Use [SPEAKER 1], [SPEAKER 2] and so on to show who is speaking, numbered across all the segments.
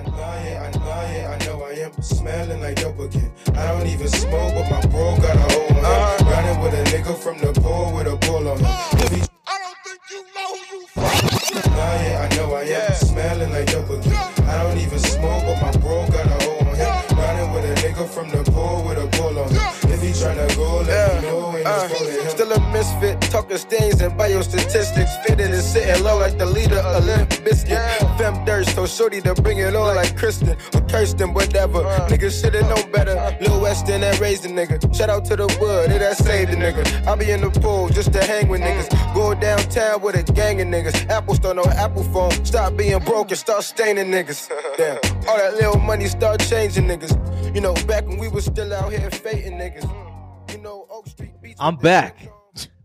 [SPEAKER 1] I lying, I know I am. Smelling like dope again. I don't even smoke, but my bro got a hole on him. Riding with a nigga from the pool with a bull on him. If he
[SPEAKER 2] I don't think you know who you
[SPEAKER 1] lying, I know I am. Smelling like dope again. I don't even smoke, but my bro got a hole on him. Riding with a nigga from the pool with a bull on him. If he tryna go, let me know, ain't
[SPEAKER 3] Uh,
[SPEAKER 1] no fooling him.
[SPEAKER 4] Uh, Still a misfit, talking stains and biostatistics. Fitted and sitting low like the leader of Limp Bizkit. Fem dirt, so shorty to bring it on like Kristen or Kirsten, whatever. Niggas shoulda known better. Lil Weston that raised the nigga. Shout out to the wood, it that saved the nigga. I be in the pool just to hang with
[SPEAKER 3] Mm.
[SPEAKER 4] niggas. Go downtown with a gang of niggas. Apple store, no Apple phone. Stop being broke and start staining niggas. Damn, all that little money start changing niggas. You know, back when we was still out here faking niggas. You know, Oak Street Beach.
[SPEAKER 5] I'm back.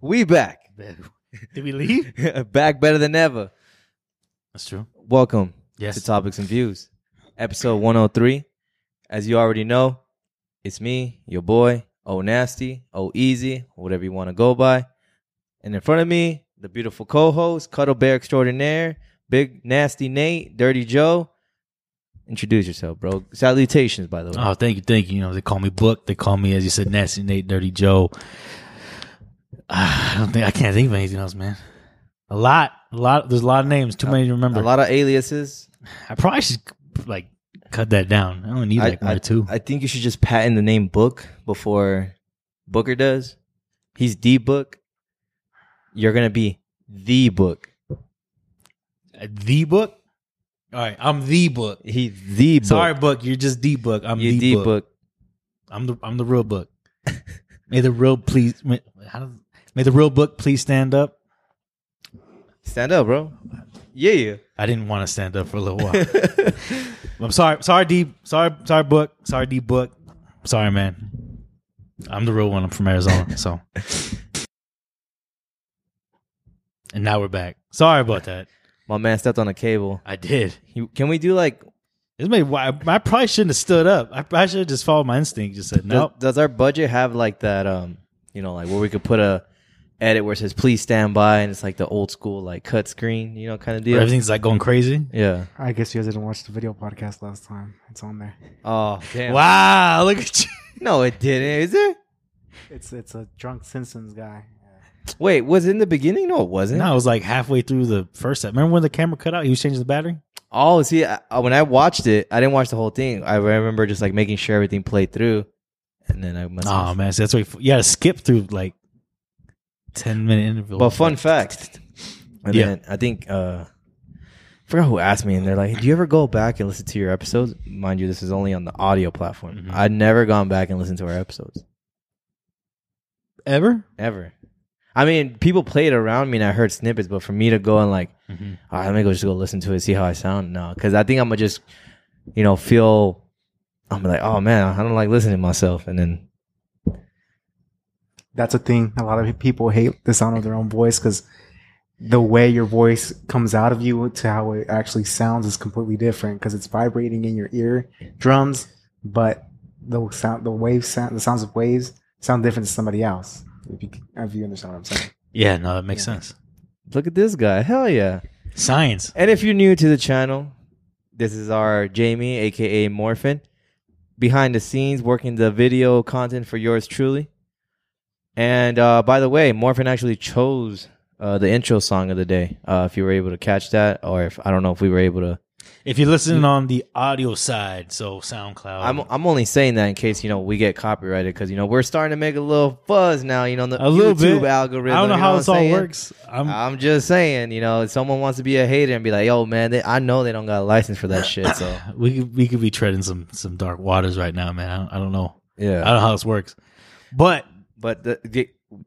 [SPEAKER 5] We back.
[SPEAKER 6] Did we leave?
[SPEAKER 5] back better than ever.
[SPEAKER 6] That's true.
[SPEAKER 5] Welcome
[SPEAKER 6] Yes.
[SPEAKER 5] to Topics and Views, episode 103. As you already know, it's me, your boy, O Nasty, O Easy, whatever you want to go by. And in front of me, the beautiful co host, Cuddle Bear Extraordinaire, Big Nasty Nate, Dirty Joe. Introduce yourself, bro. Salutations, by the way.
[SPEAKER 6] Oh, thank you, thank you. You know, they call me Book. They call me, as you said, Nasty Nate, Dirty Joe. Ah, I don't think I can't think of anything else, man. A lot, a lot. There's a lot of names. Too many to remember.
[SPEAKER 5] A lot of aliases.
[SPEAKER 6] I probably should like cut that down. I don't need like one
[SPEAKER 5] I,
[SPEAKER 6] or two.
[SPEAKER 5] I think you should just patent the name Book before Booker does. He's the book. You're gonna be the book.
[SPEAKER 6] the book. All right, I'm the book.
[SPEAKER 5] He the book.
[SPEAKER 6] Sorry, book. You're just the book. I'm
[SPEAKER 5] you
[SPEAKER 6] the,
[SPEAKER 5] the
[SPEAKER 6] book.
[SPEAKER 5] book.
[SPEAKER 6] I'm the I'm the real book. may the real please. May, how does, may the real book please stand up.
[SPEAKER 5] Stand up, bro. Yeah, yeah.
[SPEAKER 6] I didn't want to stand up for a little while. I'm sorry, sorry, D, sorry, sorry, book, sorry, D, book, sorry, man. I'm the real one. I'm from Arizona, so. and now we're back. Sorry about that.
[SPEAKER 5] My man stepped on a cable.
[SPEAKER 6] I did.
[SPEAKER 5] He, can we do like?
[SPEAKER 6] This may why I probably shouldn't have stood up. I, I should have just followed my instinct. Just said
[SPEAKER 5] Does,
[SPEAKER 6] no.
[SPEAKER 5] does our budget have like that? Um, you know, like where we could put a edit where it says "Please stand by" and it's like the old school like cut screen, you know, kind of deal.
[SPEAKER 6] Everything's like going crazy.
[SPEAKER 5] Yeah.
[SPEAKER 7] I guess you guys didn't watch the video podcast last time. It's on there.
[SPEAKER 5] Oh damn.
[SPEAKER 6] Wow, look at you.
[SPEAKER 5] No, it didn't. Is it?
[SPEAKER 7] It's it's a drunk Simpsons guy.
[SPEAKER 5] Wait, was it in the beginning? No, it wasn't.
[SPEAKER 6] No, I was like halfway through the first set. Remember when the camera cut out? He was changing the battery.
[SPEAKER 5] Oh, see, I, I- when I watched it, I didn't watch the whole thing. I remember just like making sure everything played through, and then I must.
[SPEAKER 6] Oh man, so that's what you, you gotta skip through like ten minute intervals.
[SPEAKER 5] But fun fact, and
[SPEAKER 6] Yeah.
[SPEAKER 5] then I think uh, I forgot who asked me, and they're like, "Do you ever go back and listen to your episodes?" Mind you, this is only on the audio platform.
[SPEAKER 6] Mhm.
[SPEAKER 5] I'd never gone back and listened to our episodes
[SPEAKER 6] ever?
[SPEAKER 5] ever. I mean, people played around me and I heard snippets, but for me to go and like,
[SPEAKER 6] Mhm.
[SPEAKER 5] all right, let me go just go listen to it, see how I sound. No, because I think I'm gonna just, you know, feel. I'm like, oh man, I don't like listening to myself, and then
[SPEAKER 7] That's a thing. A lot of people hate the sound of their own voice because the way your voice comes out of you to how it actually sounds is completely different because it's vibrating in your ear drums, but the sound, the wave sound, the sounds of waves sound different to somebody else. If you if you understand what I'm saying.
[SPEAKER 6] Yeah, no, that makes sense.
[SPEAKER 5] look at this guy, hell yeah.
[SPEAKER 6] Science.
[SPEAKER 5] And if you're new to the channel, this is our Jamie, aka Morphin, behind the scenes working the video content for yours truly. And uh, by the way, Morphin actually chose uh, the intro song of the day. Uh, if you were able to catch that, or if I don't know if we were able to.
[SPEAKER 6] If you're listening on the audio side, so SoundCloud.
[SPEAKER 5] I'm I'm only saying that in case you know we get copyrighted because you know we're starting to make a little fuzz now. You know the
[SPEAKER 6] a little
[SPEAKER 5] YouTube
[SPEAKER 6] bit
[SPEAKER 5] algorithm.
[SPEAKER 6] I don't know
[SPEAKER 5] you
[SPEAKER 6] how
[SPEAKER 5] what
[SPEAKER 6] this
[SPEAKER 5] I'm
[SPEAKER 6] all
[SPEAKER 5] saying?
[SPEAKER 6] works. I'm,
[SPEAKER 5] I'm just saying, you know, if someone wants to be a hater and be like, "Yo, man, they, I know they don't got a license for that shit." So
[SPEAKER 6] we could, we could be treading some some dark waters right now, man. I don't, I don't know. I
[SPEAKER 5] yeah,
[SPEAKER 6] don't know how this works. But
[SPEAKER 5] but the,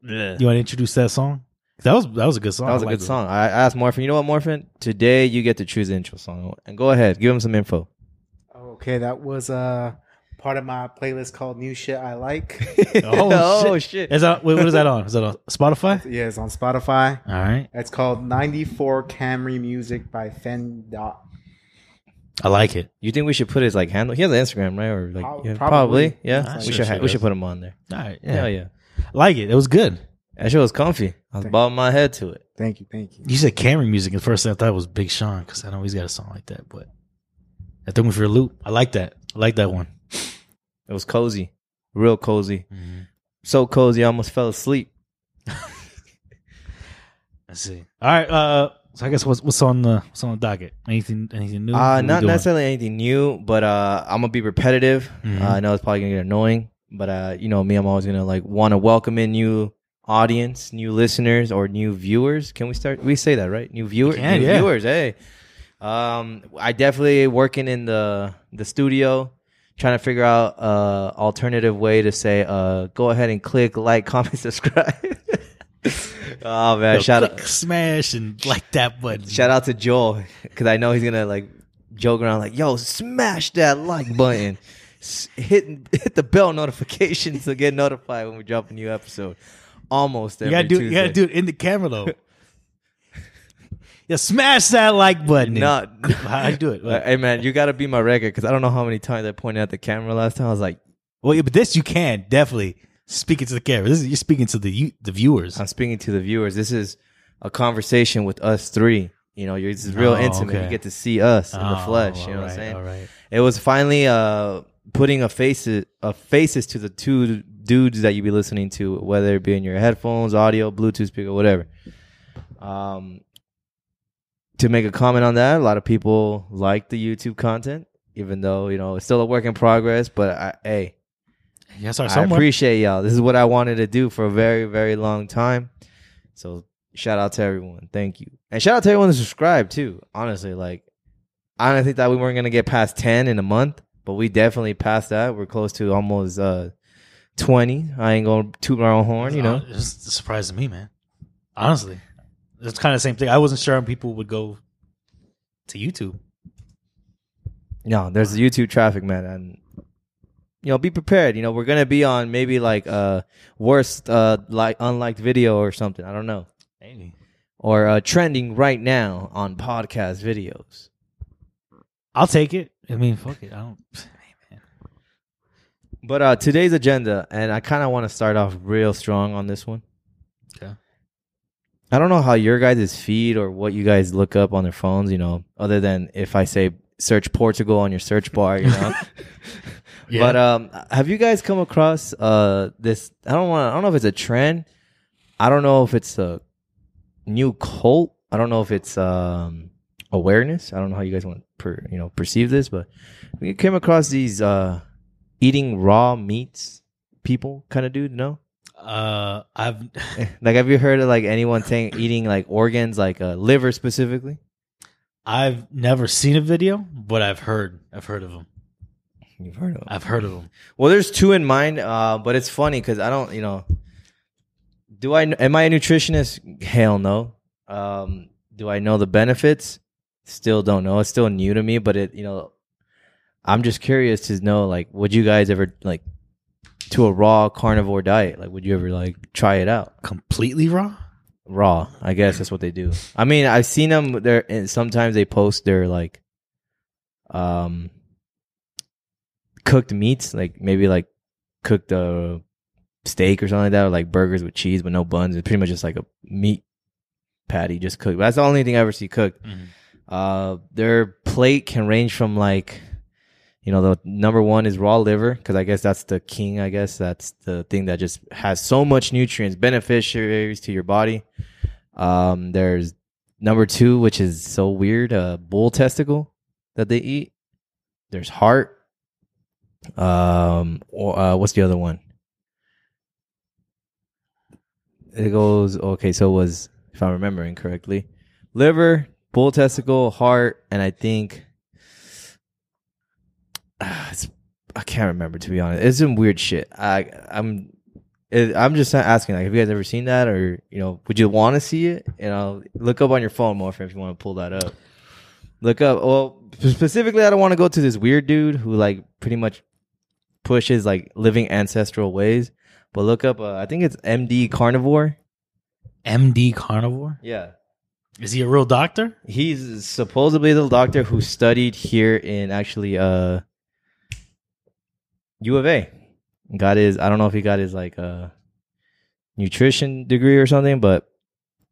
[SPEAKER 5] the,
[SPEAKER 6] you want to introduce that song? That was that was a good song.
[SPEAKER 5] that was a
[SPEAKER 6] I liked
[SPEAKER 5] good
[SPEAKER 6] it.
[SPEAKER 5] song. I I asked Morphin, you know what, Morphin? Today you get to choose the intro song, and go ahead, give him some info.
[SPEAKER 7] Okay, that was uh part of my playlist called "New Shit I Like."
[SPEAKER 6] Oh,
[SPEAKER 5] Oh,
[SPEAKER 6] shit!
[SPEAKER 5] shit.
[SPEAKER 6] Is that wait, what is that on? Is that on Spotify?
[SPEAKER 7] yeah, it's on Spotify.
[SPEAKER 6] All right,
[SPEAKER 7] It's called 94 Camry Music by Fen Dot.
[SPEAKER 6] I like it.
[SPEAKER 5] You think we should put his like handle? He has an Instagram, right? Or like
[SPEAKER 7] Prob-
[SPEAKER 5] yeah,
[SPEAKER 7] probably.
[SPEAKER 5] probably. yeah.
[SPEAKER 6] Ah,
[SPEAKER 5] we
[SPEAKER 6] sure,
[SPEAKER 5] should ha-
[SPEAKER 6] sure
[SPEAKER 5] we
[SPEAKER 6] is.
[SPEAKER 5] should put him on there.
[SPEAKER 6] All right,
[SPEAKER 5] Yeah.
[SPEAKER 6] yeah,
[SPEAKER 5] Hell yeah,
[SPEAKER 6] I like it. It was good.
[SPEAKER 5] that shit was comfy. I was
[SPEAKER 7] Thank-
[SPEAKER 5] bobbing my head to it.
[SPEAKER 7] Thank you, thank you.
[SPEAKER 6] You said Camry music, and the first thing I thought was Big Sean because I know he's got a song like that. But That threw me for a loop. I like that. I like that one.
[SPEAKER 5] It was cozy, real cozy, so cozy I almost fell asleep.
[SPEAKER 6] Let's see. All right. Uh, so I guess what's what's on the what's on the docket? Anything anything new? What
[SPEAKER 5] Uh,
[SPEAKER 6] we
[SPEAKER 5] not
[SPEAKER 6] doing?
[SPEAKER 5] necessarily anything new, but uh, I'm gonna be repetitive.
[SPEAKER 6] Mhm.
[SPEAKER 5] Uh, I know it's probably gonna get annoying, but uh, you know me, I'm always gonna like want to welcome in new audience, new listeners, or new viewers. Can we start? We say that right? New viewers,
[SPEAKER 6] can,
[SPEAKER 5] new
[SPEAKER 6] yeah.
[SPEAKER 5] viewers. Hey, um, I definitely working in the the studio, trying to figure out uh alternative way to say uh go ahead and click like, comment, subscribe. oh man,
[SPEAKER 6] Yo,
[SPEAKER 5] shout
[SPEAKER 6] click,
[SPEAKER 5] out.
[SPEAKER 6] smash, and like that button.
[SPEAKER 5] Shout out to Joel because I know he's gonna like joke around like, "Yo, smash that like button, S- hit hit the bell notifications to get notified when we drop a new episode." Almost
[SPEAKER 6] You
[SPEAKER 5] every
[SPEAKER 6] gotta do.
[SPEAKER 5] Tuesday.
[SPEAKER 6] You gotta do it in the camera though. yeah, smash that like button.
[SPEAKER 5] No,
[SPEAKER 6] How you do it? What?
[SPEAKER 5] Uh, hey man, you gotta be my record because I don't know how many times I pointed at the camera last time. I was like,
[SPEAKER 6] Well, yeah, but this you can definitely speaking to the camera. This is you're speaking to the you, the viewers.
[SPEAKER 5] I'm speaking to the viewers. This is a conversation with us three. You know, you're, this is real
[SPEAKER 6] Oh,
[SPEAKER 5] intimate.
[SPEAKER 6] okay.
[SPEAKER 5] You get to see us in the
[SPEAKER 6] Oh,
[SPEAKER 5] flesh. You know
[SPEAKER 6] all
[SPEAKER 5] what I'm
[SPEAKER 6] right,
[SPEAKER 5] saying?
[SPEAKER 6] All right.
[SPEAKER 5] It was finally uh, putting a faces a faces to the two dudes that you be listening to, whether it be in your headphones, audio, Bluetooth speaker, whatever. Um, to make a comment on that, a lot of people like the YouTube content, even though you know it's still a work in progress. But I, hey,
[SPEAKER 6] Yeah, sorry.
[SPEAKER 5] I
[SPEAKER 6] Someone.
[SPEAKER 5] appreciate y'all. This is what I wanted to do for a very very long time. So shout out to everyone, thank you, and shout out to everyone that subscribed too. Honestly, like I honestly thought we weren't gonna get past ten in a month, but we definitely passed that. We're close to almost uh twenty. I ain't gonna toot my own horn, you know.
[SPEAKER 6] it's surprising me, man. Honestly, it's kind of the same thing. I wasn't sure when people would go to YouTube.
[SPEAKER 5] No, there's the YouTube traffic, man, and you know, be prepared. You know, we're gonna be on maybe like uh worst uh like unliked video or something. I don't know.
[SPEAKER 6] Hey.
[SPEAKER 5] or uh, trending right now on podcast videos.
[SPEAKER 6] I'll take it. I mean, fuck it. I don't.
[SPEAKER 5] But uh, today's agenda, and I kind of want to start off real strong on this one.
[SPEAKER 6] Okay.
[SPEAKER 5] I don't know how your guys' feed or what you guys look up on their phones, you know, other than if I say search Portugal on your search bar, you know. But um, have you guys come across uh this? I don't want. I don't know if it's a trend. I don't know if it's a new cult. I don't know if it's um awareness. I don't know how you guys want to per, you know perceive this, but we came across these uh eating raw meats people kind of dude. No,
[SPEAKER 6] uh, I've
[SPEAKER 5] like have you heard of like anyone saying eating like organs, like uh, liver specifically?
[SPEAKER 6] I've never seen a video, but I've heard I've heard of them.
[SPEAKER 5] You've heard of
[SPEAKER 6] I've heard of them.
[SPEAKER 5] Well, there's two in mind, uh, but it's funny because I don't, you know, do I am I a nutritionist? Hell no. Um, do I know the benefits? Still don't know. It's still new to me, but it, you know, I'm just curious to know, like, would you guys ever like to a raw carnivore diet? Like, would you ever like try it out
[SPEAKER 6] Completely raw.
[SPEAKER 5] raw? I guess that's what they do. I mean, I've seen them there, and sometimes they post their like, um, cooked meats, like maybe like cooked uh, steak or something like that, or like burgers with cheese but no buns. It's pretty much just like a meat patty just cooked. That's the only thing I ever see cooked.
[SPEAKER 6] Mhm.
[SPEAKER 5] Uh, their plate can range from like, you know, the number one is raw liver because I guess that's the king. I guess that's the thing that just has so much nutrients, beneficiaries to your body. Um, there's number two, which is so weird, uh, bull testicle that they eat. There's heart. Um, or, uh, what's the other one? It goes okay. So it was if I'm remembering correctly, liver, bull testicle, heart, and I think Ah, it's, I can't remember to be honest. It's some weird shit. I I'm it, I'm just asking like, have you guys ever seen that or you know would you want to see it? You know, look up on your phone, Morphin, if you want to pull that up. Look up. Well, specifically, I don't want to go to this weird dude who like pretty much pushes like living ancestral ways. But look up. Uh, I think it's MD Carnivore.
[SPEAKER 6] MD carnivore.
[SPEAKER 5] Yeah,
[SPEAKER 6] Is he a real doctor?
[SPEAKER 5] he's supposedly the doctor who studied here in actually uh U of A. Got his. I don't know if he got his like uh nutrition degree or something, but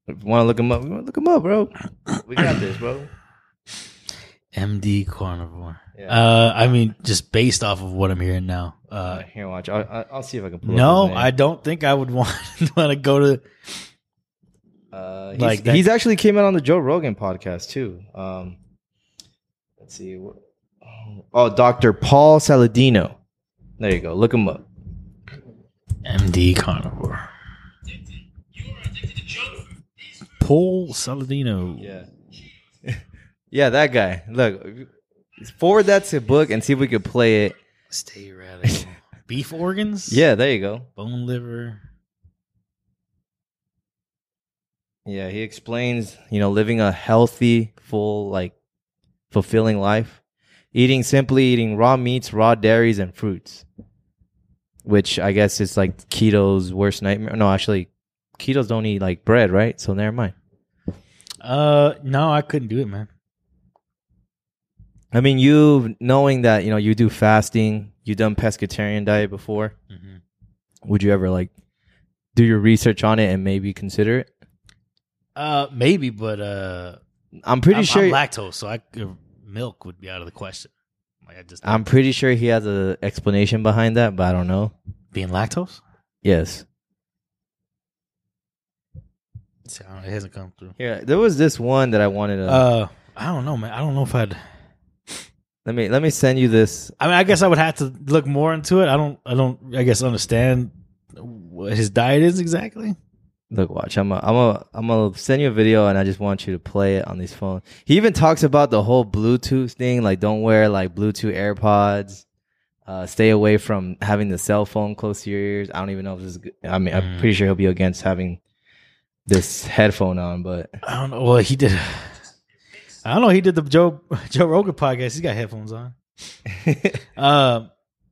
[SPEAKER 5] if you want to look him up, we want to look him up, bro. We got this, bro.
[SPEAKER 6] MD Carnivore.
[SPEAKER 5] Yeah.
[SPEAKER 6] Uh, I mean, just based off of what I'm hearing now. Uh,
[SPEAKER 5] Here, watch. I'll, I'll- I'll see if I can pull. up
[SPEAKER 6] no,
[SPEAKER 5] his name.
[SPEAKER 6] I don't think I would want want to go to.
[SPEAKER 5] Uh, he's,
[SPEAKER 6] Like that-
[SPEAKER 5] he's actually came out on the Joe Rogan podcast too. Um, let's see. wh- Oh, Dr. Paul Saladino. There you go. Look him up.
[SPEAKER 6] MD Carnivore. Paul Saladino.
[SPEAKER 5] Yeah. yeah, that guy. Look, forward that to book and see if we could play it.
[SPEAKER 6] Stay radical. Beef organs?
[SPEAKER 5] Yeah, there you go.
[SPEAKER 6] Bone liver.
[SPEAKER 5] Yeah, he explains, you know, living a healthy, full, like, fulfilling life, eating simply, eating raw meats, raw dairies, and fruits, which I guess is like keto's worst nightmare. No, actually, ketos don't eat like bread, right? So never mind.
[SPEAKER 6] Uh, no, I couldn't do it, man.
[SPEAKER 5] I mean, you knowing that, you know, you do fasting, you done pescatarian diet before.
[SPEAKER 6] Mhm.
[SPEAKER 5] Would you ever like do your research on it and maybe consider it?
[SPEAKER 6] Uh, maybe, but uh,
[SPEAKER 5] I'm pretty
[SPEAKER 6] I'm,
[SPEAKER 5] sure
[SPEAKER 6] I'm lactose, so I could, milk would be out of the question. Like I just
[SPEAKER 5] I'm pretty sure he has a explanation behind that, but I don't know.
[SPEAKER 6] being lactose.
[SPEAKER 5] Yes.
[SPEAKER 6] See, I don't- It hasn't come through.
[SPEAKER 5] Yeah, there was this one that I wanted to
[SPEAKER 6] Uh, I don't know, man. I don't know if I'd.
[SPEAKER 5] let me let me send you this.
[SPEAKER 6] I mean, I guess I would have to look more into it. I don't. I don't. I guess understand what his diet is exactly.
[SPEAKER 5] Look, watch. I'm a, I'm a, I'm gonna send you a video, and I just want you to play it on this phone. He even talks about the whole Bluetooth thing, like don't wear like Bluetooth AirPods. Uh, stay away from having the cell phone close to your ears. I don't even know if this is. Good. I mean, I'm
[SPEAKER 6] Mm.
[SPEAKER 5] pretty sure he'll be against having this headphone on, but
[SPEAKER 6] I don't know. Well, he did. I don't know. He did the Joe Joe Rogan podcast. He's got headphones on. Um,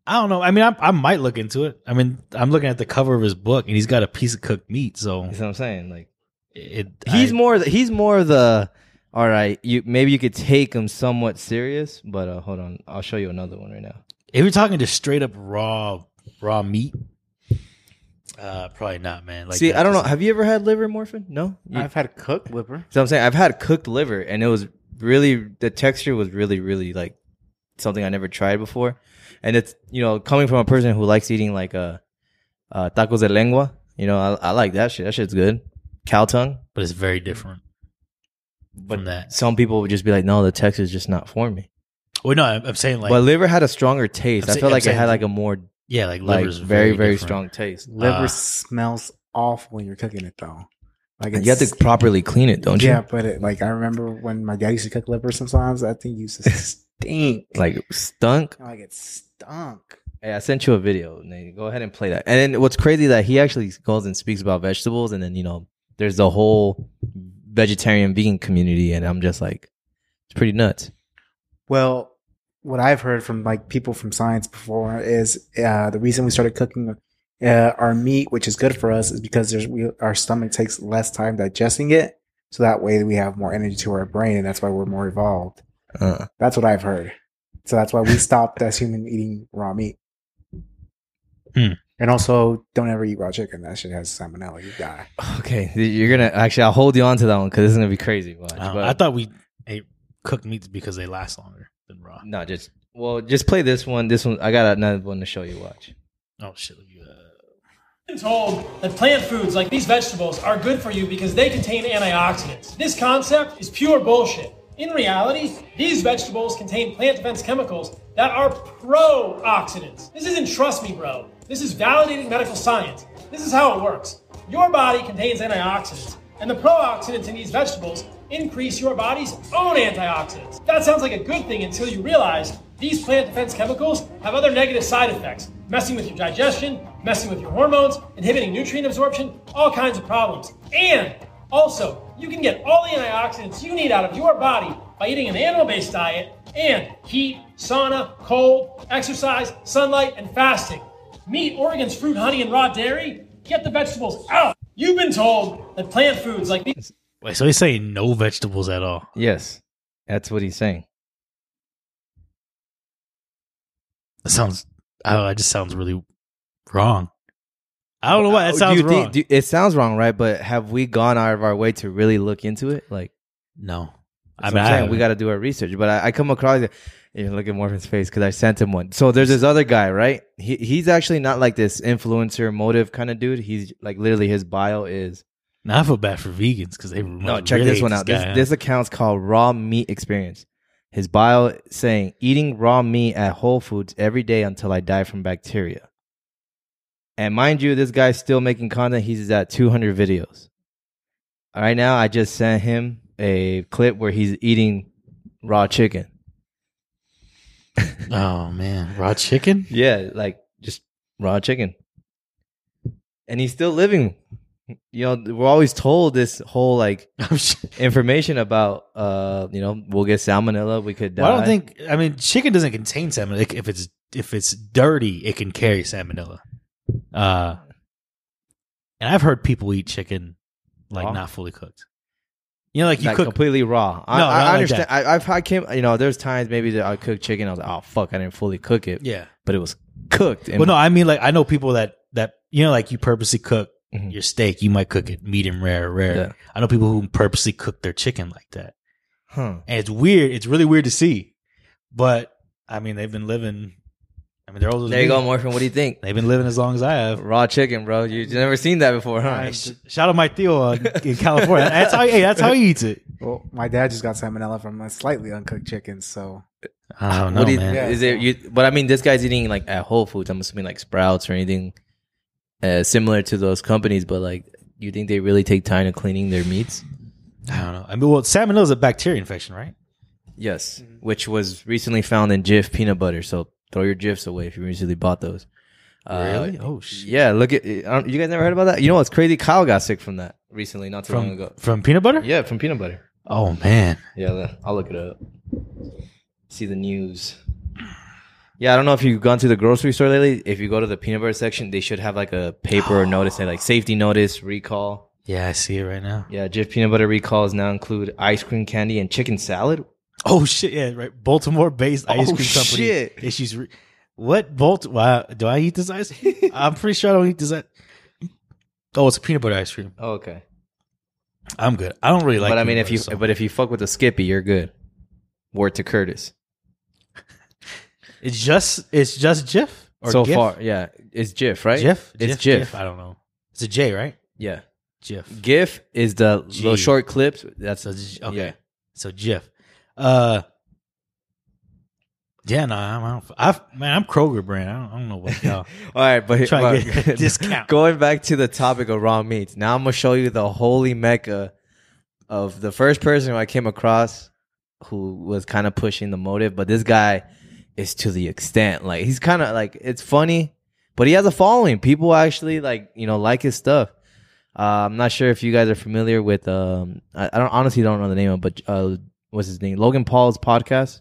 [SPEAKER 6] I don't know. I mean, I, I might look into it. I mean, I'm looking at the cover of his book, and he's got a piece of cooked meat. So
[SPEAKER 5] that's what I'm saying. Like
[SPEAKER 6] it.
[SPEAKER 5] he's
[SPEAKER 6] I-
[SPEAKER 5] more. the- He's more the. All right, you maybe you could take him somewhat serious, but uh, hold on, I'll show you another one right now.
[SPEAKER 6] If you're talking just straight up raw raw meat, uh, probably not, man. Like,
[SPEAKER 5] See,
[SPEAKER 6] that
[SPEAKER 5] I don't know.
[SPEAKER 6] just-
[SPEAKER 5] Have you ever had liver morphine? No. You-
[SPEAKER 7] I've had cooked liver.
[SPEAKER 5] So I'm saying I've had cooked liver, and it was really the texture was really really like something I never tried before, and it's you know coming from a person who likes eating like uh, uh tacos de lengua, you know I, I like that shit. That shit's good. Cow tongue,
[SPEAKER 6] but it's very different
[SPEAKER 5] but
[SPEAKER 6] from that.
[SPEAKER 5] some people would just be like, no, the texture is just not for me.
[SPEAKER 6] Well, no, I'm, I'm saying like,
[SPEAKER 5] but liver had a stronger taste.
[SPEAKER 6] I'm
[SPEAKER 5] I
[SPEAKER 6] say-
[SPEAKER 5] felt
[SPEAKER 6] I'm
[SPEAKER 5] like it
[SPEAKER 6] saying-
[SPEAKER 5] had like a more
[SPEAKER 6] yeah, like
[SPEAKER 5] like
[SPEAKER 6] liver's
[SPEAKER 5] very very
[SPEAKER 6] different.
[SPEAKER 5] strong taste.
[SPEAKER 7] Liver
[SPEAKER 6] Ah.
[SPEAKER 7] smells awful when you're cooking it though. Like
[SPEAKER 5] You have to properly clean it, don't you?
[SPEAKER 7] yeah, but it, like I remember when my dad used to cook liver. Sometimes that thing used to stink.
[SPEAKER 5] Like stunk.
[SPEAKER 7] like it stunk.
[SPEAKER 5] Hey, I sent you a video. Nate. Go ahead and play that. And then what's crazy that he actually goes and speaks about vegetables, and then you know, there's the whole vegetarian vegan community, and I'm just like, it's pretty nuts.
[SPEAKER 7] Well, what I've heard from like people from science before is uh, the reason we started cooking uh, our meat, which is good for us, is because there's we, our stomach takes less time digesting it, so that way we have more energy to our brain, and that's why we're more evolved.
[SPEAKER 5] Uh,
[SPEAKER 7] That's what I've heard. So that's why we stopped as human eating raw meat.
[SPEAKER 6] Hmm.
[SPEAKER 7] And also, don't ever eat raw chicken. That shit has salmonella. You die.
[SPEAKER 5] okay, you're gonna actually. I'll hold you on to that one because this is gonna be crazy. Watch,
[SPEAKER 6] I, don't-
[SPEAKER 5] but-
[SPEAKER 6] Uh, I thought we ate cooked meats because they last longer than raw.
[SPEAKER 5] no, just well, just play this one. This one, I got another one to show you. Watch.
[SPEAKER 6] Oh shit! look at that.
[SPEAKER 8] been told that plant foods like these vegetables are good for you because they contain antioxidants. This concept is pure bullshit. In reality, these vegetables contain plant defense chemicals that are pro-oxidants. This isn't trust me, bro. This is validated medical science. This is how it works. Your body contains antioxidants, and the pro-oxidants in these vegetables increase your body's own antioxidants. That sounds like a good thing until you realize these plant defense chemicals have other negative side effects, messing with your digestion, messing with your hormones, inhibiting nutrient absorption, all kinds of problems. And also, you can get all the antioxidants you need out of your body by eating an animal based diet and heat, sauna, cold, exercise, sunlight, and fasting. Meat, organs, fruit, honey, and raw dairy? Get the vegetables out! You've been told that plant foods like these.
[SPEAKER 6] Wait, so he's saying no vegetables at all?
[SPEAKER 5] Yes, that's what he's saying.
[SPEAKER 6] That sounds. I don't know. It just sounds really wrong. I don't know why that
[SPEAKER 5] Oh, Do
[SPEAKER 6] sounds
[SPEAKER 5] you think-
[SPEAKER 6] wrong.
[SPEAKER 5] do- it sounds wrong, right? But have we gone out of our way to really look into it? Like,
[SPEAKER 6] no, I
[SPEAKER 5] I
[SPEAKER 6] mean, I
[SPEAKER 5] am saying
[SPEAKER 6] haven't.
[SPEAKER 5] we got to do our research. But I, I come across it. You look at Morphin's face because I sent him one. So there's this other guy, right? He he's actually not like this influencer motive kind of dude. He's like literally his bio is
[SPEAKER 6] Now I feel bad for vegans because they
[SPEAKER 5] no. check this one out. This, this account's called Raw Meat Experience. His bio saying eating raw meat at Whole Foods every day until I die from bacteria. And mind you, this guy's still making content. He's at 200 videos. Right now, I just sent him a clip where he's eating raw chicken.
[SPEAKER 6] oh man, raw chicken.
[SPEAKER 5] Yeah, like just raw chicken. And he's still living. You know, we're always told this whole like
[SPEAKER 6] I'm sh-
[SPEAKER 5] information about uh, you know, we'll get salmonella, we could die.
[SPEAKER 6] well, I don't think. I mean, chicken doesn't contain salmonella. Like, If it's if it's dirty, it can carry salmonella. Uh, and I've heard people eat chicken like
[SPEAKER 5] Raw?
[SPEAKER 6] not fully cooked. You know, like you
[SPEAKER 5] like
[SPEAKER 6] cook.
[SPEAKER 5] completely raw. I,
[SPEAKER 6] No,
[SPEAKER 5] I
[SPEAKER 6] not like
[SPEAKER 5] understand.
[SPEAKER 6] that.
[SPEAKER 5] I, I've I came, you know, there's times maybe that I cooked chicken. I was like, oh fuck, I didn't fully cook it,
[SPEAKER 6] yeah.
[SPEAKER 5] but it was cooked. And
[SPEAKER 6] Well, no, I mean like I know people that that you know like you purposely cook
[SPEAKER 5] Mhm.
[SPEAKER 6] your steak. You might cook it medium rare, rare.
[SPEAKER 5] Yeah.
[SPEAKER 6] I know people who purposely cook their chicken like that,
[SPEAKER 5] huh.
[SPEAKER 6] and it's weird. It's really weird to see, but I mean they've been living. I mean they're older.
[SPEAKER 5] There you
[SPEAKER 6] than
[SPEAKER 5] go,
[SPEAKER 6] me.
[SPEAKER 5] Morphin. What do you think?
[SPEAKER 6] They've been living as long as I have.
[SPEAKER 5] Raw chicken, bro. You have never seen that before, huh?
[SPEAKER 6] Hey, sh- Shout out my Theo uh, in California. That's how. Hey, that's how he eats it.
[SPEAKER 7] Well, my dad just got salmonella from a slightly uncooked chicken, so
[SPEAKER 6] I don't know,
[SPEAKER 5] what do you,
[SPEAKER 6] man.
[SPEAKER 7] Yeah.
[SPEAKER 5] Is it you? But I mean, this guy's eating like at Whole Foods. I'm assuming like Sprouts or anything uh, similar to those companies. But like, you think they really take time to cleaning their meats?
[SPEAKER 6] I don't know. I mean, well, salmonella is a bacteria infection, right?
[SPEAKER 5] Yes, which was recently found in Jif peanut butter. So throw your Jifs away if you recently bought those.
[SPEAKER 6] Really?
[SPEAKER 5] Uh,
[SPEAKER 6] Oh shit!
[SPEAKER 5] yeah. Look at I don't- you guys never heard about that. You know what's crazy? Kyle got sick from that recently, not too long
[SPEAKER 6] From
[SPEAKER 5] ago.
[SPEAKER 6] from peanut butter?
[SPEAKER 5] Yeah, from peanut butter.
[SPEAKER 6] Oh man.
[SPEAKER 5] Yeah, the- I'll look it up. See the news. Yeah, I don't know if you've gone to the grocery store lately. If you go to the peanut butter section, they should have like a paper or notice that like safety notice, recall.
[SPEAKER 6] Yeah, I see it right now.
[SPEAKER 5] Yeah, Jif peanut butter recalls now include ice cream candy and chicken salad.
[SPEAKER 6] Oh shit! Yeah, right. Baltimore-based ice
[SPEAKER 5] Oh,
[SPEAKER 6] cream company
[SPEAKER 5] shit.
[SPEAKER 6] issues. Re- what Bolt? Wow, do I eat this ice? cream? I'm pretty sure I don't eat this. I- oh, it's a peanut butter ice cream.
[SPEAKER 5] Oh, okay.
[SPEAKER 6] I'm good. I don't really like.
[SPEAKER 5] but I mean,
[SPEAKER 6] peanut
[SPEAKER 5] if you
[SPEAKER 6] butter, so-
[SPEAKER 5] but if you fuck with a Skippy, you're good. Word to Curtis.
[SPEAKER 6] it's just it's just Jif or
[SPEAKER 5] so
[SPEAKER 6] Gif?
[SPEAKER 5] far, yeah, it's Jif, right?
[SPEAKER 6] Jif,
[SPEAKER 5] It's Jif.
[SPEAKER 6] Jif, Jif. I don't know. It's a J, right?
[SPEAKER 5] Yeah,
[SPEAKER 6] Jif.
[SPEAKER 5] GIF is the
[SPEAKER 6] Gee.
[SPEAKER 5] little short clips. That's
[SPEAKER 6] That's a J- okay.
[SPEAKER 5] Yeah.
[SPEAKER 6] So Jif. Uh, yeah, no, I'm, I don't, I've, man, I'm Kroger brand. I don't, I don't know what y'all.
[SPEAKER 5] All right, but
[SPEAKER 6] Try to
[SPEAKER 5] but-
[SPEAKER 6] get a discount.
[SPEAKER 5] Going back to the topic of raw meats, now I'm gonna show you the holy mecca of the first person who I came across who was kind of pushing the motive, but this guy is to the extent like he's kind of like it's funny, but he has a following. People actually like you know like his stuff. Uh, I'm not sure if you guys are familiar with um I, I don't honestly don't know the name of it, but uh what's his name Logan Paul's podcast.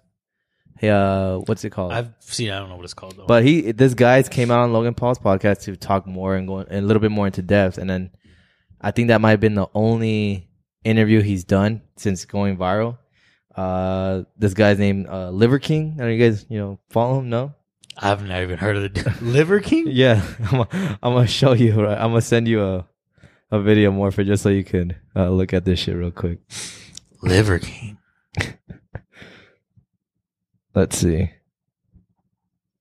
[SPEAKER 5] Hey, uh, what's it called?
[SPEAKER 6] I've seen. I don't know what it's called though.
[SPEAKER 5] But he, this guy came out on Logan Paul's podcast to talk more and go a little bit more into depth. And then I think that might have been the only interview he's done since going viral. Uh, this guy's name, uh, Liver King. Are you guys, you know, follow him? No?
[SPEAKER 6] I've not even heard of the Liver King.
[SPEAKER 5] Yeah. I'm going to show you. Right? I'm going to send you a, a video more for just so you can uh, look at this shit real quick.
[SPEAKER 6] Liver King.
[SPEAKER 5] Let's see.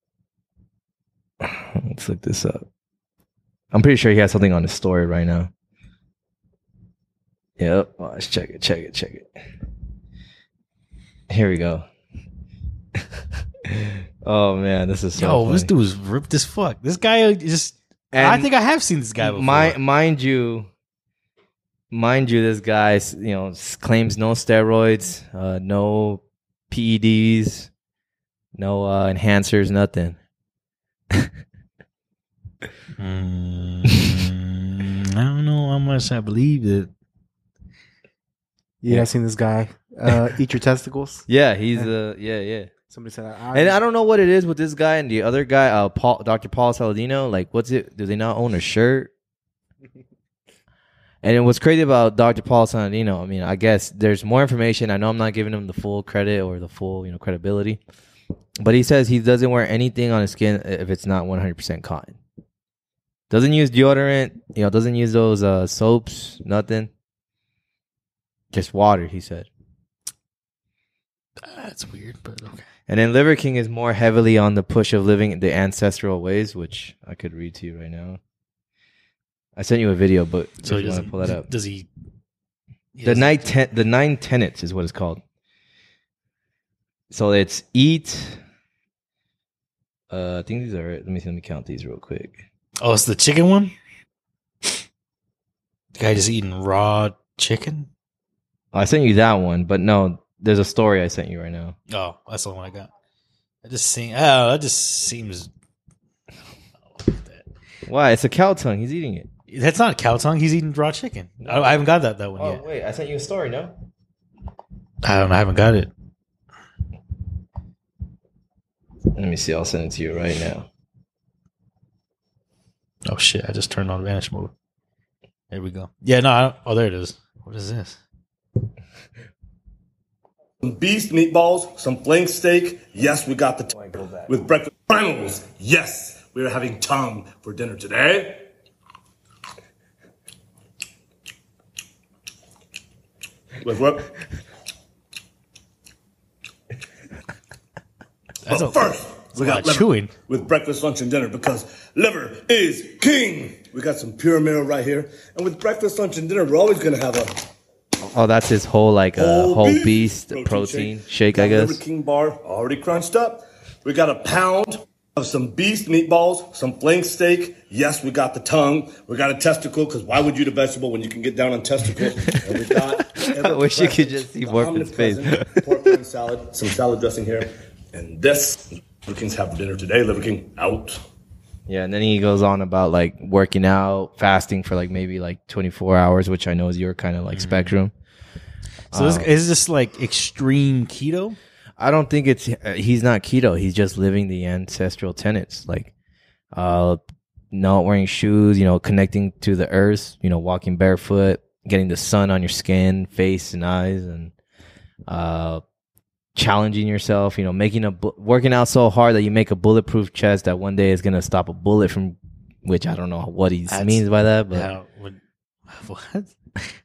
[SPEAKER 5] Let's look this up. I'm pretty sure he has something on his story right now. Yep. Well, Let's check it, check it, check it. Here we go. oh man, this is so
[SPEAKER 6] Yo, this
[SPEAKER 5] funny.
[SPEAKER 6] dude's ripped as fuck. This guy just. I
[SPEAKER 5] And-
[SPEAKER 6] think I have seen this guy before.
[SPEAKER 5] Mi- mind you, mind you, this guy, s- you know, s- claims no steroids, uh, no PEDs, no uh, enhancers, nothing.
[SPEAKER 6] Mm, I don't know how much I believe it.
[SPEAKER 7] yeah,
[SPEAKER 5] Yeah.
[SPEAKER 7] I've seen this guy uh, eat your testicles.
[SPEAKER 5] Yeah, he's uh, yeah, yeah.
[SPEAKER 7] Somebody said,
[SPEAKER 5] And I don't know what it is with this guy and the other guy, uh, Paul, Dr. Paul Saladino. Like, what's it? Do they not own a shirt? And it was crazy about Dr. Paul Saladino. I mean, I guess there's more information. I know I'm not giving him the full credit or the full, you know, credibility, but he says he doesn't wear anything on his skin if it's not 100% cotton. Doesn't use deodorant. You know, doesn't use those uh, soaps. Nothing. Just water. He said.
[SPEAKER 6] That's weird, but okay.
[SPEAKER 5] And then Liver King is more heavily on the push of living the ancestral ways, which I could read to you right now. I sent you a video, but
[SPEAKER 6] So
[SPEAKER 5] if
[SPEAKER 6] he
[SPEAKER 5] you want
[SPEAKER 6] doesn't
[SPEAKER 5] to pull that up.
[SPEAKER 6] Does he? he
[SPEAKER 5] the
[SPEAKER 6] doesn't-
[SPEAKER 5] nine ten, the nine tenets is what it's called. So it's eat. Uh, I think these are it. Let me see, let me count these real quick.
[SPEAKER 6] Oh, it's the chicken one. The guy just eating raw chicken.
[SPEAKER 5] I sent you that one, but no, there's a story I sent you right now.
[SPEAKER 6] Oh, that's the one I got. I just seen. Oh, that just seems.
[SPEAKER 5] Why? It's a cow tongue. He's eating it.
[SPEAKER 6] That's not cow tongue. He's eating raw chicken. I, I haven't got that that one
[SPEAKER 5] Oh
[SPEAKER 6] yet.
[SPEAKER 5] wait, I sent you a story. No.
[SPEAKER 6] I don't. know. I haven't got it.
[SPEAKER 5] Let me see. I'll send it to you right now.
[SPEAKER 6] Oh shit! I just turned on vanish mode. There we go. Yeah. No. I don't, oh, there it is. What is this?
[SPEAKER 9] some beef meatballs, some flank steak. Yes, we got the t- with breakfast finals. Yes, we are having tongue for dinner today. Wait, what?
[SPEAKER 6] That's
[SPEAKER 9] but
[SPEAKER 6] a-
[SPEAKER 9] first, we
[SPEAKER 6] lot
[SPEAKER 9] got
[SPEAKER 6] of
[SPEAKER 9] liver
[SPEAKER 6] chewing.
[SPEAKER 9] with breakfast, lunch, and dinner because liver is king. We got some pure mineral right here, and with breakfast, lunch, and dinner, we're always gonna have a
[SPEAKER 5] Oh, that's his whole like uh, whole, beast protein, shake.
[SPEAKER 9] Got
[SPEAKER 5] I guess.
[SPEAKER 9] Liver King bar already crunched up. We got a pound of some beast meatballs, some flank steak. Yes, we got the tongue. We got a testicle because why would you eat a vegetable when you can get down on testicles? And we got
[SPEAKER 5] I wish you could just see
[SPEAKER 9] the
[SPEAKER 5] Morphin's face.
[SPEAKER 9] omnipresent pork loin salad, some salad dressing here, and this. Liver King's have for dinner today. Liver King out.
[SPEAKER 5] Yeah, and then he goes on about like working out, fasting for like maybe like 24 hours, which I know is your kind of like spectrum.
[SPEAKER 6] So this is this like extreme keto?
[SPEAKER 5] I don't think it's uh, he's not keto. He's just living the ancestral tenets, like uh, not wearing shoes, you know, connecting to the earth, you know, walking barefoot, getting the sun on your skin, face, and eyes, and uh, challenging yourself. You know, making a bu- working out so hard that you make a bulletproof chest that one day is gonna stop a bullet from. Which I don't know what he
[SPEAKER 6] That's-
[SPEAKER 5] means by that, but
[SPEAKER 6] How- what?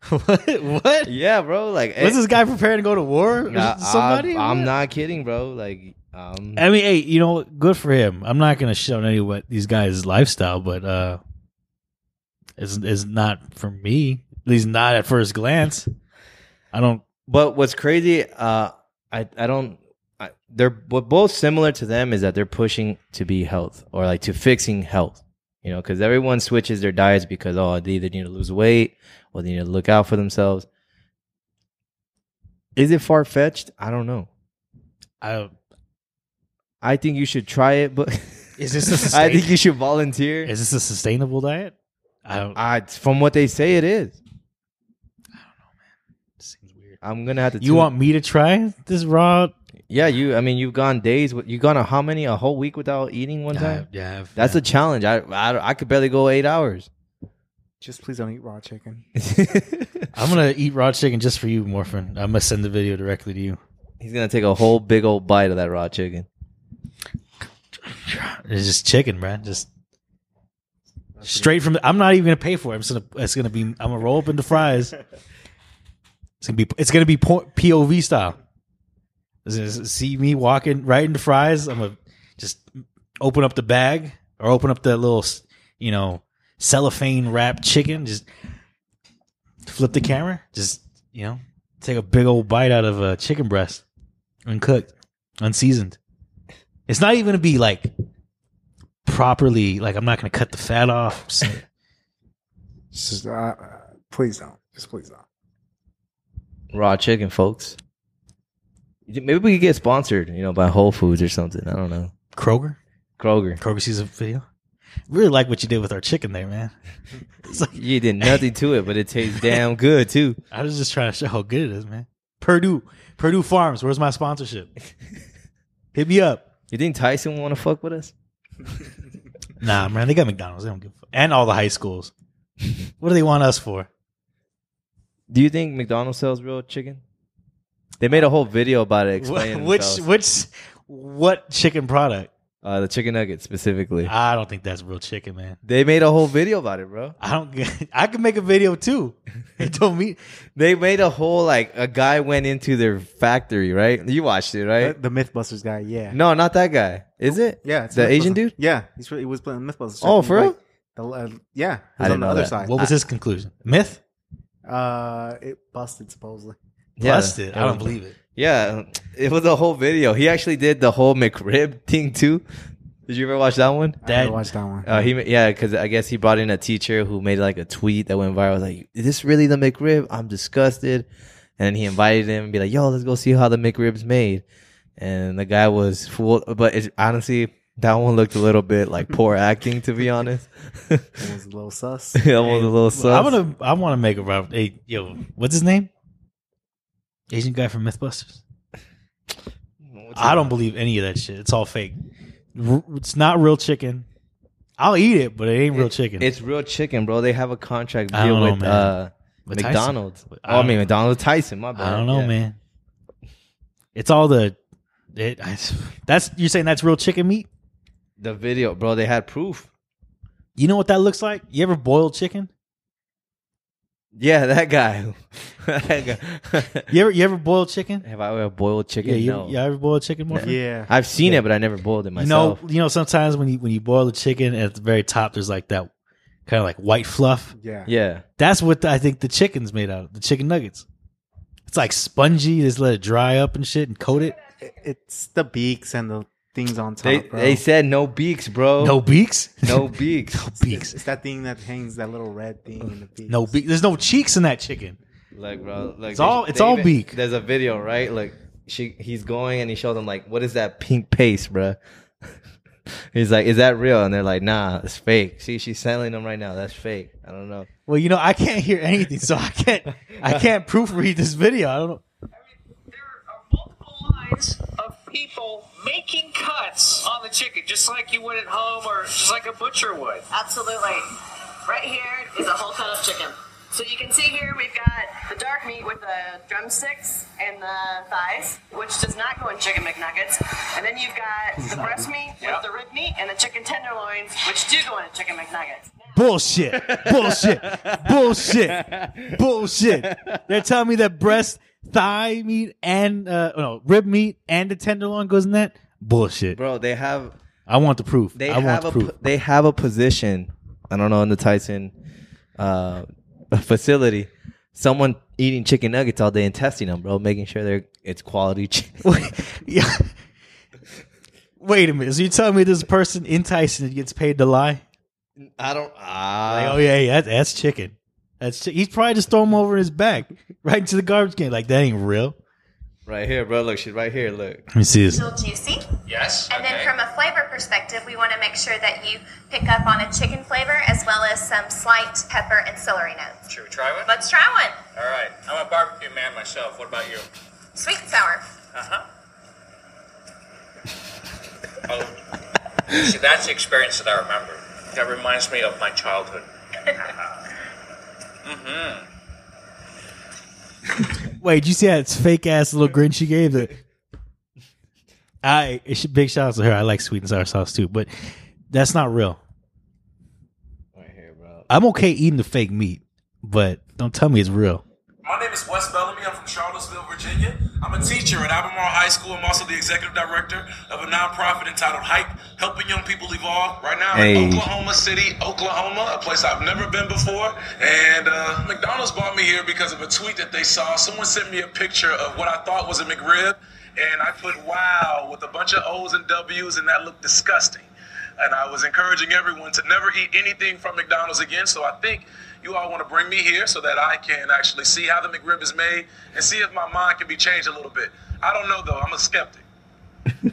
[SPEAKER 6] What? what? What?
[SPEAKER 5] Yeah, bro. Like, eh,
[SPEAKER 6] Was this guy preparing to go to war? with
[SPEAKER 5] I,
[SPEAKER 6] somebody?
[SPEAKER 5] I, am
[SPEAKER 6] What?
[SPEAKER 5] not kidding, bro. Like, um,
[SPEAKER 6] I mean, hey, you know, what? good for him. I'm not gonna shit on any what these guys' lifestyle, but uh, it's it's not for me. At least not at first glance. I don't.
[SPEAKER 5] but what's crazy? Uh, I I don't. I, they're what both similar to them is that they're pushing to be health or like to fixing health. You know, because everyone switches their diets because oh they either need to lose weight or they need to look out for themselves. Is it far fetched? I don't know.
[SPEAKER 6] I
[SPEAKER 5] I think you should try it, but
[SPEAKER 6] is this a sustain,
[SPEAKER 5] I think you should volunteer.
[SPEAKER 6] is this a sustainable diet? I don't.
[SPEAKER 5] I, from what they say, it is.
[SPEAKER 6] it seems weird.
[SPEAKER 5] I'm gonna have to.
[SPEAKER 6] You
[SPEAKER 5] tune-
[SPEAKER 6] want me to try this raw?
[SPEAKER 5] Yeah, you. I mean, you've gone days. with- You've gone a how many? A whole week without eating one time.
[SPEAKER 6] yeah, I've-
[SPEAKER 5] That's a challenge. I, I I could barely go eight hours.
[SPEAKER 7] Just please don't eat raw chicken.
[SPEAKER 5] He's
[SPEAKER 6] I'm gonna eat raw chicken just for you, Morphin. I'm gonna send the video directly to you.
[SPEAKER 5] gonna take a whole big old bite of that raw chicken.
[SPEAKER 6] It's just chicken, man. Just straight from. The, I'm not even gonna pay for it. I'm just gonna. It's gonna be. I'm gonna roll up into fries. It's gonna be. It's gonna be po- POV style. It's gonna see me walking right into fries. I'm gonna just open up the bag or open up the little, you know, cellophane wrapped chicken. Just flip the camera. Just you know, take a big old bite out of a chicken breast, uncooked, unseasoned. It's not even gonna be like properly. Like I'm not gonna cut the fat off. So-
[SPEAKER 7] It's Just, uh, uh, please don't. Just please don't.
[SPEAKER 5] Raw chicken, folks. Maybe we could get sponsored, you know, by Whole Foods or something. I don't know.
[SPEAKER 6] Kroger,
[SPEAKER 5] Kroger.
[SPEAKER 6] Kroger sees a video. Really like what you did with our chicken there, man. It's like
[SPEAKER 5] You did nothing to it, but it tastes damn good too.
[SPEAKER 6] I was just trying to show how good it is, man. Purdue, Purdue Farms. Where's my sponsorship? Hit me up.
[SPEAKER 5] You think Tyson want to fuck with us?
[SPEAKER 6] Nah, man. They got McDonald's. They don't give a fuck. And all the high schools. What do they want us for?
[SPEAKER 5] Do you think McDonald's sells real chicken? They made a whole video about it. Explaining
[SPEAKER 6] Wh- Which
[SPEAKER 5] themselves.
[SPEAKER 6] which what chicken product?
[SPEAKER 5] Uh, the chicken nuggets specifically.
[SPEAKER 6] I don't think that's real chicken, man.
[SPEAKER 5] They made a whole video about it, bro.
[SPEAKER 6] I don't. get- I could make a video too. It don't mean
[SPEAKER 5] They made a whole like a guy went into their factory, right? You watched it, right?
[SPEAKER 7] The MythBusters guy, yeah,
[SPEAKER 5] No, not that guy. Is it?
[SPEAKER 7] yeah, it's
[SPEAKER 5] the Asian
[SPEAKER 7] Mythbusters.
[SPEAKER 5] dude.
[SPEAKER 7] Yeah, he's really, he was playing MythBusters.
[SPEAKER 5] Oh, for
[SPEAKER 7] Like,
[SPEAKER 5] real?
[SPEAKER 7] The, le- yeah, he
[SPEAKER 5] I
[SPEAKER 7] was
[SPEAKER 5] didn't
[SPEAKER 7] on the
[SPEAKER 5] know
[SPEAKER 7] other
[SPEAKER 5] that.
[SPEAKER 7] side.
[SPEAKER 6] What was his conclusion? Myth
[SPEAKER 7] Uh, it busted supposedly.
[SPEAKER 5] Yeah.
[SPEAKER 6] busted. I don't believe it.
[SPEAKER 5] Yeah, it was a whole video. He actually did the whole McRib thing too. Did you ever watch that one?
[SPEAKER 7] I
[SPEAKER 6] That
[SPEAKER 7] never watched that one.
[SPEAKER 5] Uh, he ma- yeah, because I guess he brought in a teacher who made like a tweet that went viral. Like, is this really the McRib? I'm disgusted. And he invited him and be like, yo, let's go see how the McRib's made. And the guy was fooled, but it, honestly, that one looked a little bit like poor acting, to be honest. that
[SPEAKER 7] It was a little sus.
[SPEAKER 5] was a little sus.
[SPEAKER 6] I want to. I want to make a Robert. Hey, yo, what's his name? Asian guy from MythBusters. I don't believe any of that shit. It's all fake. R- It's not real chicken. I'll eat it, but it ain't real chicken.
[SPEAKER 5] It's real chicken, bro. They have a contract
[SPEAKER 6] I
[SPEAKER 5] deal
[SPEAKER 6] don't know,
[SPEAKER 5] with
[SPEAKER 6] man.
[SPEAKER 5] uh,
[SPEAKER 6] With Tyson.
[SPEAKER 5] McDonald's.
[SPEAKER 6] With- uh,
[SPEAKER 5] Oh, I mean, McDonald's Tyson. My bad.
[SPEAKER 6] I don't know,
[SPEAKER 5] Yeah.
[SPEAKER 6] man. It's all the. It, I, that's you're saying that's real chicken meat.
[SPEAKER 5] The video, bro. They had proof.
[SPEAKER 6] You know what that looks like? You ever boiled chicken?
[SPEAKER 5] Yeah, that guy. That guy.
[SPEAKER 6] You ever you ever boiled chicken?
[SPEAKER 5] Have I ever boiled chicken?
[SPEAKER 6] Yeah, you,
[SPEAKER 5] no.
[SPEAKER 6] you ever boiled chicken? More
[SPEAKER 7] Yeah,
[SPEAKER 5] I've seen it, but I never boiled it
[SPEAKER 6] you know,
[SPEAKER 5] myself.
[SPEAKER 6] you know. Sometimes when you when you boil the chicken at the very top, there's like that kind of like white fluff.
[SPEAKER 7] yeah,
[SPEAKER 5] Yeah.
[SPEAKER 6] That's what I think the chicken's made out of. The chicken nuggets. It's like spongy. Just let it dry up and shit and coat it.
[SPEAKER 7] It- It's the beaks and the things on top.
[SPEAKER 5] They
[SPEAKER 7] bro.
[SPEAKER 5] they said no beaks, bro.
[SPEAKER 6] Uh, No beaks.
[SPEAKER 5] no beaks.
[SPEAKER 6] beaks.
[SPEAKER 7] It's that thing that hangs that little red thing in the beak.
[SPEAKER 6] No beak. There's no cheeks in that chicken.
[SPEAKER 5] Like, bro. Like
[SPEAKER 6] It's all- it's all beak.
[SPEAKER 5] There's a video, right? Like she he's going and he showed them like, what is that pink paste, bro? He's like, is that real? And they're like, nah, it's fake. See, she's selling them right now. That's fake. I don't know.
[SPEAKER 6] Well, you know, I can't hear anything, so I can't. I can't proofread this video. I don't know.
[SPEAKER 10] There are multiple lines of people making cuts on the chicken, just like you would at home or just like a butcher would.
[SPEAKER 11] Absolutely. Right here is a whole cut of chicken. So you can see here we've got the dark meat with the drumsticks and
[SPEAKER 12] Uh,
[SPEAKER 11] the thighs, which does not go in chicken McNuggets. And then you've got the breast meat with the rib meat and the chicken tenderloins, which do go in a chicken McNuggets.
[SPEAKER 6] Bullshit. Bullshit. Bullshit. Bullshit. They're telling me that breast, thigh meat, and uh, no rib meat and the tenderloin goes in that. Bullshit.
[SPEAKER 5] Bro, they have
[SPEAKER 6] I want the proof.
[SPEAKER 5] they
[SPEAKER 6] I want
[SPEAKER 5] have
[SPEAKER 6] the
[SPEAKER 5] a
[SPEAKER 6] proof.
[SPEAKER 5] po- they have a position. I don't know in the Tyson uh, facility, someone eating chicken nuggets all day and testing them, bro, making sure they're it's quality. Chicken.
[SPEAKER 6] yeah. Wait a minute. So you telling me this person in Tyson gets paid to lie?
[SPEAKER 5] I don't.
[SPEAKER 6] Like,
[SPEAKER 5] Ah,
[SPEAKER 6] oh yeah, yeah, that- that's chicken. That's chi- he's probably just throwing him over his back right into the garbage can. Like that ain't real. oh,
[SPEAKER 5] right here, bro. Look, she's right here. Look,
[SPEAKER 6] Let me see this.
[SPEAKER 12] still juicy.
[SPEAKER 10] Yes.
[SPEAKER 12] And then from a flavor perspective, we want to make sure that you pick up on a chicken flavor as well as some slight pepper and celery notes.
[SPEAKER 10] Should we try one?
[SPEAKER 12] Let's try one.
[SPEAKER 10] All right. I'm a barbecue man myself. What about you?
[SPEAKER 12] Sweet and sour.
[SPEAKER 10] Uh huh. Oh, see, that's the experience that I remember. That reminds me of my childhood.
[SPEAKER 6] Wait, did you see that fake ass little grin she gave? That I it should, big shout out to her. I like sweet and sour sauce too, but that's not real.
[SPEAKER 5] right here, bro.
[SPEAKER 6] I'm okay eating the fake meat, but don't tell me it's real.
[SPEAKER 13] My name is Wes Bellamy. I'm from Charlottesville, Virginia. I'm a teacher at Albemarle High School. I'm also the executive director of a nonprofit entitled Hype, helping young people evolve. Right now,
[SPEAKER 5] Hey.
[SPEAKER 13] I'm in Oklahoma City, Oklahoma, a place I've never been before. And uh, McDonald's brought me here because of a tweet that they saw. Someone sent me a picture of what I thought was a McRib, and I put wow with a bunch of O's and W's, and that looked disgusting and I was encouraging everyone to never eat anything from McDonald's again. So I think you all want to bring me here so that I can actually see how the McRib is made and see if my mind can be changed a little bit. I don't know though. I'm a skeptic.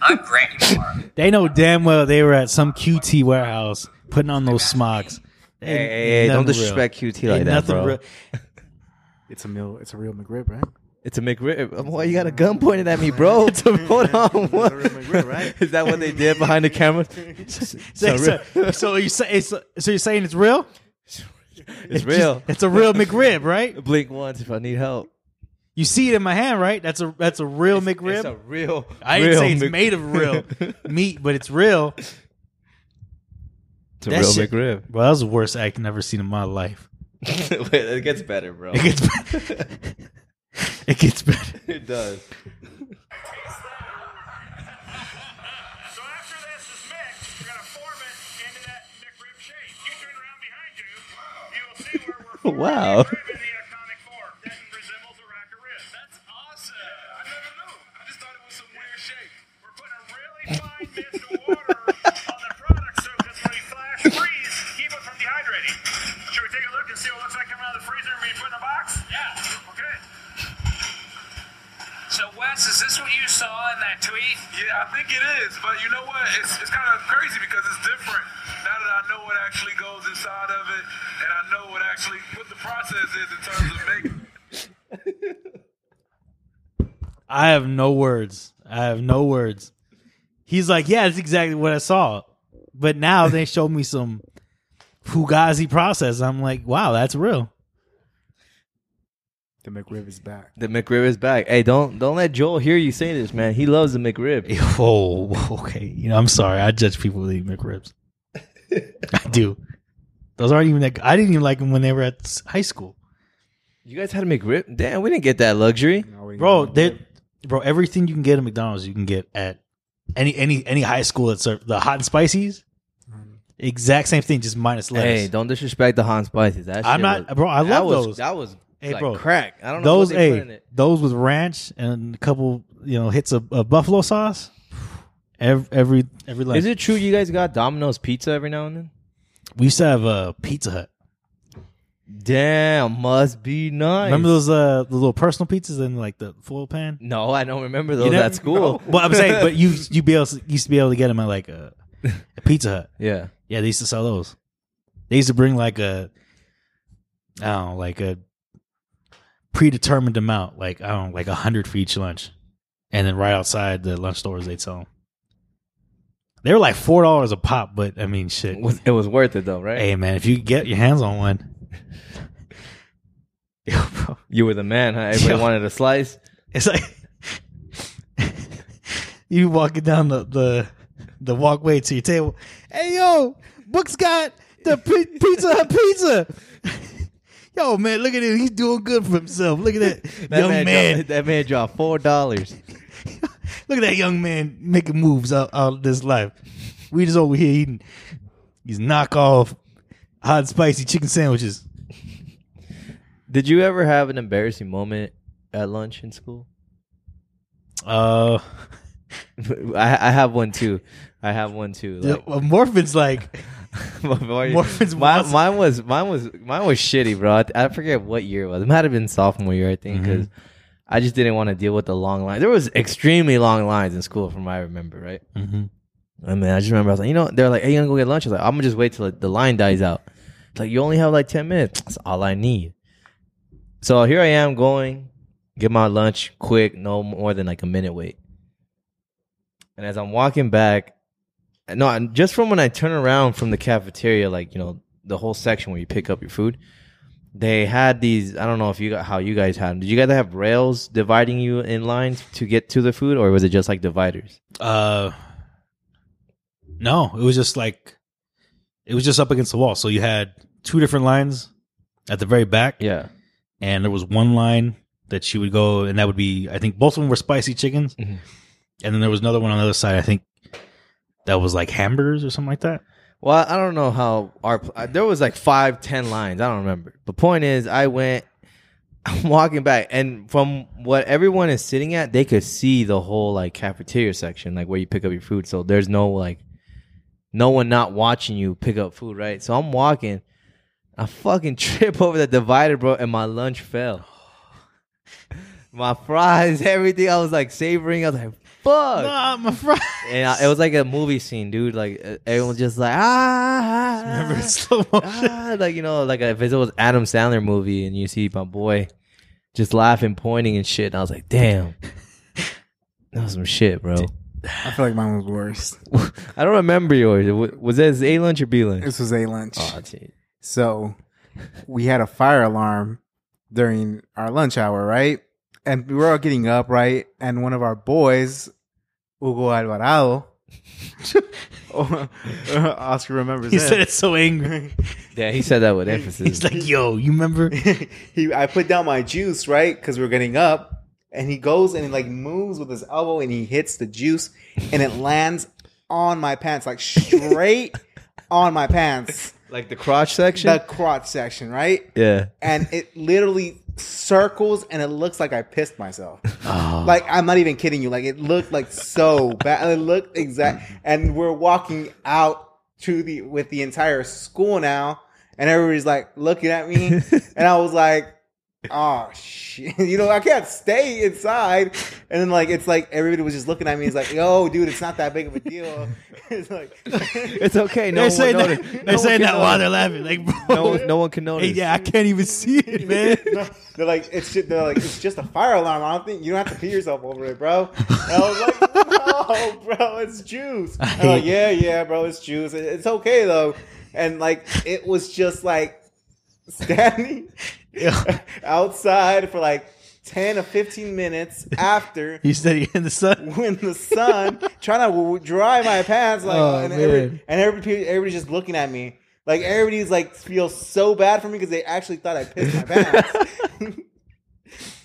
[SPEAKER 10] I'm Grant Kumar.
[SPEAKER 6] They know damn well they were at some QT warehouse putting on those smogs.
[SPEAKER 5] Hey, hey, hey, don't disrespect QT like that, bro.
[SPEAKER 7] It's a meal. It's a real McRib, right?
[SPEAKER 5] It's a McRib. Why you got a gun pointed at me, bro? Hold on. What?
[SPEAKER 7] real McRib, right?
[SPEAKER 5] Is that what they did behind the camera?
[SPEAKER 6] So,
[SPEAKER 5] So
[SPEAKER 6] so, so you say it's, so you're saying it's real?
[SPEAKER 5] It's real.
[SPEAKER 6] It's a real McRib, right?
[SPEAKER 5] Blink once if I need help.
[SPEAKER 6] You see it in my hand, right? That's a that's a real McRib.
[SPEAKER 5] it's a real-
[SPEAKER 6] I didn't
[SPEAKER 5] real
[SPEAKER 6] say it's
[SPEAKER 5] Mc-
[SPEAKER 6] made of real meat, but it's real.
[SPEAKER 5] It's a real McRib.
[SPEAKER 6] Bro, that was the worst act I've ever seen in my life.
[SPEAKER 5] Wait, it gets better, bro.
[SPEAKER 6] It gets better. it gets better.
[SPEAKER 5] it does.
[SPEAKER 3] Wow.
[SPEAKER 10] So Wes, is this what you saw in that tweet?
[SPEAKER 13] Yeah, I think it is, but you know what? It's, it's kind of crazy because it's different now that I know what actually goes inside of it, and I know what actually what the process is in terms of making.
[SPEAKER 6] I have no words. I have no words. He's like, yeah, that's exactly what I saw. But now they showed me some fugazi process. I'm like, wow, that's real.
[SPEAKER 7] The McRib is back.
[SPEAKER 5] The McRib is back. Hey, don't don't let Joel hear you say this, man. He loves the McRib.
[SPEAKER 6] Oh, okay. You know, I'm sorry. I judge people that eat McRibs. I do. Those aren't even that. I didn't even like them when they were at s- high school,
[SPEAKER 5] You guys had a McRib? Damn, we didn't get that luxury.
[SPEAKER 6] bro. They, bro, everything you can get at McDonald's, you can get at any any any high school that serve the hot and spices. Exact same thing, just minus lettuce.
[SPEAKER 5] Mm-hmm. Hey, don't disrespect the Han Spices. That
[SPEAKER 6] I'm
[SPEAKER 5] shit
[SPEAKER 6] not,
[SPEAKER 5] was-
[SPEAKER 6] bro. I
[SPEAKER 5] that
[SPEAKER 6] love
[SPEAKER 5] was-
[SPEAKER 6] those.
[SPEAKER 5] That was
[SPEAKER 6] hey,
[SPEAKER 5] like
[SPEAKER 6] bro,
[SPEAKER 5] crack. I don't know
[SPEAKER 6] those.
[SPEAKER 5] what they put
[SPEAKER 6] hey,
[SPEAKER 5] in it.
[SPEAKER 6] those with ranch and a couple, you know, hits of, of buffalo sauce. Every every every lunch.
[SPEAKER 5] Is it true you guys got Domino's pizza every now and then?
[SPEAKER 6] we used to have a uh, Pizza Hut.
[SPEAKER 5] Damn, must be nice.
[SPEAKER 6] Remember those uh the little personal pizzas in like the foil pan?
[SPEAKER 5] No, I don't remember those
[SPEAKER 6] You know-
[SPEAKER 5] at school.
[SPEAKER 6] Well, I'm saying, but you you be able to, used to be able to get them at like a, a Pizza Hut.
[SPEAKER 5] Yeah.
[SPEAKER 6] yeah, they used to sell those. They used to bring like a, I don't know, like a predetermined amount, like I don't know, like a hundred for each lunch, and then right outside the lunch stores they'd sell them. They were like four dollars a pop, but I mean, shit,
[SPEAKER 5] it was worth it though, right?
[SPEAKER 6] Hey man, if you could get your hands on one,
[SPEAKER 5] you were the man, huh? Everybody
[SPEAKER 6] Yo.
[SPEAKER 5] wanted a slice.
[SPEAKER 6] It's like you walking down the the, the walkway to your table. Hey yo, Book's got the pi- Pizza Hut pizza. yo man, look at him. He's doing good for himself. Look at that,
[SPEAKER 5] That
[SPEAKER 6] young
[SPEAKER 5] man,
[SPEAKER 6] man.
[SPEAKER 5] Dropped, that man dropped four dollars.
[SPEAKER 6] Look at that young man making moves out, out of this life. We just over here eating these knockoff hot and spicy chicken sandwiches.
[SPEAKER 5] Did you ever have an embarrassing moment at lunch in school?
[SPEAKER 6] Uh,
[SPEAKER 5] I, I have one too. I have one too. Like,
[SPEAKER 6] Yeah, Morphin's like Morphin's
[SPEAKER 5] mine, mine was mine was mine was shitty, bro. I, I forget what year it was. It might have been sophomore year, I think, because I just didn't want to deal with the long line. There was extremely long lines in school, from what I remember, right?
[SPEAKER 6] Mhm.
[SPEAKER 5] I mean, I just remember I was like, you know, they're like, "Hey, you gonna go get lunch?" I was like, "I'm gonna just wait till the line dies out." It's like you only have like ten minutes. That's all I need. So here I am going get my lunch quick, no more than like a minute wait. And as I'm walking back, no, and just from when I turn around from the cafeteria, like you know, the whole section where you pick up your food, they had these. I don't know if you got how you guys had them. Did you guys have rails dividing you in lines to get to the food, or was it just like dividers?
[SPEAKER 6] Uh, no, it was just like it was just up against the wall. So you had two different lines at the very back.
[SPEAKER 5] Yeah,
[SPEAKER 6] and there was one line that you would go, and that would be I think both of them were spicy chickens,
[SPEAKER 5] Mm-hmm.
[SPEAKER 6] and then there was another one on the other side. I think that was like hamburgers or something like that.
[SPEAKER 5] Well, I don't know how our pl- uh, there was like five, ten lines. I don't remember. But point is, I went. I'm walking back, and from what everyone is sitting at, they could see the whole like cafeteria section, like where you pick up your food. So there's no like, no one not watching you pick up food, right? So I'm walking, I fucking trip over the divider, bro, and my lunch fell. My fries, everything. I was like savoring. I was like, fuck.
[SPEAKER 6] Nah, my fries.
[SPEAKER 5] And I, it was like a movie scene, dude. Like uh, everyone's just like ah, remember
[SPEAKER 6] slow
[SPEAKER 5] ah, like you know, like if it was Adam Sandler movie and you see my boy just laughing, pointing and shit. And I was like, damn, that was some shit, bro.
[SPEAKER 7] I feel like mine was worse.
[SPEAKER 5] I don't remember yours. It wa- Was this A lunch or B lunch?
[SPEAKER 7] This was a lunch.
[SPEAKER 5] Oh, gee.
[SPEAKER 7] So we had a fire alarm during our lunch hour, right?
[SPEAKER 3] and we were all getting up, right? And one of our boys, Hugo Alvarado, oh, Oscar remembers.
[SPEAKER 6] He
[SPEAKER 3] him.
[SPEAKER 6] said it so angry.
[SPEAKER 5] Yeah, he said that with emphasis.
[SPEAKER 6] He's like, yo, you remember?
[SPEAKER 3] he, I put down my juice, right? Because we are getting up, and he goes and he like moves with his elbow, and he hits the juice, and it lands on my pants, like straight on my pants,
[SPEAKER 5] like the crotch section.
[SPEAKER 3] the crotch section, right?
[SPEAKER 5] yeah.
[SPEAKER 3] and it literally circles and it looks like I pissed myself. Like I'm not even kidding you. Like it looked like so bad. It looked exact and we're walking out to the with the entire school now and everybody's like looking at me and I was like Oh shit! You know I can't stay inside, and then like it's like everybody was just looking at me. It's like, "Yo, dude, it's not that big of a deal." It's like
[SPEAKER 5] It's okay. No one
[SPEAKER 6] they're saying that,
[SPEAKER 5] noticed.
[SPEAKER 6] they're
[SPEAKER 5] No one
[SPEAKER 6] saying
[SPEAKER 5] can
[SPEAKER 6] that
[SPEAKER 5] notice.
[SPEAKER 6] while they're laughing. Like, bro,
[SPEAKER 5] No, one- no one can
[SPEAKER 6] hey,
[SPEAKER 5] notice.
[SPEAKER 6] yeah, I can't even see it, man.
[SPEAKER 3] No, they're like, it's just, they're like, it's just a fire alarm. I don't think you don't have to pee yourself over it, bro. And I was like, no, bro, it's juice. And I'm like, yeah, yeah, bro, it's juice. It- It's okay though. And like, it was just like standing outside for like ten or fifteen minutes after.
[SPEAKER 6] He said he in the sun.
[SPEAKER 3] When the sun trying to w- dry my pants, like,
[SPEAKER 6] Oh,
[SPEAKER 3] and, every,
[SPEAKER 6] man.
[SPEAKER 3] and everybody, everybody's just looking at me, like everybody's like feels so bad for me because they actually thought I pissed my pants.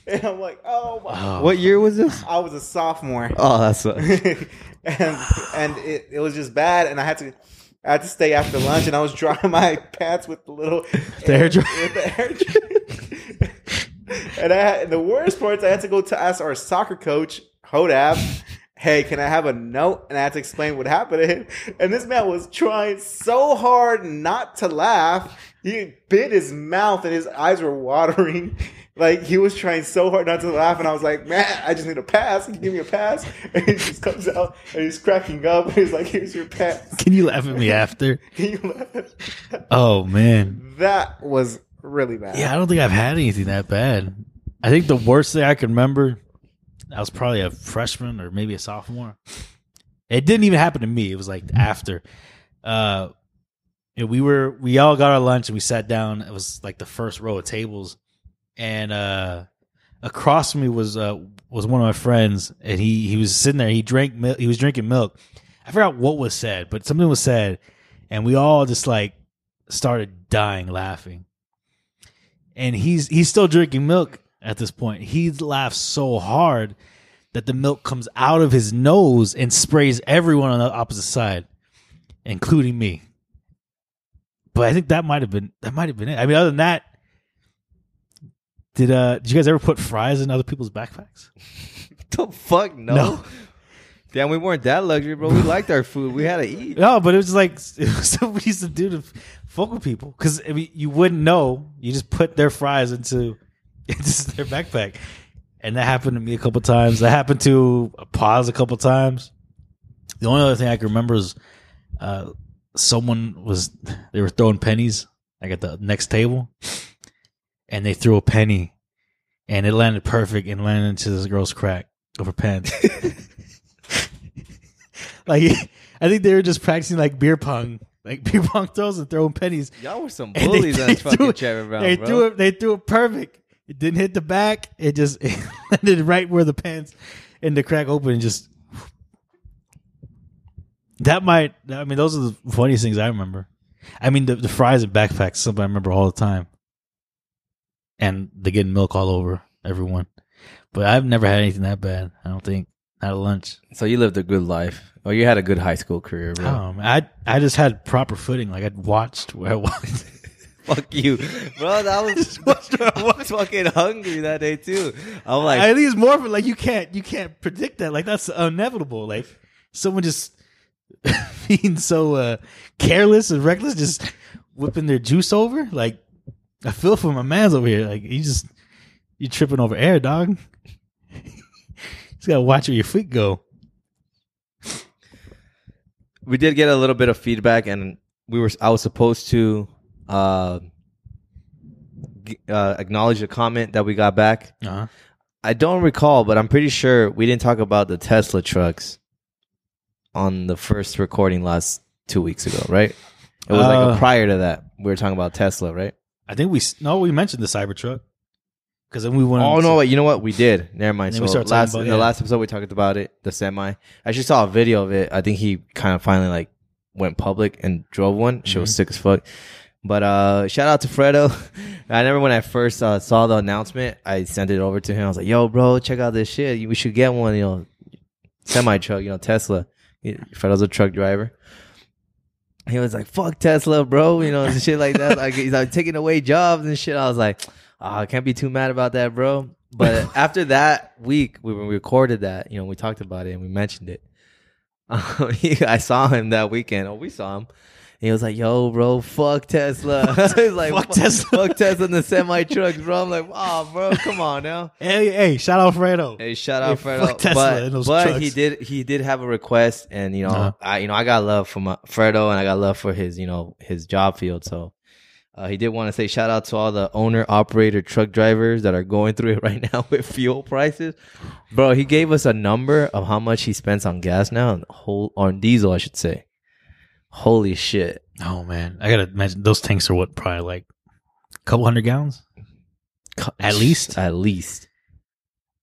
[SPEAKER 3] And I'm like, oh my!
[SPEAKER 5] What year was this?
[SPEAKER 3] I was a sophomore,
[SPEAKER 5] Oh, that's what.
[SPEAKER 3] and and it, it was just bad, and I had to I had to stay after lunch, and I was drying my pants with the little
[SPEAKER 6] The hair dryer.
[SPEAKER 3] with the hair dryer. and I had, and the worst part is I had to go to ask our soccer coach Hodab. Hey, can I have a note? And I had to explain what happened. And this man was trying so hard not to laugh. He bit his mouth and his eyes were watering. Like he was trying so hard not to laugh, and I was like, "Man, I just need a pass. Can you give me a pass?" And he just comes out and he's cracking up. And he's like, "Here's your pass."
[SPEAKER 6] Can you laugh at me after?
[SPEAKER 3] Can you laugh?
[SPEAKER 6] Oh man,
[SPEAKER 3] That was really bad.
[SPEAKER 6] yeah, I don't think I've had anything that bad. I think the worst thing I can remember, I was probably a freshman or maybe a sophomore. It didn't even happen to me. It was like after. Uh, and we were we all got our lunch and we sat down. It was like the first row of tables, and uh, across from me was uh, was one of my friends, and he he was sitting there. He drank mil- he was drinking milk. I forgot what was said, but something was said, and we all just like started dying laughing. And he's he's still drinking milk at this point. He laughs so hard that the milk comes out of his nose and sprays everyone on the opposite side, including me. But I think that might have been that might have been it. I mean, other than that, did uh did you guys ever put fries in other people's backpacks?
[SPEAKER 5] the fuck no.
[SPEAKER 6] No.
[SPEAKER 5] Damn, we weren't that luxury, bro. We liked our food. We had to eat.
[SPEAKER 6] No, but it was like it was something we used to do to fuck with people because I mean, you wouldn't know. You just put their fries into into their backpack, and that happened to me a couple times. That happened to a pause a couple times. The only other thing I can remember is uh, someone was they were throwing pennies like at the next table, and they threw a penny, and it landed perfect and landed into this girl's crack of her pants. like I think they were just practicing like beer pong, like beer pong throws and throwing pennies.
[SPEAKER 5] Y'all were some
[SPEAKER 6] And
[SPEAKER 5] bullies on fucking
[SPEAKER 6] it-
[SPEAKER 5] Cherry Brown,
[SPEAKER 6] they
[SPEAKER 5] bro.
[SPEAKER 6] threw it. They threw it perfect. It didn't hit the back. It just it landed right where the pants and the crack open and just. That might. I mean, those are the funniest things I remember. I mean, the, the fries and backpacks, something I remember all the time. And they getting milk all over everyone. But I've never had anything that bad. I don't think. Not at lunch.
[SPEAKER 5] So you lived a good life. Or you had a good high school career, bro.
[SPEAKER 6] Um, I I just had proper footing. Like I'd watched where I was.
[SPEAKER 5] Fuck you, bro. That was I was fucking hungry that day too. I'm like,
[SPEAKER 6] I think it's more of a, like you can't you can't predict that. Like that's inevitable. Like someone just being so uh, careless and reckless, just whipping their juice over. Like I feel for my man's over here. Like you just you tripping over air, dog. just gotta watch where your feet go.
[SPEAKER 5] we did get a little bit of feedback, and we were I was supposed to uh, g- uh, acknowledge the comment that we got back.
[SPEAKER 6] Uh-huh.
[SPEAKER 5] I don't recall, but I'm pretty sure we didn't talk about the Tesla trucks on the first recording last two weeks ago, right? It was like
[SPEAKER 6] Uh.
[SPEAKER 5] a prior to that. We were talking about Tesla, right?
[SPEAKER 6] I think we s- no we mentioned the Cybertruck. because then we went.
[SPEAKER 5] Oh
[SPEAKER 6] on to-
[SPEAKER 5] no! Wait, you know what? We did. Never mind.
[SPEAKER 6] And then
[SPEAKER 5] So
[SPEAKER 6] we started talking
[SPEAKER 5] last
[SPEAKER 6] about-
[SPEAKER 5] in the
[SPEAKER 6] yeah.
[SPEAKER 5] last episode we talked about it. The semi. I actually saw a video of it. I think he kind of finally like went public and drove one. She
[SPEAKER 6] Mhm.
[SPEAKER 5] was sick as fuck. But uh, shout out to Fredo. I remember when I first uh, saw the announcement, I sent it over to him. I was like, "Yo, bro, check out this shit. You- We should get one. You know, semi truck. You know, Tesla. Yeah, Fredo's a truck driver." He was like, "Fuck Tesla, bro," you know, and shit like that. Like he's like taking away jobs and shit. I was like, "Ah, I can't be too mad about that, bro." But after that week, we, when we recorded that, you know, we talked about it and we mentioned it. Um, he- I saw him that weekend. Oh, we saw him. And he was like, "Yo, bro, fuck Tesla." He's like, "Fuck Tesla, fuck Tesla and the semi trucks, bro." I'm like, "Oh, bro, come on now."
[SPEAKER 6] Hey, hey! Shout out Fredo.
[SPEAKER 5] Hey, shout out
[SPEAKER 6] Hey,
[SPEAKER 5] Fredo.
[SPEAKER 6] fuck Tesla
[SPEAKER 5] but
[SPEAKER 6] and those
[SPEAKER 5] but
[SPEAKER 6] trucks.
[SPEAKER 5] he did he did have a request, and you know
[SPEAKER 6] Uh-huh.
[SPEAKER 5] I you know I got love for my Fredo, and I got love for his you know his job field. So uh, he did want to say shout out to all the owner operator truck drivers that are going through it right now with fuel prices, bro. He gave us a number of how much he spends on gas now and whole on diesel, I should say. Holy shit!
[SPEAKER 6] Oh man, I gotta imagine those tanks are what probably like a couple hundred gallons, at least.
[SPEAKER 5] At least.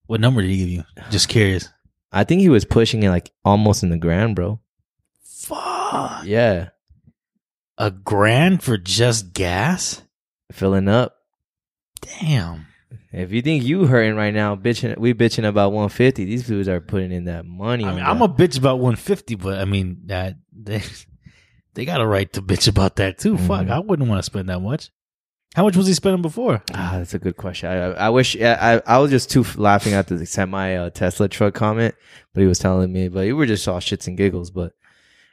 [SPEAKER 6] What number did he give you? Just curious.
[SPEAKER 5] I think he was pushing it like almost in the grand, bro.
[SPEAKER 6] Fuck.
[SPEAKER 5] Yeah,
[SPEAKER 6] A grand for just gas?
[SPEAKER 5] filling up.
[SPEAKER 6] Damn.
[SPEAKER 5] If you think you hurting right now, bitching, we bitching about 150. These dudes are putting in that money.
[SPEAKER 6] I mean, I'm a bitch about 150, but I mean that they they got a right to bitch about that too. Fuck, I wouldn't want to spend that much. How much was he spending before?
[SPEAKER 5] Ah, that's a good question. I, I I wish I, I I was just too f- laughing at the semi uh, Tesla truck comment, but he was telling me, but we were just all shits and giggles. But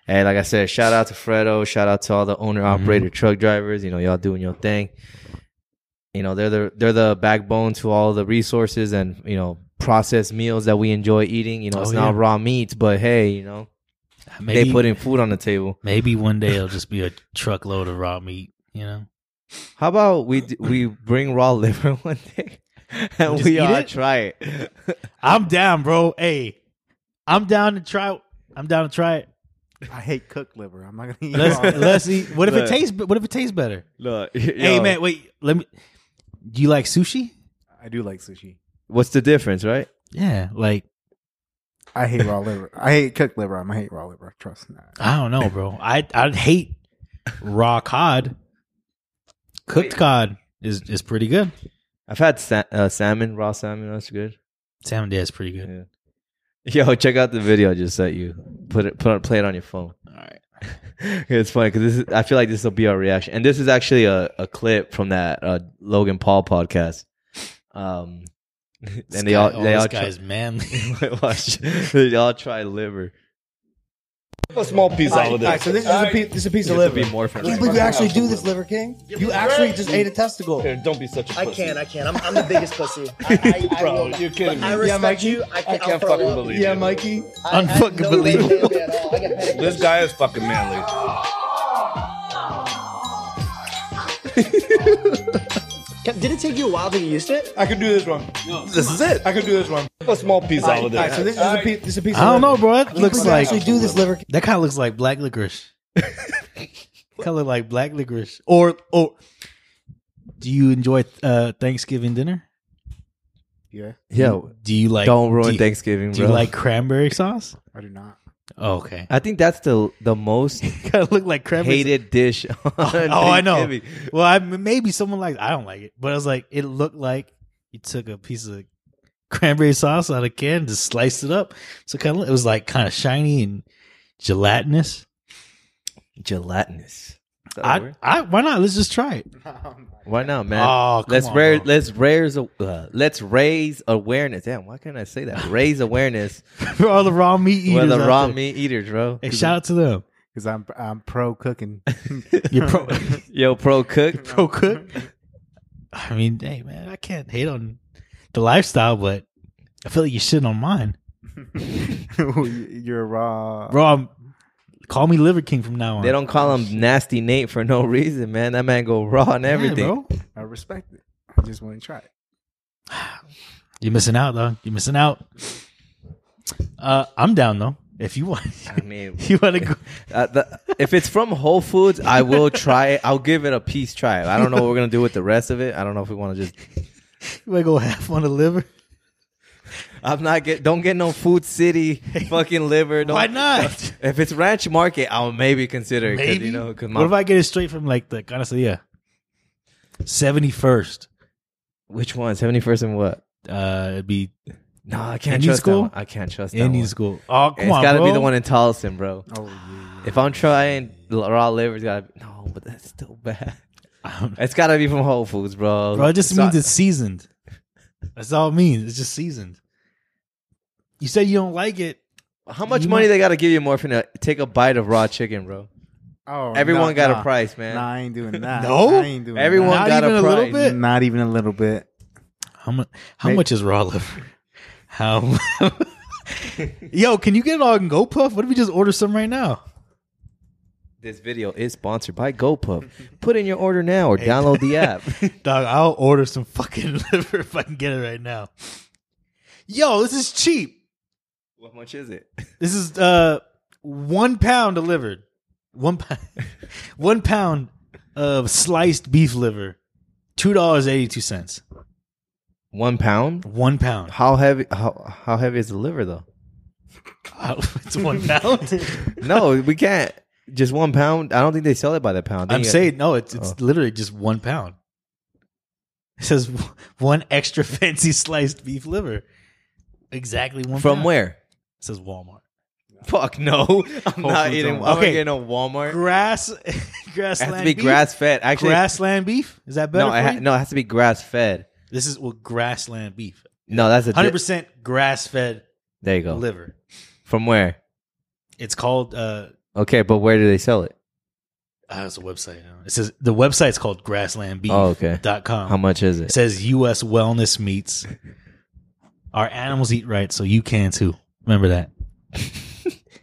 [SPEAKER 5] hey, like I said, shout out to Fredo. Shout out to all the owner
[SPEAKER 6] Mm-hmm.
[SPEAKER 5] operator truck drivers. You know, y'all doing your thing. You know, they're the they're the backbone to all the resources and you know processed meals that we enjoy eating. You know, it's
[SPEAKER 6] Oh,
[SPEAKER 5] not
[SPEAKER 6] yeah.
[SPEAKER 5] raw meat, but hey, you know,
[SPEAKER 6] Maybe-
[SPEAKER 5] they putting food on the table.
[SPEAKER 6] Maybe one day it'll just be a truckload of raw meat. You know,
[SPEAKER 5] How about we d- we bring raw liver one day and
[SPEAKER 6] just
[SPEAKER 5] we
[SPEAKER 6] eat
[SPEAKER 5] all
[SPEAKER 6] it?
[SPEAKER 5] try it?
[SPEAKER 6] I'm down, bro. Hey, I'm down to try. I'm down to try it.
[SPEAKER 7] I hate cooked liver. I'm not gonna eat
[SPEAKER 6] Let's
[SPEAKER 7] raw.
[SPEAKER 6] let's eat. What if it
[SPEAKER 5] Look.
[SPEAKER 6] tastes? be- What if it tastes better?
[SPEAKER 5] Look,
[SPEAKER 6] Hey man, wait. Let me. Do you like sushi?
[SPEAKER 7] I do like sushi.
[SPEAKER 5] what's the difference, right?
[SPEAKER 6] Yeah, like
[SPEAKER 7] I hate raw liver. I hate cooked liver. I'm- I hate raw liver. Trust me.
[SPEAKER 6] I don't know, bro. I I'd hate raw cod. Cooked cod is is pretty good.
[SPEAKER 5] I've had sa- uh, salmon, raw salmon. That's good.
[SPEAKER 6] Salmon day is pretty good.
[SPEAKER 5] Yeah. Yo, check out the video I just sent you. Put it, put on, play it on your phone.
[SPEAKER 6] All right.
[SPEAKER 5] it's funny because this is. I feel like this will be our reaction, and this is actually a, a clip from that uh, Logan Paul podcast. Um, and they all
[SPEAKER 6] oh,
[SPEAKER 5] they
[SPEAKER 6] this
[SPEAKER 5] all
[SPEAKER 6] guy's manly.
[SPEAKER 5] try, watch, they all try liver.
[SPEAKER 9] A small piece out of this.
[SPEAKER 3] so this is a piece, this is a piece of liver.
[SPEAKER 5] Be more for
[SPEAKER 3] Can't believe you actually do this, Liver King. You actually just ate a testicle.
[SPEAKER 9] Here, don't be such a
[SPEAKER 3] I
[SPEAKER 9] pussy.
[SPEAKER 3] can't. I can't. I'm, I'm the biggest pussy. I, I, I
[SPEAKER 9] Bro,
[SPEAKER 3] will not.
[SPEAKER 9] you're kidding
[SPEAKER 3] But I
[SPEAKER 9] me.
[SPEAKER 3] respect
[SPEAKER 9] Yeah, Mikey,
[SPEAKER 3] you. I
[SPEAKER 9] I
[SPEAKER 3] can't,
[SPEAKER 9] can't fucking believe
[SPEAKER 3] Yeah,
[SPEAKER 9] you.
[SPEAKER 3] Mikey.
[SPEAKER 6] Unfucking believable.
[SPEAKER 9] This guy is fucking manly.
[SPEAKER 3] Did it take you a while to get used to it?
[SPEAKER 9] I could do this one.
[SPEAKER 6] this is it.
[SPEAKER 9] I could do this one. A small piece out of
[SPEAKER 3] All right,
[SPEAKER 9] this.
[SPEAKER 3] so this is a piece. This is a piece.
[SPEAKER 6] I don't know, bro. It
[SPEAKER 3] Of liver.
[SPEAKER 6] looks
[SPEAKER 3] Looks you
[SPEAKER 6] like
[SPEAKER 3] actually do this, Liver King.
[SPEAKER 6] that kind of looks like black licorice. Color like black licorice, or or do you enjoy uh Thanksgiving dinner?
[SPEAKER 7] Yeah,
[SPEAKER 5] Yo,
[SPEAKER 6] Do you like?
[SPEAKER 5] don't ruin
[SPEAKER 6] do you-
[SPEAKER 5] Thanksgiving,
[SPEAKER 6] Do
[SPEAKER 5] bro.
[SPEAKER 6] you like cranberry sauce?
[SPEAKER 7] I do not.
[SPEAKER 6] Oh, okay.
[SPEAKER 5] I think that's the the most
[SPEAKER 6] kind of look like cranberry.
[SPEAKER 5] hated dish. On
[SPEAKER 6] oh, I know.
[SPEAKER 5] Thanksgiving.
[SPEAKER 6] Well, I, maybe someone likes. I don't like it, but I was like, it looked like you took a piece of cranberry sauce out of a can, just sliced it up. So kind of, it was like kind of shiny and gelatinous.
[SPEAKER 5] Gelatinous.
[SPEAKER 6] I, I, why not? Let's just try it.
[SPEAKER 5] Why not, Oh, man?
[SPEAKER 6] Oh, come
[SPEAKER 5] let's
[SPEAKER 6] on,
[SPEAKER 5] raise
[SPEAKER 6] bro.
[SPEAKER 5] let's raise a- uh, let's raise awareness. Damn, why can't I say that? Raise awareness
[SPEAKER 6] For all the raw meat eaters,
[SPEAKER 5] for the
[SPEAKER 6] out
[SPEAKER 5] raw
[SPEAKER 6] there.
[SPEAKER 5] meat eaters, bro.
[SPEAKER 6] Hey, shout out to them.
[SPEAKER 7] Because I'm I'm pro cooking.
[SPEAKER 6] You're pro,
[SPEAKER 5] Yo, pro cook.
[SPEAKER 6] pro cook. I mean, hey man, I can't hate on the lifestyle, but I feel like you're shitting on mine,
[SPEAKER 7] Oh, You're raw.
[SPEAKER 6] bro. I'm, call me Liver King from now on.
[SPEAKER 5] They don't call him nasty Nate for no reason, man. That man go raw and
[SPEAKER 6] Yeah,
[SPEAKER 5] everything.
[SPEAKER 6] bro.
[SPEAKER 7] I respect it. I just want to try it.
[SPEAKER 6] You're missing out, though. You're missing out. Uh, I'm down though. If you want,
[SPEAKER 5] I mean,
[SPEAKER 6] you want to go.
[SPEAKER 5] uh, the, if it's from Whole Foods, I will try it. I'll give it a piece try. I don't know what we're gonna do with the rest of it. I don't know if we want to just
[SPEAKER 6] You might go half on the liver.
[SPEAKER 5] I'm not get. Don't get no Food City fucking liver. Don't,
[SPEAKER 6] Why not?
[SPEAKER 5] If it's Ranch Market, I'll maybe consider it. 'cause, you know, 'cause my-
[SPEAKER 6] what if I get it straight from like the Carniceria? Seventy first.
[SPEAKER 5] Which one? Seventy first and what?
[SPEAKER 6] Uh, it'd be.
[SPEAKER 5] No, I can't
[SPEAKER 6] Indian
[SPEAKER 5] trust that
[SPEAKER 6] school?
[SPEAKER 5] one. I can't trust that
[SPEAKER 6] Indian
[SPEAKER 5] one.
[SPEAKER 6] school. Oh, come
[SPEAKER 5] it's
[SPEAKER 6] on,
[SPEAKER 5] gotta be
[SPEAKER 6] bro.
[SPEAKER 5] the one in Tolleson, bro. Oh, If I'm trying l- raw liver, it's gotta be, no, but that's still bad. It's gotta be from Whole Foods, bro.
[SPEAKER 6] Bro, it just
[SPEAKER 5] So-
[SPEAKER 6] means it's seasoned. That's all it means. It's just seasoned. You said you don't like it.
[SPEAKER 5] How much money they gotta give you, Morphin, to take a bite of raw chicken, bro?
[SPEAKER 7] Oh,
[SPEAKER 5] everyone
[SPEAKER 7] nah,
[SPEAKER 5] got
[SPEAKER 7] nah.
[SPEAKER 5] a price, man.
[SPEAKER 7] Nah, I ain't doing that.
[SPEAKER 5] No?
[SPEAKER 7] I ain't doing
[SPEAKER 5] Everyone
[SPEAKER 7] that.
[SPEAKER 5] Not got a even a little price. bit?
[SPEAKER 7] Not even a little bit.
[SPEAKER 6] How much? How much is raw liver? How? Yo, can you get it all in Go Puff? What if we just order some right now?
[SPEAKER 5] This video is sponsored by GoPuff. Put in your order now or download the app.
[SPEAKER 6] Dog, I'll order some fucking liver if I can get it right now. Yo, this is cheap.
[SPEAKER 5] What much is it?
[SPEAKER 6] This is uh one pound delivered. One pound one pound of sliced beef liver. Two dollars eighty two cents.
[SPEAKER 5] One pound?
[SPEAKER 6] One pound.
[SPEAKER 5] How heavy? How how heavy is the liver though?
[SPEAKER 6] it's one pound.
[SPEAKER 5] no, we can't. Just one pound. I don't think they sell it by the pound. They
[SPEAKER 6] I'm
[SPEAKER 5] got-
[SPEAKER 6] saying no, it's it's
[SPEAKER 5] Oh.
[SPEAKER 6] literally just one pound. It says w- one extra fancy sliced beef liver. Exactly one
[SPEAKER 5] From
[SPEAKER 6] pound.
[SPEAKER 5] where?
[SPEAKER 6] It says Walmart.
[SPEAKER 5] Fuck no! I'm
[SPEAKER 6] Whole
[SPEAKER 5] not
[SPEAKER 6] Foods
[SPEAKER 5] eating.
[SPEAKER 6] only.
[SPEAKER 5] I'm
[SPEAKER 6] Okay.
[SPEAKER 5] okay. getting a Walmart.
[SPEAKER 6] Grass grassland
[SPEAKER 5] it has to be
[SPEAKER 6] beef?
[SPEAKER 5] grass fed. Actually,
[SPEAKER 6] grassland beef? Is that better?
[SPEAKER 5] no, it
[SPEAKER 6] for
[SPEAKER 5] ha-
[SPEAKER 6] you?
[SPEAKER 5] no, it has to be grass fed.
[SPEAKER 6] This is well, grassland beef.
[SPEAKER 5] No, that's a di-
[SPEAKER 6] hundred percent grass fed
[SPEAKER 5] There you go.
[SPEAKER 6] liver.
[SPEAKER 5] From where?
[SPEAKER 6] It's called uh,
[SPEAKER 5] Okay, but where do they sell it?
[SPEAKER 6] oh, it's a website. you know. It says the website's called grasslandbeef.com.
[SPEAKER 5] Oh, okay. How much is
[SPEAKER 6] It
[SPEAKER 5] it?
[SPEAKER 6] says U.S. wellness meats. Our animals eat right, so you can too. Remember that.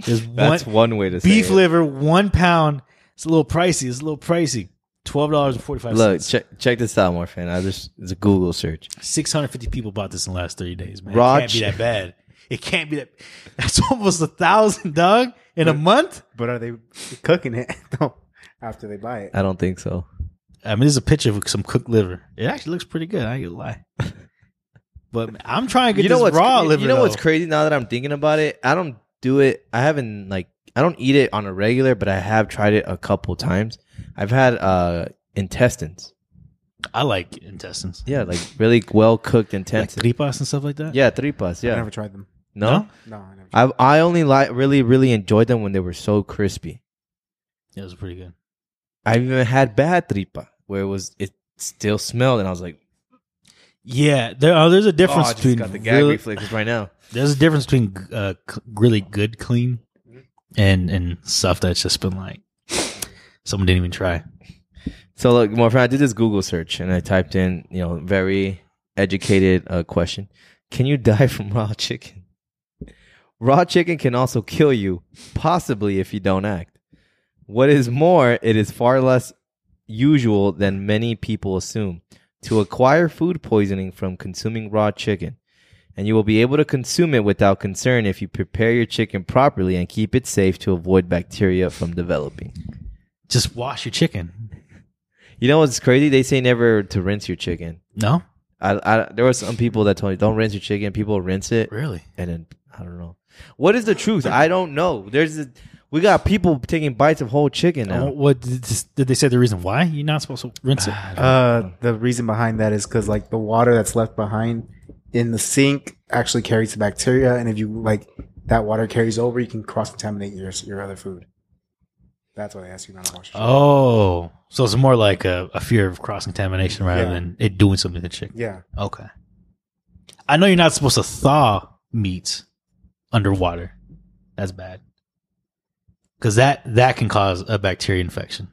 [SPEAKER 6] There's
[SPEAKER 5] That's one way to say
[SPEAKER 6] beef
[SPEAKER 5] it.
[SPEAKER 6] liver, one pound. It's a little pricey. It's a little pricey. Twelve dollars and forty five
[SPEAKER 5] Look,
[SPEAKER 6] cents.
[SPEAKER 5] check check this out, Morphin. I just it's a Google search.
[SPEAKER 6] Six hundred fifty people bought this in the last thirty days, man.
[SPEAKER 5] Raw
[SPEAKER 6] it can't
[SPEAKER 5] chi-
[SPEAKER 6] be that bad. It can't be that. That's almost a thousand, dog, in a month.
[SPEAKER 7] But are they cooking it though after they buy it?
[SPEAKER 5] I don't think so.
[SPEAKER 6] I mean, there's a picture of some cooked liver. It actually looks pretty good. I ain't gonna lie. But I'm trying to get
[SPEAKER 5] You know
[SPEAKER 6] this
[SPEAKER 5] what's
[SPEAKER 6] raw
[SPEAKER 5] you
[SPEAKER 6] liver.
[SPEAKER 5] know what's
[SPEAKER 6] though.
[SPEAKER 5] crazy now that I'm thinking about it? I don't do it. I haven't like I don't eat it on a regular, but I have tried it a couple times. I've had uh intestines.
[SPEAKER 6] I like intestines.
[SPEAKER 5] Yeah, like really well cooked intestines.
[SPEAKER 6] tripas and stuff like that.
[SPEAKER 5] Yeah, tripas. Yeah,
[SPEAKER 7] I never tried them.
[SPEAKER 5] No,
[SPEAKER 7] No? No, I never
[SPEAKER 5] I've, I only like really really enjoyed them when they were so crispy.
[SPEAKER 6] Yeah, it was pretty good.
[SPEAKER 5] I've even had bad tripa where it was it still smelled, and I was like,
[SPEAKER 6] Yeah, there are, there's a difference
[SPEAKER 5] Oh, I just
[SPEAKER 6] between
[SPEAKER 5] got the gag
[SPEAKER 6] real-
[SPEAKER 5] reflexes right now.
[SPEAKER 6] There's a difference between uh, c- really good clean
[SPEAKER 5] Mm-hmm.
[SPEAKER 6] and and stuff that's just been like someone didn't even try.
[SPEAKER 5] So look, my friend, I did this Google search and I typed in, you know, very educated uh, question: Can you die from raw chicken? Raw chicken can also kill you, possibly if you don't act. What is more, it is far less usual than many people assume to acquire food poisoning from consuming raw chicken, and you will be able to consume it without concern if you prepare your chicken properly and keep it safe to avoid bacteria from developing.
[SPEAKER 6] Just wash your chicken.
[SPEAKER 5] You know what's crazy? They say never to rinse your chicken.
[SPEAKER 6] No?
[SPEAKER 5] I, I there were some people that told me don't rinse your chicken. People rinse it.
[SPEAKER 6] Really?
[SPEAKER 5] And then I don't know. What is the truth? I don't know. There's a, we got people taking bites of whole chicken now.
[SPEAKER 6] Oh, what did, this- did they say the reason why you're not supposed to rinse it?
[SPEAKER 7] Uh, the reason behind that is because like the water that's left behind in the sink actually carries the bacteria, and if you like that water carries over, you can cross contaminate your your other food. That's why they ask you not to wash. Your
[SPEAKER 6] oh, so it's more like a, a fear of cross contamination rather
[SPEAKER 7] Yeah.
[SPEAKER 6] than it doing something to the chicken.
[SPEAKER 7] Yeah.
[SPEAKER 6] Okay. I know you're not supposed to thaw meat underwater. That's bad. Because that that can cause a bacteria infection.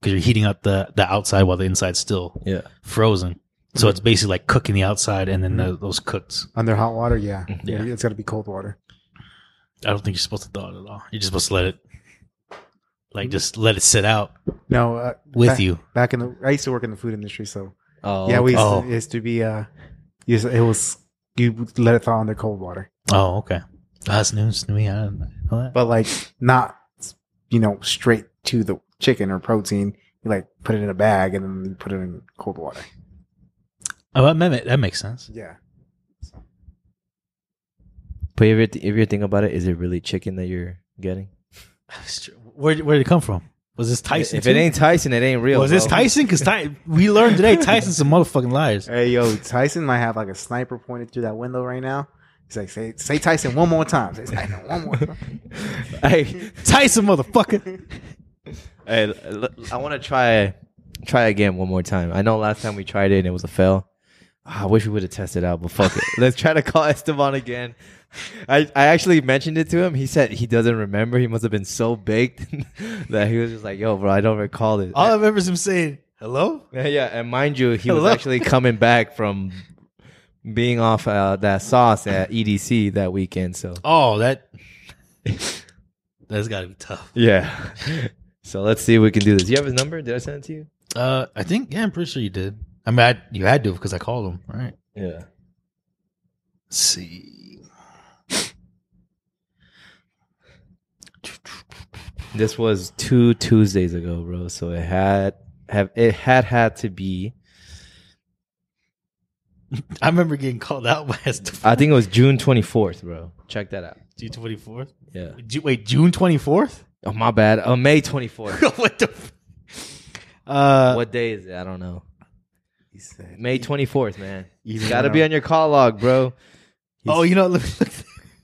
[SPEAKER 6] Because you're heating up the the outside while the inside's still
[SPEAKER 5] yeah
[SPEAKER 6] frozen.
[SPEAKER 7] Mm-hmm.
[SPEAKER 6] So it's basically like cooking the outside and then the, those cooked.
[SPEAKER 7] Under hot water, yeah,
[SPEAKER 6] Yeah.
[SPEAKER 7] it's got to be cold water.
[SPEAKER 6] I don't think you're supposed to thaw it at all. You're just supposed to let it,
[SPEAKER 7] Mm-hmm.
[SPEAKER 6] like, just let it sit out.
[SPEAKER 7] No, uh,
[SPEAKER 6] With
[SPEAKER 7] back-
[SPEAKER 6] you.
[SPEAKER 7] back in the. I used to work in the food industry, so
[SPEAKER 5] Oh,
[SPEAKER 7] yeah, we used,
[SPEAKER 6] okay.
[SPEAKER 7] to, it used to be uh, used it was you would let it thaw under cold water,
[SPEAKER 6] Oh, okay. That's news to me. I didn't know that.
[SPEAKER 7] but like not you know straight to the chicken or protein. You like put it in a bag and then you put it in cold water.
[SPEAKER 6] Oh, that, ma- that makes sense.
[SPEAKER 7] Yeah.
[SPEAKER 5] But if you're, th- if you're thinking about it, is it really chicken that you're getting?
[SPEAKER 6] Where where did it come from? Was this Tyson?
[SPEAKER 5] If it
[SPEAKER 6] too?
[SPEAKER 5] ain't Tyson, it ain't real.
[SPEAKER 6] Was this
[SPEAKER 5] bro.
[SPEAKER 6] Tyson? Because Ty- we learned today Tyson's some motherfucking liars.
[SPEAKER 7] Hey, yo, Tyson might have like a sniper pointed through that window right now. He's like, say, say Tyson one more time. Say Tyson one more time.
[SPEAKER 5] hey,
[SPEAKER 6] Tyson, motherfucker.
[SPEAKER 5] Hey, l- l- I want to try try again one more time. I know last time we tried it and it was a fail. Ah, I wish we would have tested out, but fuck it. Let's try to call Esteban again. I, I actually mentioned it to him. He said he doesn't remember. He must have been so baked that he was just like, "Yo, bro, I don't recall it."
[SPEAKER 6] All I remember is him saying, hello?
[SPEAKER 5] Yeah, yeah, and mind you, he
[SPEAKER 6] Hello?
[SPEAKER 5] was actually coming back from being off uh, that sauce at EDC that weekend. So
[SPEAKER 6] Oh, that that's got to be tough.
[SPEAKER 5] yeah, so let's see if we can do this. You have his number? Did I send it to you?
[SPEAKER 6] Uh, I think yeah, I'm pretty sure you did. I mean, I, you had to because I called him, right?
[SPEAKER 5] Yeah.
[SPEAKER 6] Let's see,
[SPEAKER 5] This was two Tuesdays ago, bro. So it had have it had had to be.
[SPEAKER 6] I remember getting called out by Esteban.
[SPEAKER 5] I think it was June twenty fourth, bro. Check that out.
[SPEAKER 6] June twenty fourth.
[SPEAKER 5] Yeah.
[SPEAKER 6] Wait, June twenty fourth?
[SPEAKER 5] Oh my bad. Uh, May twenty fourth.
[SPEAKER 6] what the? F- uh,
[SPEAKER 5] what day is it? I don't know. May twenty fourth, man.
[SPEAKER 7] Even
[SPEAKER 5] You gotta
[SPEAKER 7] when
[SPEAKER 5] be
[SPEAKER 7] I-
[SPEAKER 5] on your call log, bro.
[SPEAKER 6] oh, you know, look, look,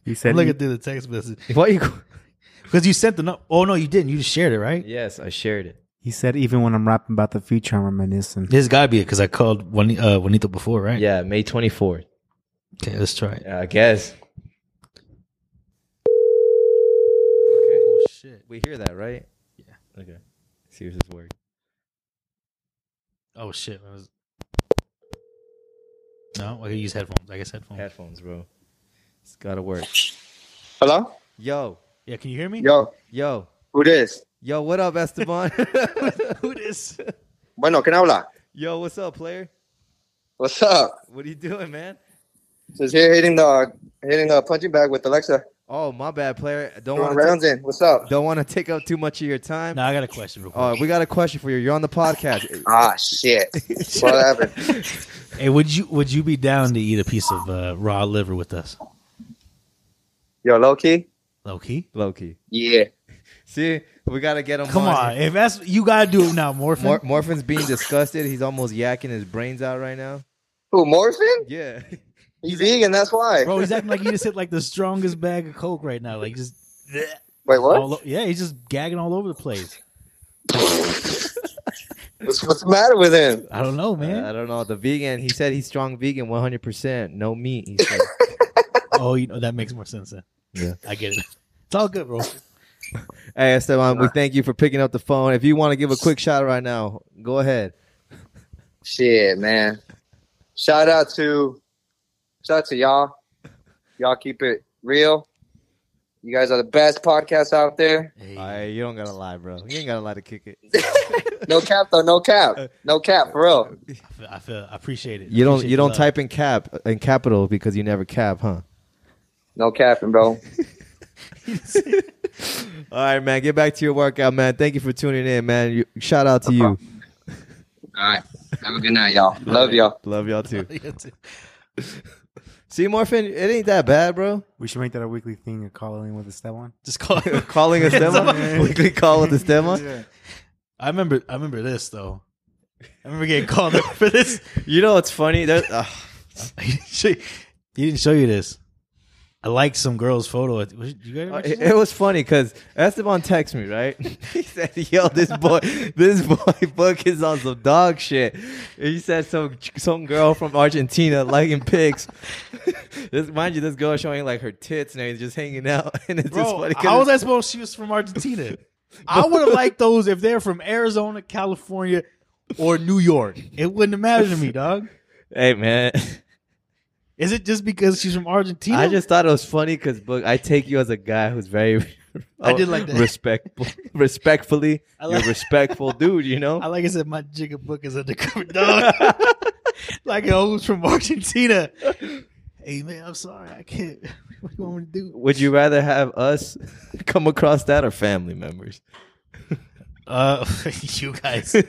[SPEAKER 7] He
[SPEAKER 6] I'm
[SPEAKER 7] said,
[SPEAKER 6] looking through the text message.
[SPEAKER 5] What you?
[SPEAKER 6] Because you sent the no. Oh no, you didn't. You just shared it, right?
[SPEAKER 5] Yes, I shared it.
[SPEAKER 7] he said, even when I'm rapping about the future, I'm reminiscing.
[SPEAKER 6] This gotta be it because I called Juan, uh, Juanito before, right?
[SPEAKER 5] Yeah, May twenty fourth.
[SPEAKER 6] Okay, let's try it.
[SPEAKER 5] I guess.
[SPEAKER 6] Oh shit!
[SPEAKER 5] We hear that, right? Yeah. Okay. See if this works.
[SPEAKER 6] Oh shit! That was- No, I could use headphones. I guess headphones.
[SPEAKER 5] Headphones, bro. It's gotta work.
[SPEAKER 14] Hello?
[SPEAKER 5] Yo,
[SPEAKER 6] Yeah, can you hear me?
[SPEAKER 14] Yo,
[SPEAKER 5] yo,
[SPEAKER 14] who this?
[SPEAKER 5] yo, what up, Esteban?
[SPEAKER 6] Who this?
[SPEAKER 14] Bueno, ¿quién habla?
[SPEAKER 5] yo, what's up, player?
[SPEAKER 14] What's up?
[SPEAKER 5] What are you doing, man?
[SPEAKER 14] Just here hitting the hitting the punching bag with Alexa.
[SPEAKER 5] Oh, my bad, player. Don't
[SPEAKER 14] Throwing
[SPEAKER 5] want to
[SPEAKER 14] rounds in. What's up?
[SPEAKER 5] don't want to take up too much of your time.
[SPEAKER 6] No, I got a question real quick.
[SPEAKER 5] Uh, we got a question for you. You're on the podcast.
[SPEAKER 14] Ah, shit. what happened?
[SPEAKER 6] Hey, would you would you be down to eat a piece of uh, raw liver with us,
[SPEAKER 14] Yo, low key?
[SPEAKER 6] Loki?
[SPEAKER 5] Loki.
[SPEAKER 14] Yeah.
[SPEAKER 5] See, we gotta get him.
[SPEAKER 6] Come on, if that's you gotta do it now, Morphin.
[SPEAKER 5] Mor- Morphin's being disgusted. He's almost yakking his brains out right now.
[SPEAKER 14] Who, Morrison?
[SPEAKER 5] Yeah.
[SPEAKER 14] He's vegan, that's why.
[SPEAKER 6] bro, he's acting like he just hit like the strongest bag of coke right now. Like just
[SPEAKER 14] Wait, what?
[SPEAKER 6] all o- yeah, he's just gagging all over the place.
[SPEAKER 14] What's, what's the matter with him?
[SPEAKER 6] I don't know,
[SPEAKER 5] Uh, I
[SPEAKER 6] man.
[SPEAKER 5] don't know. The vegan. He said he's strong vegan, 100. percent No meat. He said.
[SPEAKER 6] oh, you know that makes more sense then.
[SPEAKER 5] Yeah.
[SPEAKER 6] I get it. It's all good, bro.
[SPEAKER 5] hey Esteban, we thank you for picking up the phone. If you want to give a quick shout out right now, go ahead.
[SPEAKER 14] Shit, man. Shout out to shout out to y'all. Y'all keep it real. You guys are the best podcast out there.
[SPEAKER 5] Alright, you don't gotta lie, bro. You ain't gotta lie to kick it.
[SPEAKER 14] No cap though, no cap. No cap, for real.
[SPEAKER 6] I feel, I feel I appreciate it.
[SPEAKER 5] You don't.
[SPEAKER 6] Appreciate
[SPEAKER 5] You
[SPEAKER 6] the
[SPEAKER 5] don't
[SPEAKER 6] love.
[SPEAKER 5] type in cap in capital because you never cap, huh?
[SPEAKER 14] No capping, bro.
[SPEAKER 5] All right, man. Get back to your workout, man. Thank you for tuning in, man. You, shout out to you.
[SPEAKER 14] All right. Have a good night, y'all. Love y'all.
[SPEAKER 5] Love y'all too. See, Morphin, it ain't that bad, bro.
[SPEAKER 7] We should make that a weekly thing of calling with a step one.
[SPEAKER 6] Just call.
[SPEAKER 5] Calling a stem on weekly call with the stem on.
[SPEAKER 6] I remember. I remember this though. I remember getting called up for this.
[SPEAKER 5] You know what's funny? There, uh,
[SPEAKER 6] he didn't show you- he didn't show you this. I liked some girl's photo. at- Was, you guys watch
[SPEAKER 5] Uh, it,
[SPEAKER 6] this?
[SPEAKER 5] it was funny because Esteban texted me, right? He said, "Yo, this boy, this boy book is on some dog shit." He said some some girl from Argentina liking pics. this, mind you, this girl showing like her tits and everything, just hanging out, and it's just
[SPEAKER 6] Bro,
[SPEAKER 5] funny. 'cause
[SPEAKER 6] how was
[SPEAKER 5] it's-
[SPEAKER 6] I supposed she was from Argentina? I would have liked those if they're from Arizona, California, or New York. It wouldn't have mattered to me, dog.
[SPEAKER 5] Hey, man.
[SPEAKER 6] Is it just because she's from Argentina?
[SPEAKER 5] I just thought it was funny because book I take you as a guy who's very
[SPEAKER 6] I did like that.
[SPEAKER 5] respectful respectfully.
[SPEAKER 6] I
[SPEAKER 5] you're
[SPEAKER 6] like-
[SPEAKER 5] a respectful dude, you know?
[SPEAKER 6] I like I said, my jigga book is undercover, dog. like it was from Argentina. Hey man, I'm sorry, I can't. What do you want me to do?
[SPEAKER 5] Would you rather have us come across that or family members?
[SPEAKER 6] Uh, you guys.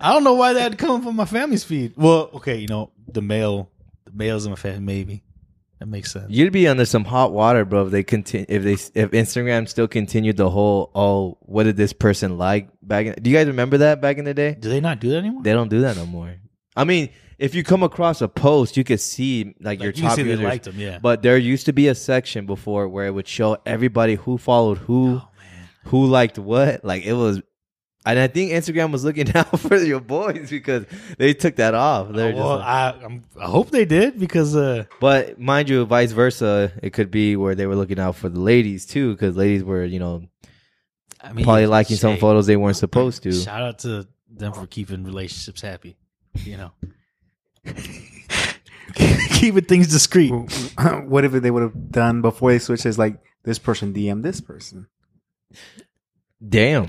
[SPEAKER 6] I don't know why that'd come from my family's feed. Well, okay, you know the male, the males in my family, maybe that makes sense.
[SPEAKER 5] You'd be under some hot water, bro. If they continue, if they, if Instagram still continued the whole, oh, what did this person like back? In, do you guys remember that back in the day?
[SPEAKER 6] Do they not do that anymore?
[SPEAKER 5] They don't do that no more. I mean, if you come across a post, you could see like, your
[SPEAKER 6] you can
[SPEAKER 5] top
[SPEAKER 6] see they
[SPEAKER 5] users.
[SPEAKER 6] liked 'em, yeah.
[SPEAKER 5] But there used to be a section before where it would show everybody who followed who,
[SPEAKER 6] Oh,
[SPEAKER 5] who liked what. Like it was, and I think Instagram was looking out for your boys because they took that off. They're just
[SPEAKER 6] Oh, well,
[SPEAKER 5] like-
[SPEAKER 6] I I'm, I hope they did because uh,
[SPEAKER 5] but mind you, vice versa, it could be where they were looking out for the ladies too, because ladies were, you know,
[SPEAKER 6] I mean,
[SPEAKER 5] probably liking some
[SPEAKER 6] shit.
[SPEAKER 5] photos they weren't supposed to.
[SPEAKER 6] shout out to them for keeping relationships happy. You know, keeping things discreet.
[SPEAKER 7] what if they would have done before they switched is like this person DM this person?
[SPEAKER 5] Damn.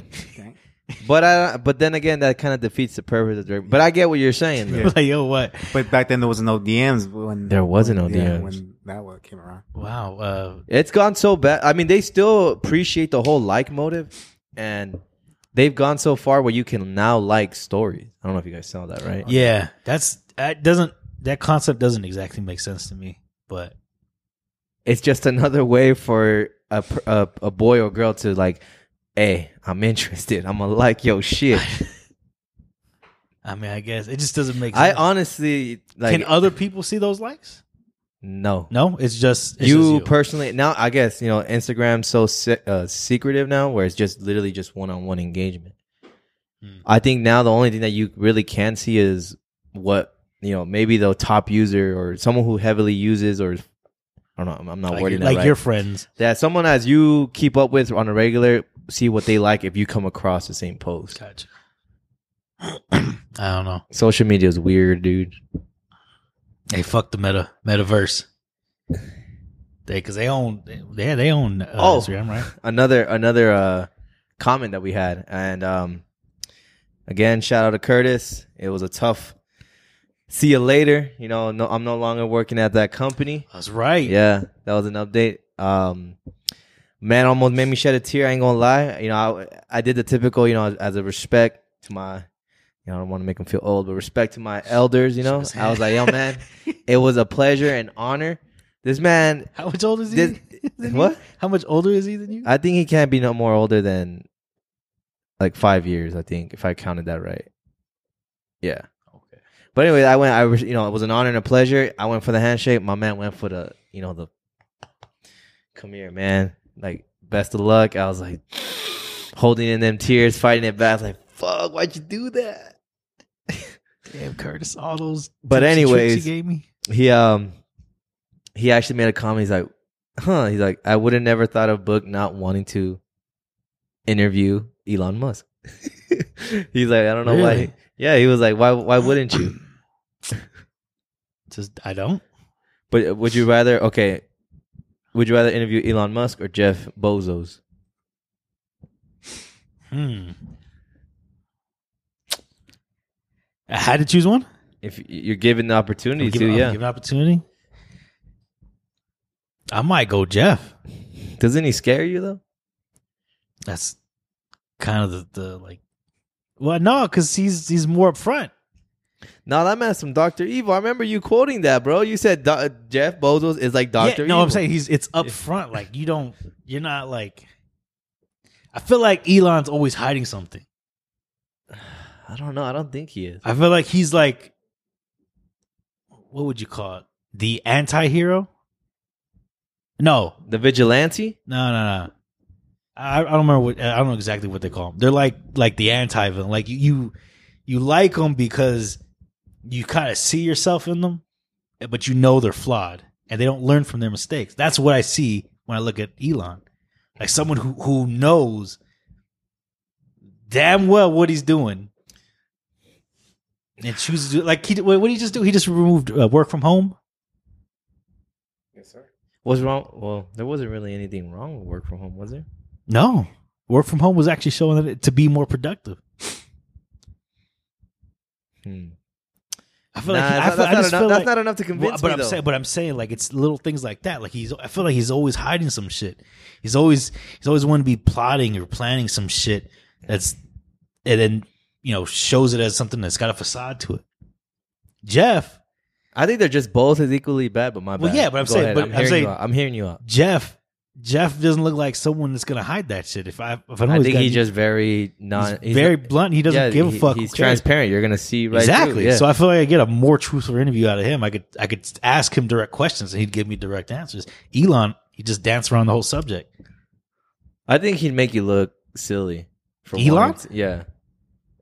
[SPEAKER 5] But I, but then again, that kind of defeats the purpose of the. But I get what you're saying. Though.
[SPEAKER 6] Like yo, what?
[SPEAKER 7] But back then there was no DMs when
[SPEAKER 5] There wasn't no
[SPEAKER 7] when- yeah,
[SPEAKER 5] DMs.
[SPEAKER 7] when that one came around.
[SPEAKER 6] Wow. Uh,
[SPEAKER 5] It's gone so bad. I mean, they still appreciate the whole like motive, and they've gone so far where you can now like stories. I don't know if you guys saw that, right?
[SPEAKER 6] yeah, that's that doesn't that concept doesn't exactly make sense to me, but
[SPEAKER 5] it's just another way for a, pr- a a boy or girl to like, hey, I'm interested. I'm gonna like your shit.
[SPEAKER 6] I mean, I guess it just doesn't make
[SPEAKER 5] I
[SPEAKER 6] sense.
[SPEAKER 5] honestly like
[SPEAKER 6] Can other people see those likes?
[SPEAKER 5] no,
[SPEAKER 6] no. It's just it's
[SPEAKER 5] you,
[SPEAKER 6] just you.
[SPEAKER 5] personally. Now, I guess you know Instagram's so se- uh, secretive now, where it's just literally just one on one engagement.
[SPEAKER 6] Hmm.
[SPEAKER 5] I think now the only thing that you really can see is what you know, maybe the top user or someone who heavily uses or. I don't know. I'm- I'm not
[SPEAKER 6] Like
[SPEAKER 5] wording
[SPEAKER 6] your-
[SPEAKER 5] that
[SPEAKER 6] like
[SPEAKER 5] right.
[SPEAKER 6] your friends.
[SPEAKER 5] that someone as you keep up with on a regular see what they like if you come across the same post.
[SPEAKER 6] Gotcha. I don't know.
[SPEAKER 5] Social media is weird, dude.
[SPEAKER 6] Hey, fuck the meta metaverse. They because they own yeah they own uh,
[SPEAKER 5] Oh.
[SPEAKER 6] Instagram right?
[SPEAKER 5] Another another uh comment that we had and um again shout out to Curtis. It was a tough see you later, you know, no I'm no longer working at that company.
[SPEAKER 6] That's right.
[SPEAKER 5] Yeah, that was an update. Um man almost made me shed a tear, I ain't going to lie. You know, I I did the typical, you know, as a respect to my you know, I don't want to make them feel old, but respect to my elders, you know. I was like, yo, man, it was a pleasure and honor. This man,
[SPEAKER 6] How much older is he?
[SPEAKER 5] This-
[SPEAKER 6] than
[SPEAKER 5] what?
[SPEAKER 6] You? How much older is he than you?
[SPEAKER 5] I think he can't be no more older than like five years. I think if I counted that right. Yeah. Okay. But anyway, I went. I was, you know, it was an honor and a pleasure. I went for the handshake. My man went for the, you know, the. Come here, man. Like best of luck. I was like holding in them tears, fighting it back. Like fuck, why'd you do that?
[SPEAKER 6] Damn, Curtis, all those.
[SPEAKER 5] But
[SPEAKER 6] tips and tricks
[SPEAKER 5] anyways,
[SPEAKER 6] he gave me.
[SPEAKER 5] he um he actually made a comment. He's like, huh? He's like, I would have never thought of Book not wanting to interview Elon Musk. he's like, I don't know why.
[SPEAKER 6] Really?
[SPEAKER 5] Yeah, he was like, why? Why wouldn't you?
[SPEAKER 6] Just I don't.
[SPEAKER 5] But would you rather? Okay, would you rather interview Elon Musk or Jeff Bezos?
[SPEAKER 6] Hmm. I had to choose one.
[SPEAKER 5] If y- you're given the opportunity
[SPEAKER 6] I'm giving-
[SPEAKER 5] to,
[SPEAKER 6] I'm
[SPEAKER 5] yeah.
[SPEAKER 6] giving opportunity. I might go Jeff.
[SPEAKER 5] Doesn't he scare you though?
[SPEAKER 6] That's kind of the, the like. Well, no, because he's he's more upfront.
[SPEAKER 5] No, that man's from Doctor Evil. I remember you quoting that, bro. You said Do- Jeff Bezos is like Doctor.
[SPEAKER 6] Yeah, no, I'm saying he's it's up front. Like you don't, you're not like. I feel like Elon's always hiding something.
[SPEAKER 5] I don't know. I don't think he is.
[SPEAKER 6] I feel like he's like, what would you call it? The anti-hero? No,
[SPEAKER 5] the vigilante.
[SPEAKER 6] No, no, no. I, I don't remember what I don't know exactly what they call them. They're like like the anti villain. Like you, you you like them because you kind of see yourself in them, but you know they're flawed and they don't learn from their mistakes. That's what I see when I look at Elon, like someone who who knows damn well what he's doing and chooses to like he what did he just do? He just removed uh, work from home.
[SPEAKER 7] Yes, sir.
[SPEAKER 5] What's wrong? Well, there wasn't really anything wrong with work from home, was there?
[SPEAKER 6] No, work from home was actually showing it to be more productive.
[SPEAKER 5] Hmm.
[SPEAKER 6] I feel
[SPEAKER 5] Nah,
[SPEAKER 6] like he-
[SPEAKER 5] that's
[SPEAKER 6] I
[SPEAKER 5] not- that's
[SPEAKER 6] feel, I
[SPEAKER 5] not
[SPEAKER 6] just
[SPEAKER 5] enough-
[SPEAKER 6] feel
[SPEAKER 5] that's
[SPEAKER 6] like,
[SPEAKER 5] not enough to convince
[SPEAKER 6] but
[SPEAKER 5] me,
[SPEAKER 6] I'm
[SPEAKER 5] though.
[SPEAKER 6] saying, but I'm saying, like it's little things like that. Like he's, I feel like he's always hiding some shit. He's always, he's always wanting to be plotting or planning some shit. That's, and then you know shows it as something that's got a facade to it. Jeff,
[SPEAKER 5] I think they're just both as equally bad, but my
[SPEAKER 6] Well,
[SPEAKER 5] bad.
[SPEAKER 6] yeah, but I'm
[SPEAKER 5] Go
[SPEAKER 6] saying-
[SPEAKER 5] ahead.
[SPEAKER 6] but
[SPEAKER 5] I'm
[SPEAKER 6] I'm
[SPEAKER 5] hearing
[SPEAKER 6] saying-
[SPEAKER 5] you out. I'm hearing you out.
[SPEAKER 6] Jeff, Jeff doesn't look like someone that's gonna hide that shit. If I if I know
[SPEAKER 5] I
[SPEAKER 6] he's
[SPEAKER 5] think
[SPEAKER 6] got-
[SPEAKER 5] he's just very non.
[SPEAKER 6] He's very blunt. He doesn't
[SPEAKER 5] yeah,
[SPEAKER 6] give a
[SPEAKER 5] he-
[SPEAKER 6] fuck.
[SPEAKER 5] He's
[SPEAKER 6] Who cares?
[SPEAKER 5] transparent. You're gonna see right through,
[SPEAKER 6] exactly.
[SPEAKER 5] yeah.
[SPEAKER 6] So I feel like I get a more truthful interview out of him. I could I could ask him direct questions and he'd give me direct answers. Elon, he just danced around the whole subject.
[SPEAKER 5] I think he'd make you look silly. For
[SPEAKER 6] Elon?
[SPEAKER 5] wanting to- yeah.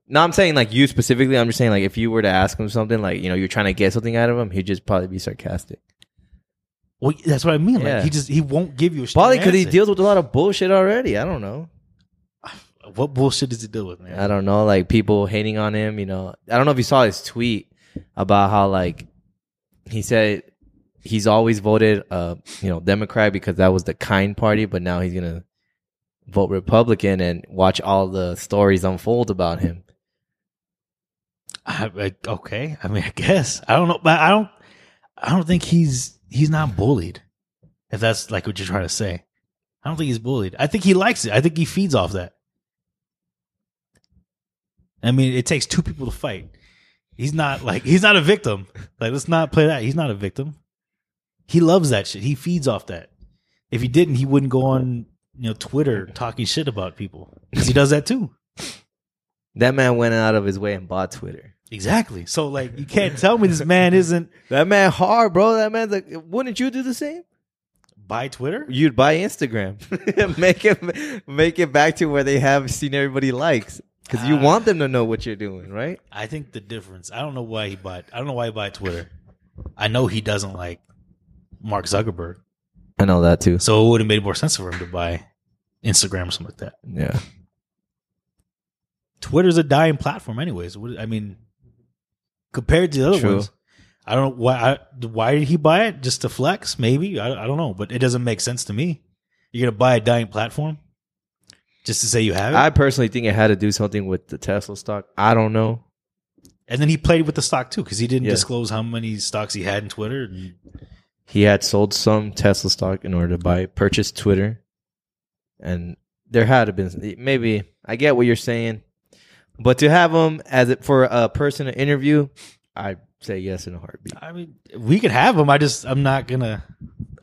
[SPEAKER 5] No, I'm saying like you specifically. I'm just saying like if you were to ask him something, like you know, you're trying to get something out of him, he'd just probably be sarcastic.
[SPEAKER 6] Well, that's what I mean. Like
[SPEAKER 5] Yeah.
[SPEAKER 6] he just he won't give you a straight
[SPEAKER 5] Probably because he
[SPEAKER 6] answer.
[SPEAKER 5] deals with a lot of bullshit already. I don't know.
[SPEAKER 6] What bullshit does he deal with, man?
[SPEAKER 5] I don't know, like people hating on him. You know, I don't know if you saw his tweet about how like he said he's always voted uh you know Democrat because that was the kind party, but now he's gonna vote Republican and watch all the stories unfold about him.
[SPEAKER 6] I, I, okay, I mean, I guess I don't know, but I don't, I don't think he's he's not bullied. If that's like what you're trying to say, I don't think he's bullied. I think he likes it. I think he feeds off that. I mean, it takes two people to fight. He's not like he's not a victim. Like let's not play that. He's not a victim. He loves that shit. He feeds off that. If he didn't, he wouldn't go on you know Twitter talking shit about people 'Cause he does that too.
[SPEAKER 5] That man went out of his way and bought Twitter.
[SPEAKER 6] Exactly. So like you can't tell me this man isn't
[SPEAKER 5] that man hard, bro. That man's like, wouldn't you do the same?
[SPEAKER 6] Buy Twitter?
[SPEAKER 5] You'd buy Instagram, make it make it back to where they have seen everybody likes because you want them to know what you're doing, right?
[SPEAKER 6] I think the difference. I don't know why he bought. I don't know why he bought Twitter. I know he doesn't like Mark Zuckerberg,
[SPEAKER 5] I know that too.
[SPEAKER 6] so it would have made more sense for him to buy Instagram or something like that.
[SPEAKER 5] Yeah.
[SPEAKER 6] Twitter's a dying platform, anyways. What, I mean, compared to the other
[SPEAKER 5] True.
[SPEAKER 6] ones, I don't know why. I, why did he buy it? Just to flex, maybe? I, I don't know, but it doesn't make sense to me. You're gonna buy a dying platform just to say you have it,
[SPEAKER 5] I personally think it had to do something with the Tesla stock. I don't know.
[SPEAKER 6] and then he played with the stock too because he didn't
[SPEAKER 5] Yeah.
[SPEAKER 6] disclose how many stocks he had in Twitter. And
[SPEAKER 5] He had sold some Tesla stock in order to buy purchase Twitter, and there had to been maybe I get what you're saying, but to have him as it for a person to interview, I say yes in a heartbeat.
[SPEAKER 6] I mean, we could have him. I just I'm not gonna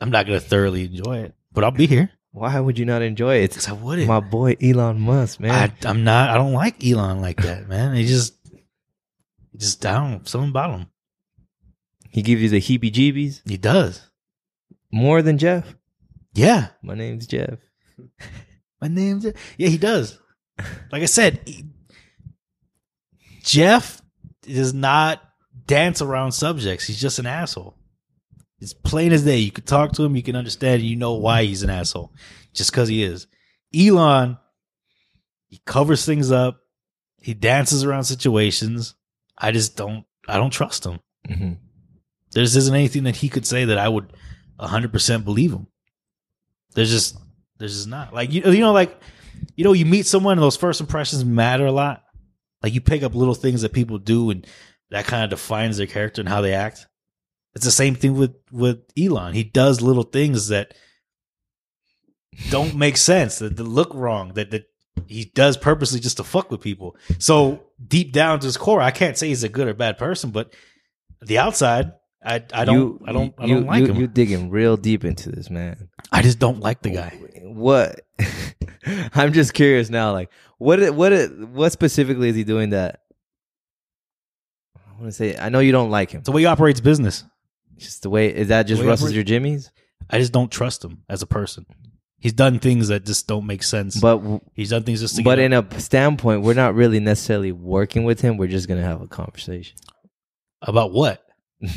[SPEAKER 6] I'm not gonna thoroughly enjoy it, but I'll be here.
[SPEAKER 5] Why would you not enjoy it? Because
[SPEAKER 6] I wouldn't.
[SPEAKER 5] My boy Elon Musk, man.
[SPEAKER 6] I, I'm not. I don't like Elon like that, man. He just he just down something about him.
[SPEAKER 5] he gives you the heebie-jeebies.
[SPEAKER 6] He does
[SPEAKER 5] more than Jeff.
[SPEAKER 6] Yeah,
[SPEAKER 5] my name's Jeff.
[SPEAKER 6] My name's yeah. He does. Like I said, he- Jeff does not dance around subjects. He's just an asshole. It's plain as day. You can talk to him, you can understand, you know why he's an asshole, just because he is. Elon, he covers things up. He dances around situations. I just don't. I don't trust him.
[SPEAKER 5] Mhm.
[SPEAKER 6] There just isn't anything that he could say that I would 100% believe him. There's just there's just not like you you know like you know you meet someone and those first impressions matter a lot. Like you pick up little things that people do and that kind of defines their character and how they act. It's the same thing with with Elon. He does little things that don't make sense that, that look wrong that that he does purposely just to fuck with people. So deep down to his core, I can't say he's a good or bad person, but the outside, I I don't
[SPEAKER 5] You-
[SPEAKER 6] I don't I
[SPEAKER 5] you-
[SPEAKER 6] don't like
[SPEAKER 5] you,
[SPEAKER 6] him.
[SPEAKER 5] You digging real deep into this, man.
[SPEAKER 6] I just don't like the guy.
[SPEAKER 5] What? I'm just curious now. Like, what? i- What? i- What specifically is he doing that? I want to say. I know you don't like him.
[SPEAKER 6] The way he operates business.
[SPEAKER 5] Just the way is that just
[SPEAKER 6] The way he
[SPEAKER 5] rustles
[SPEAKER 6] operates-
[SPEAKER 5] your jimmies?
[SPEAKER 6] I just don't trust him as a person. He's done things that just don't make sense.
[SPEAKER 5] But w-
[SPEAKER 6] he's done things just to
[SPEAKER 5] But in
[SPEAKER 6] get
[SPEAKER 5] a standpoint, we're not really necessarily working with him. We're just gonna have a conversation
[SPEAKER 6] about what.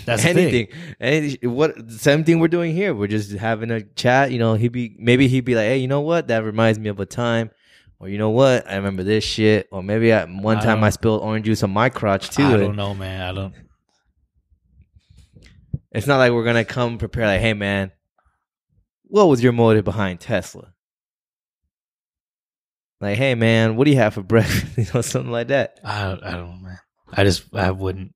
[SPEAKER 6] That's the thing.
[SPEAKER 5] anything. Any, what same thing we're doing here. We're just having a chat. You know, he'd be maybe he'd be like, "Hey, you know what? That reminds me of a time." Or you know what? I remember this shit. Or maybe I, one
[SPEAKER 6] I
[SPEAKER 5] time
[SPEAKER 6] don't-
[SPEAKER 5] I spilled orange juice on my crotch too.
[SPEAKER 6] I
[SPEAKER 5] And
[SPEAKER 6] don't know, man. I don't.
[SPEAKER 5] It's not like we're gonna come prepare. Like, hey, man, what was your motive behind Tesla? Like, hey, man, what do you have for breakfast? you know, something like that.
[SPEAKER 6] I don't, I don't, man. I just I wouldn't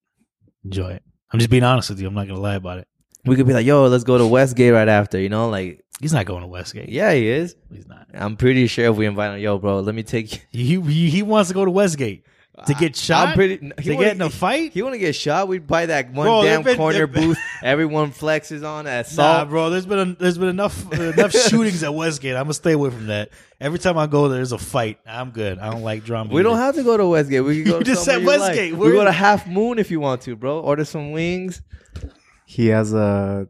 [SPEAKER 6] enjoy it. I'm just being honest with you. I'm not gonna lie about it.
[SPEAKER 5] We could be like, yo, let's go to Westgate right after. You know, like
[SPEAKER 6] he's not going to Westgate.
[SPEAKER 5] Yeah, he is.
[SPEAKER 6] He's not.
[SPEAKER 5] I'm pretty sure if we invite him, yo, bro, let me take you.
[SPEAKER 6] He he, he wants to go to Westgate. to get shot.
[SPEAKER 5] I'm pretty.
[SPEAKER 6] to get in a fight.
[SPEAKER 5] He want to get shot. We'd buy that one
[SPEAKER 6] Bro,
[SPEAKER 5] damn
[SPEAKER 6] they've been-
[SPEAKER 5] corner
[SPEAKER 6] they've
[SPEAKER 5] booth. Everyone flexes on at
[SPEAKER 6] Nah,
[SPEAKER 5] salt.
[SPEAKER 6] bro. There's been there's been enough enough shootings at Westgate. I'm gonna stay away from that. Every time I go there, there's a fight. I'm good. I don't like drama.
[SPEAKER 5] we don't have to go to Westgate. We can go
[SPEAKER 6] You
[SPEAKER 5] to
[SPEAKER 6] just
[SPEAKER 5] somewhere
[SPEAKER 6] said
[SPEAKER 5] you like.
[SPEAKER 6] Westgate.
[SPEAKER 5] We
[SPEAKER 6] We're-
[SPEAKER 5] go to Half Moon if you want to, bro. Order some wings,
[SPEAKER 7] He has a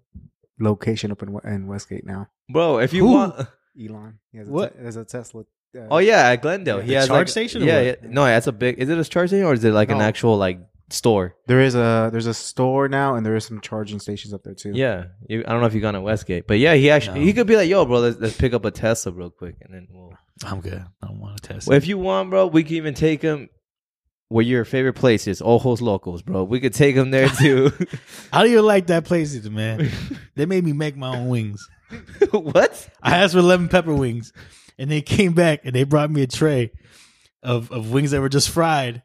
[SPEAKER 7] location up in, We- in Westgate now.
[SPEAKER 5] bro. If you
[SPEAKER 7] Who?
[SPEAKER 5] want,
[SPEAKER 7] Elon. He has a
[SPEAKER 5] What?
[SPEAKER 7] Te- there's a Tesla. uh,
[SPEAKER 5] oh yeah, at Glendale. he
[SPEAKER 7] The
[SPEAKER 5] has
[SPEAKER 7] charge
[SPEAKER 5] like-
[SPEAKER 7] station or
[SPEAKER 5] Yeah, yeah,
[SPEAKER 7] what?
[SPEAKER 5] no, that's a big. Is it a charge station or is it like an
[SPEAKER 7] No.
[SPEAKER 5] actual like store?
[SPEAKER 7] There is a there's a store now, and there is some charging stations up there too.
[SPEAKER 5] Yeah, you, I don't know if you've gone to Westgate, but yeah, he actually he could be like, yo, bro, let's, let's pick up a Tesla real quick, and then we'll.
[SPEAKER 6] I'm good. I don't want to test.
[SPEAKER 5] Well, if you want, bro, we can even take him where your favorite place is, Ojos Locos, bro. We could take him there too.
[SPEAKER 6] How do you like that place, man? they made me make my own wings.
[SPEAKER 5] what?
[SPEAKER 6] I asked for lemon pepper wings, and they came back and they brought me a tray of of wings that were just fried,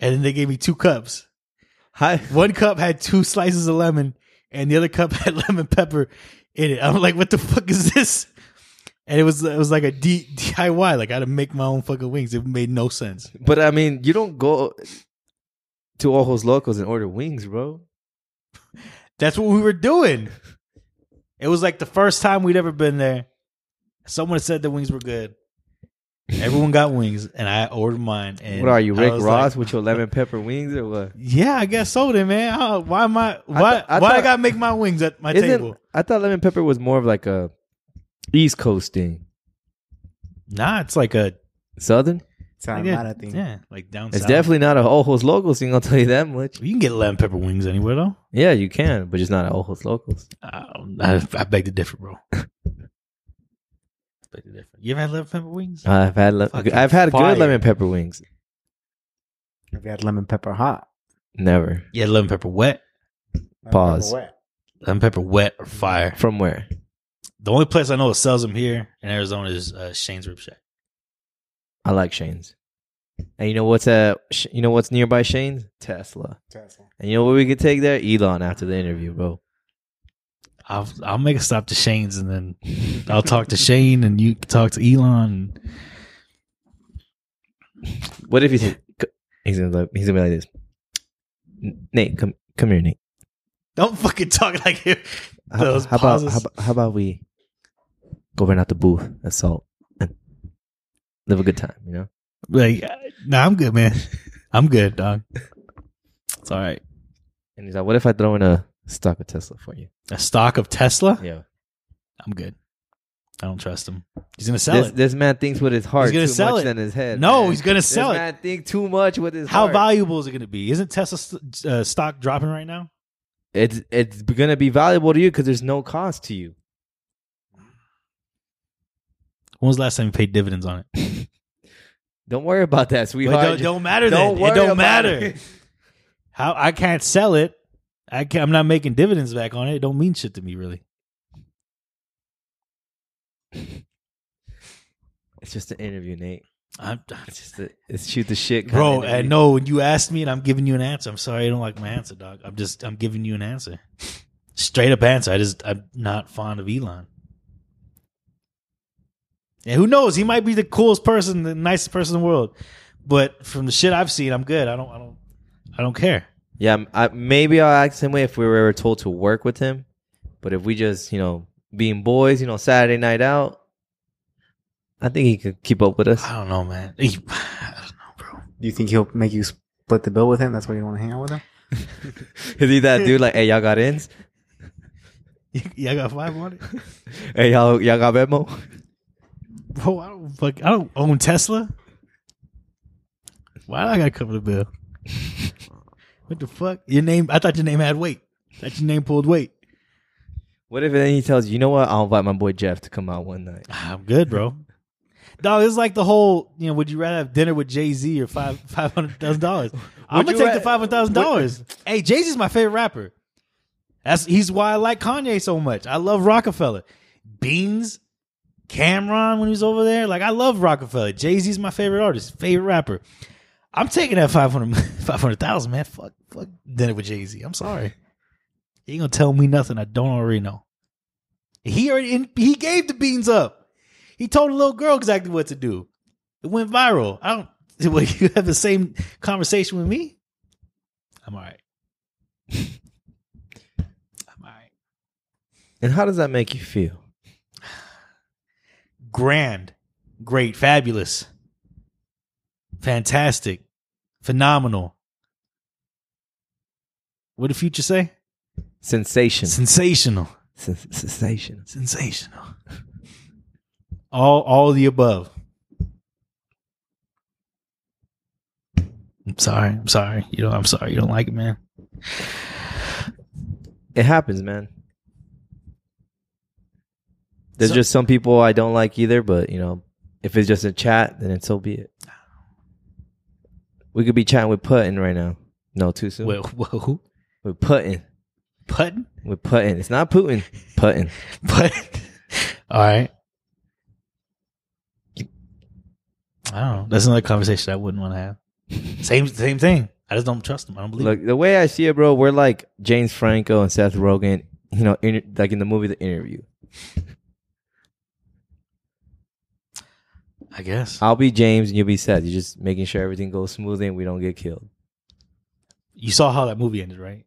[SPEAKER 6] and then they gave me two cups. One cup had two slices of lemon, and the other cup had lemon pepper in it. I'm like, what the fuck is this? And it was it was like a D, DIY. Like I had to make my own fucking wings. It made no sense.
[SPEAKER 5] but I mean, you don't go to Ojos Locos and order wings, bro.
[SPEAKER 6] That's what we were doing. It was like the first time we'd ever been there. Someone said the wings were good. Everyone got wings, and I ordered mine. And
[SPEAKER 5] what are you,
[SPEAKER 6] I
[SPEAKER 5] Rick
[SPEAKER 6] was
[SPEAKER 5] Ross,
[SPEAKER 6] like,
[SPEAKER 5] with your lemon pepper wings or what?
[SPEAKER 6] yeah, I guess so. Then, man, How- why am I? Why?
[SPEAKER 5] thought- I
[SPEAKER 6] why I
[SPEAKER 5] thought-
[SPEAKER 6] gotta make my wings at my
[SPEAKER 5] Isn't-
[SPEAKER 6] table?
[SPEAKER 5] I thought lemon pepper was more of like a East Coast thing,
[SPEAKER 6] Nah, it's like a
[SPEAKER 5] Southern.
[SPEAKER 7] It's not
[SPEAKER 6] Like
[SPEAKER 7] a
[SPEAKER 6] it-
[SPEAKER 7] lot of things.
[SPEAKER 6] Yeah, like down
[SPEAKER 5] It's
[SPEAKER 6] south.
[SPEAKER 5] definitely not a Ojos Locos thing. I'll tell you that much.
[SPEAKER 6] You can get lemon pepper wings anywhere though.
[SPEAKER 5] Yeah, you can, but just not at Ojos Locos.
[SPEAKER 6] Um, I, I beg to differ, bro. beg to differ. You ever had lemon pepper wings?
[SPEAKER 5] I've had le-
[SPEAKER 6] Fucking
[SPEAKER 5] I've had
[SPEAKER 6] fire.
[SPEAKER 5] good lemon pepper wings.
[SPEAKER 7] Have you had lemon pepper hot?
[SPEAKER 5] Never.
[SPEAKER 6] Yeah, lemon pepper wet.
[SPEAKER 5] Pause.
[SPEAKER 6] Lemon pepper wet or fire.
[SPEAKER 5] From where?
[SPEAKER 6] The only place I know that sells them here in Arizona is uh, Shane's Rib Shack.
[SPEAKER 5] I like Shane's. And you know what's at Sh- you know what's nearby Shane's? Tesla.
[SPEAKER 7] Tesla.
[SPEAKER 5] And you know what we could take there? Elon after the interview, bro.
[SPEAKER 6] I'll I'll make a stop to Shane's and then I'll talk to Shane and you can talk to Elon.
[SPEAKER 5] What if he's he's gonna like, he's gonna be like this? "N- Nate, come come here, Nate.
[SPEAKER 6] Don't fucking talk like him.
[SPEAKER 5] How,
[SPEAKER 6] Those
[SPEAKER 5] how about
[SPEAKER 6] pauses.
[SPEAKER 5] how, about- how about we go rent out the booth, assault, and live a good time? You know,
[SPEAKER 6] like nah, I'm good, man. I'm good, dog. It's all right.
[SPEAKER 5] and he's like, "What if I throw in a stock of Tesla for you?"
[SPEAKER 6] A stock of Tesla?
[SPEAKER 5] Yeah.
[SPEAKER 6] I'm good. I don't trust him. He's gonna sell
[SPEAKER 5] this,
[SPEAKER 6] it.
[SPEAKER 5] This man thinks with his heart
[SPEAKER 6] He's gonna
[SPEAKER 5] too
[SPEAKER 6] sell
[SPEAKER 5] much
[SPEAKER 6] it.
[SPEAKER 5] than his head.
[SPEAKER 6] No,
[SPEAKER 5] man.
[SPEAKER 6] he's gonna sell
[SPEAKER 5] this
[SPEAKER 6] it.
[SPEAKER 5] Man think too much with his
[SPEAKER 6] How
[SPEAKER 5] heart.
[SPEAKER 6] valuable is it gonna be? Isn't Tesla st- uh, stock dropping right now?
[SPEAKER 5] it's it's gonna be valuable to you because there's no cost to you.
[SPEAKER 6] When was the last time you paid dividends on it?
[SPEAKER 5] Don't worry about that, sweetheart.
[SPEAKER 6] don't- don't matter
[SPEAKER 5] Don't
[SPEAKER 6] then. It
[SPEAKER 5] worry
[SPEAKER 6] don't
[SPEAKER 5] about
[SPEAKER 6] matter.
[SPEAKER 5] it.
[SPEAKER 6] How I can't sell it. I can't, I'm not making dividends back on it. It don't mean shit to me really.
[SPEAKER 5] It's just an interview, Nate.
[SPEAKER 6] I'm,
[SPEAKER 5] It's just a, it's shoot the shit, kinda
[SPEAKER 6] Bro, I
[SPEAKER 5] interview.
[SPEAKER 6] know when you asked me and I'm giving you an answer. I'm sorry I don't like my answer, dog. I'm just I'm giving you an answer. Straight up answer. I just I'm not fond of Elon. And who knows? He might be the coolest person, the nicest person in the world. But from the shit I've seen, I'm good. I don't I don't I don't care.
[SPEAKER 5] Yeah, I'm- I, maybe I'll ask him if we were ever told to work with him, but if we just you know being boys, you know Saturday night out, I think he could keep up with us.
[SPEAKER 6] I don't know, man. He-
[SPEAKER 7] Do you think he'll make you split the bill with him? That's why you don't want to hang out with him.
[SPEAKER 5] Is he that dude like, hey, y'all got ins?
[SPEAKER 6] yeah, I got five on it.
[SPEAKER 5] Hey, y'all y'all got Venmo?
[SPEAKER 6] Bro, I don't fuck I don't own Tesla. Why do I gotta cover the bill? what the fuck? Your name I thought your name had weight. That your name pulled weight.
[SPEAKER 5] What if then he tells you, you know what? I'll invite my boy Jeff to come out one night.
[SPEAKER 6] I'm good, bro. Dog, it's like the whole, you know, would you rather have dinner with Jay Z or five five hundred thousand dollars? I'm
[SPEAKER 5] Would
[SPEAKER 6] gonna
[SPEAKER 5] you
[SPEAKER 6] take
[SPEAKER 5] ra-
[SPEAKER 6] the five hundred thousand dollars. Hey, Jay Z's my favorite rapper. That's he's why I like Kanye so much. I love Rockefeller, Beans, Cameron when he was over there. Like I love Rockefeller. Jay Z's my favorite artist, favorite rapper. I'm taking that 500 500,000, man. Fuck, fuck dinner with Jay Z. I'm sorry. He ain't gonna tell me nothing I don't already know. He already he gave the beans up. He told a little girl exactly what to do. It went viral. I don't Will you have the same conversation with me? I'm all right.
[SPEAKER 5] And how does that make you feel?
[SPEAKER 6] Grand, great, fabulous, fantastic, phenomenal. What did future say?
[SPEAKER 5] Sensational.
[SPEAKER 6] Sensational.
[SPEAKER 5] sensational.
[SPEAKER 6] Sensational. All all of the above. I'm sorry. I'm sorry. You know, I'm sorry. You don't like it, man.
[SPEAKER 5] It happens, man. There's
[SPEAKER 6] So-
[SPEAKER 5] just some people I don't like either, but you know, if it's just a chat, then it's so be it. We could be chatting with Puttin right now. No, too soon.
[SPEAKER 6] Well, who?
[SPEAKER 5] With Puttin.
[SPEAKER 6] Puttin?
[SPEAKER 5] With Puttin. It's not Putin. Puttin.
[SPEAKER 6] Puttin. All right. I don't know. That's another conversation I wouldn't want to have. Same same thing. I just don't trust them. I don't believe.
[SPEAKER 5] Look, the way I see it, bro, we're like James Franco and Seth Rogen, you know, in, like in the movie The Interview.
[SPEAKER 6] I guess.
[SPEAKER 5] I'll be James and you'll be Seth. You're just making sure everything goes smoothly and we don't get killed.
[SPEAKER 6] You saw how that movie ended, right?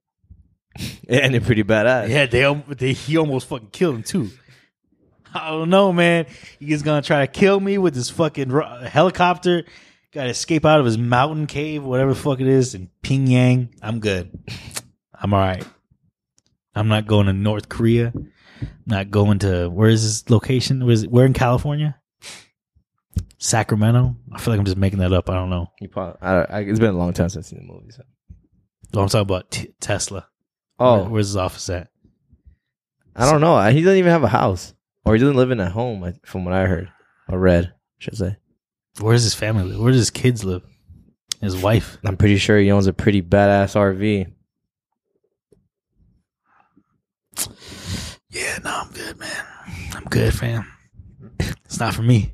[SPEAKER 5] It ended pretty badass.
[SPEAKER 6] Yeah, they, al- they he almost fucking killed him too. I don't know, man. He's gonna try to kill me with his fucking ro- helicopter. Got to escape out of his mountain cave, whatever the fuck it is, in Pyongyang. I'm good. I'm all right. I'm not going to North Korea. I'm not going to where is this location? Where is it? We're in California, Sacramento. I feel like I'm just making that up. I don't know.
[SPEAKER 5] You probably, I, I, it's been a long time since I've seen the movie. So.
[SPEAKER 6] Oh, I'm talking about t- Tesla.
[SPEAKER 5] Oh.
[SPEAKER 6] Where- where's his office at?
[SPEAKER 5] I don't know. I- He doesn't even have a house, or he doesn't live in a home, I- from what I heard or read, should I say.
[SPEAKER 6] Where does his family live? Where does his kids live? His wife.
[SPEAKER 5] I'm pretty sure he owns a pretty badass RV.
[SPEAKER 6] Yeah, no, I'm good, man. I'm good, fam. It's not for me.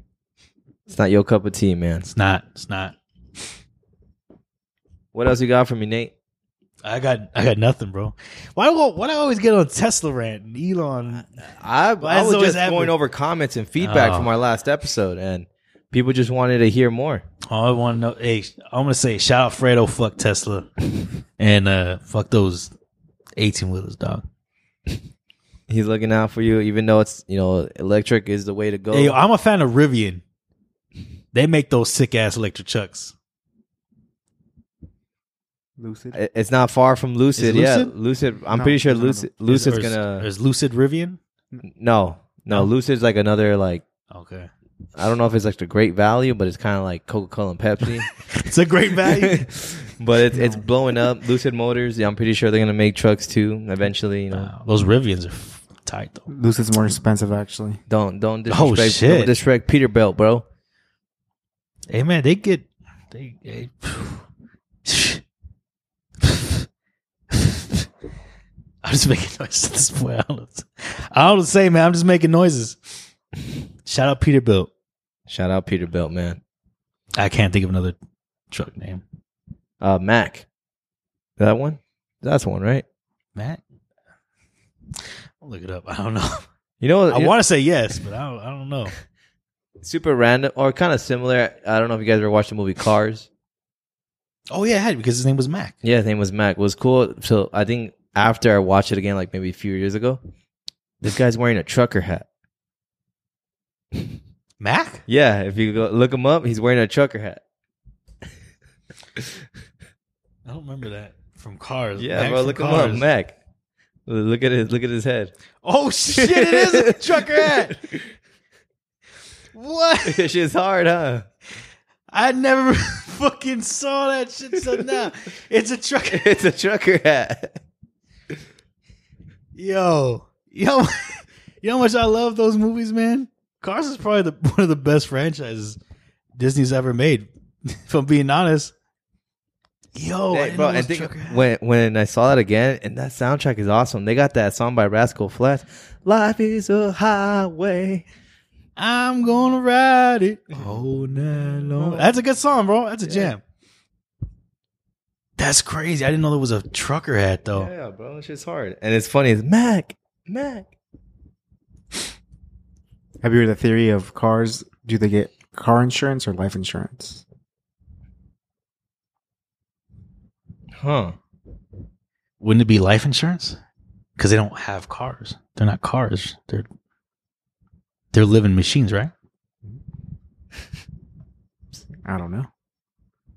[SPEAKER 5] It's not your cup of tea, man.
[SPEAKER 6] It's not. It's not.
[SPEAKER 5] What else you got for me, Nate?
[SPEAKER 6] I got I got nothing, bro. Why do I- why do I always get on Tesla rant and Elon?
[SPEAKER 5] I, I
[SPEAKER 6] Why does
[SPEAKER 5] was
[SPEAKER 6] it always
[SPEAKER 5] just
[SPEAKER 6] happen?
[SPEAKER 5] going over comments and feedback
[SPEAKER 6] Oh.
[SPEAKER 5] from our last episode, and people just wanted to hear more.
[SPEAKER 6] All I want to know, hey, I'm gonna say shout out Fredo, fuck Tesla, and uh fuck those eighteen wheelers, dog.
[SPEAKER 5] He's looking out for you, even though it's you know electric is the way to go.
[SPEAKER 6] Hey, yo, I'm a fan of Rivian. They make those sick ass electric chucks.
[SPEAKER 7] Lucid.
[SPEAKER 5] It- it's not far from Lucid.
[SPEAKER 6] Is
[SPEAKER 5] Yeah,
[SPEAKER 6] Lucid?
[SPEAKER 5] Lucid. I'm
[SPEAKER 6] No,
[SPEAKER 5] pretty sure
[SPEAKER 6] no, no.
[SPEAKER 5] Lucid.
[SPEAKER 6] Is-
[SPEAKER 5] Lucid's
[SPEAKER 6] or is-
[SPEAKER 5] gonna.
[SPEAKER 6] or is Lucid Rivian?
[SPEAKER 5] No, no. Lucid's like another like.
[SPEAKER 6] Okay.
[SPEAKER 5] I don't know if it's like the great value, but it's kind of like Coca Cola and Pepsi.
[SPEAKER 6] it's a great value.
[SPEAKER 5] but it's it's blowing up. Lucid Motors. Yeah, I'm pretty sure they're gonna make trucks too eventually. You know,
[SPEAKER 6] those Rivians are f- tight though.
[SPEAKER 7] Lucid's more expensive, actually.
[SPEAKER 5] Don't don't
[SPEAKER 6] Oh,
[SPEAKER 5] disrespect.
[SPEAKER 6] shit.
[SPEAKER 5] Don't disrespect Peterbilt, bro.
[SPEAKER 6] Hey man, they get they, they I'm just making noises at this point. I don't, know. I don't say, man. I'm just making noises. Shout out Peterbilt.
[SPEAKER 5] Shout out Peterbilt, man.
[SPEAKER 6] I can't think of another truck name.
[SPEAKER 5] Uh, Mac. That one. That's the one, right?
[SPEAKER 6] Matt. I'll look it up. I don't know.
[SPEAKER 5] You know,
[SPEAKER 6] I want to say yes, but I don't, I don't know.
[SPEAKER 5] super random or kind of similar. I don't know if you guys ever watched the movie Cars.
[SPEAKER 6] Oh yeah, I had it because his name was Mac.
[SPEAKER 5] Yeah, his name was Mac. It was cool. So I think after I watched it again, like maybe a few years ago, this guy's wearing a trucker hat.
[SPEAKER 6] Mac?
[SPEAKER 5] Yeah, if you go look him up, he's wearing a trucker hat.
[SPEAKER 6] I don't remember that from Cars.
[SPEAKER 5] Yeah,
[SPEAKER 6] Mac
[SPEAKER 5] bro,
[SPEAKER 6] from
[SPEAKER 5] look him
[SPEAKER 6] Cars.
[SPEAKER 5] up, Mac. Look at his look at his head.
[SPEAKER 6] Oh shit! It is a trucker hat. What?
[SPEAKER 5] That shit's hard, huh?
[SPEAKER 6] I never fucking saw that shit till now. It's a trucker.
[SPEAKER 5] It's a trucker hat.
[SPEAKER 6] Yo, yo, you know how much I love those movies, man. Cars is probably the, one of the best franchises Disney's ever made. If I'm being honest. Yo, Oh,
[SPEAKER 5] Hey,
[SPEAKER 6] I didn't
[SPEAKER 5] bro,
[SPEAKER 6] know it
[SPEAKER 5] and
[SPEAKER 6] was
[SPEAKER 5] think
[SPEAKER 6] trucker hat.
[SPEAKER 5] when when I saw that again, and that soundtrack is awesome. They got that song by Rascal Flatts, "Life Is a Highway."
[SPEAKER 6] I'm gonna ride it all night long. That's a good song, bro. That's a jam. That's crazy. I didn't know there was a trucker hat though.
[SPEAKER 5] Yeah, bro, it's just hard, and it's funny. It's Mac, Mac.
[SPEAKER 7] Have you heard the theory of cars? Do they get car insurance or life insurance?
[SPEAKER 5] Huh.
[SPEAKER 6] Wouldn't it be life insurance? Because they don't have cars. They're not cars. They're they're living machines, right?
[SPEAKER 7] I don't know.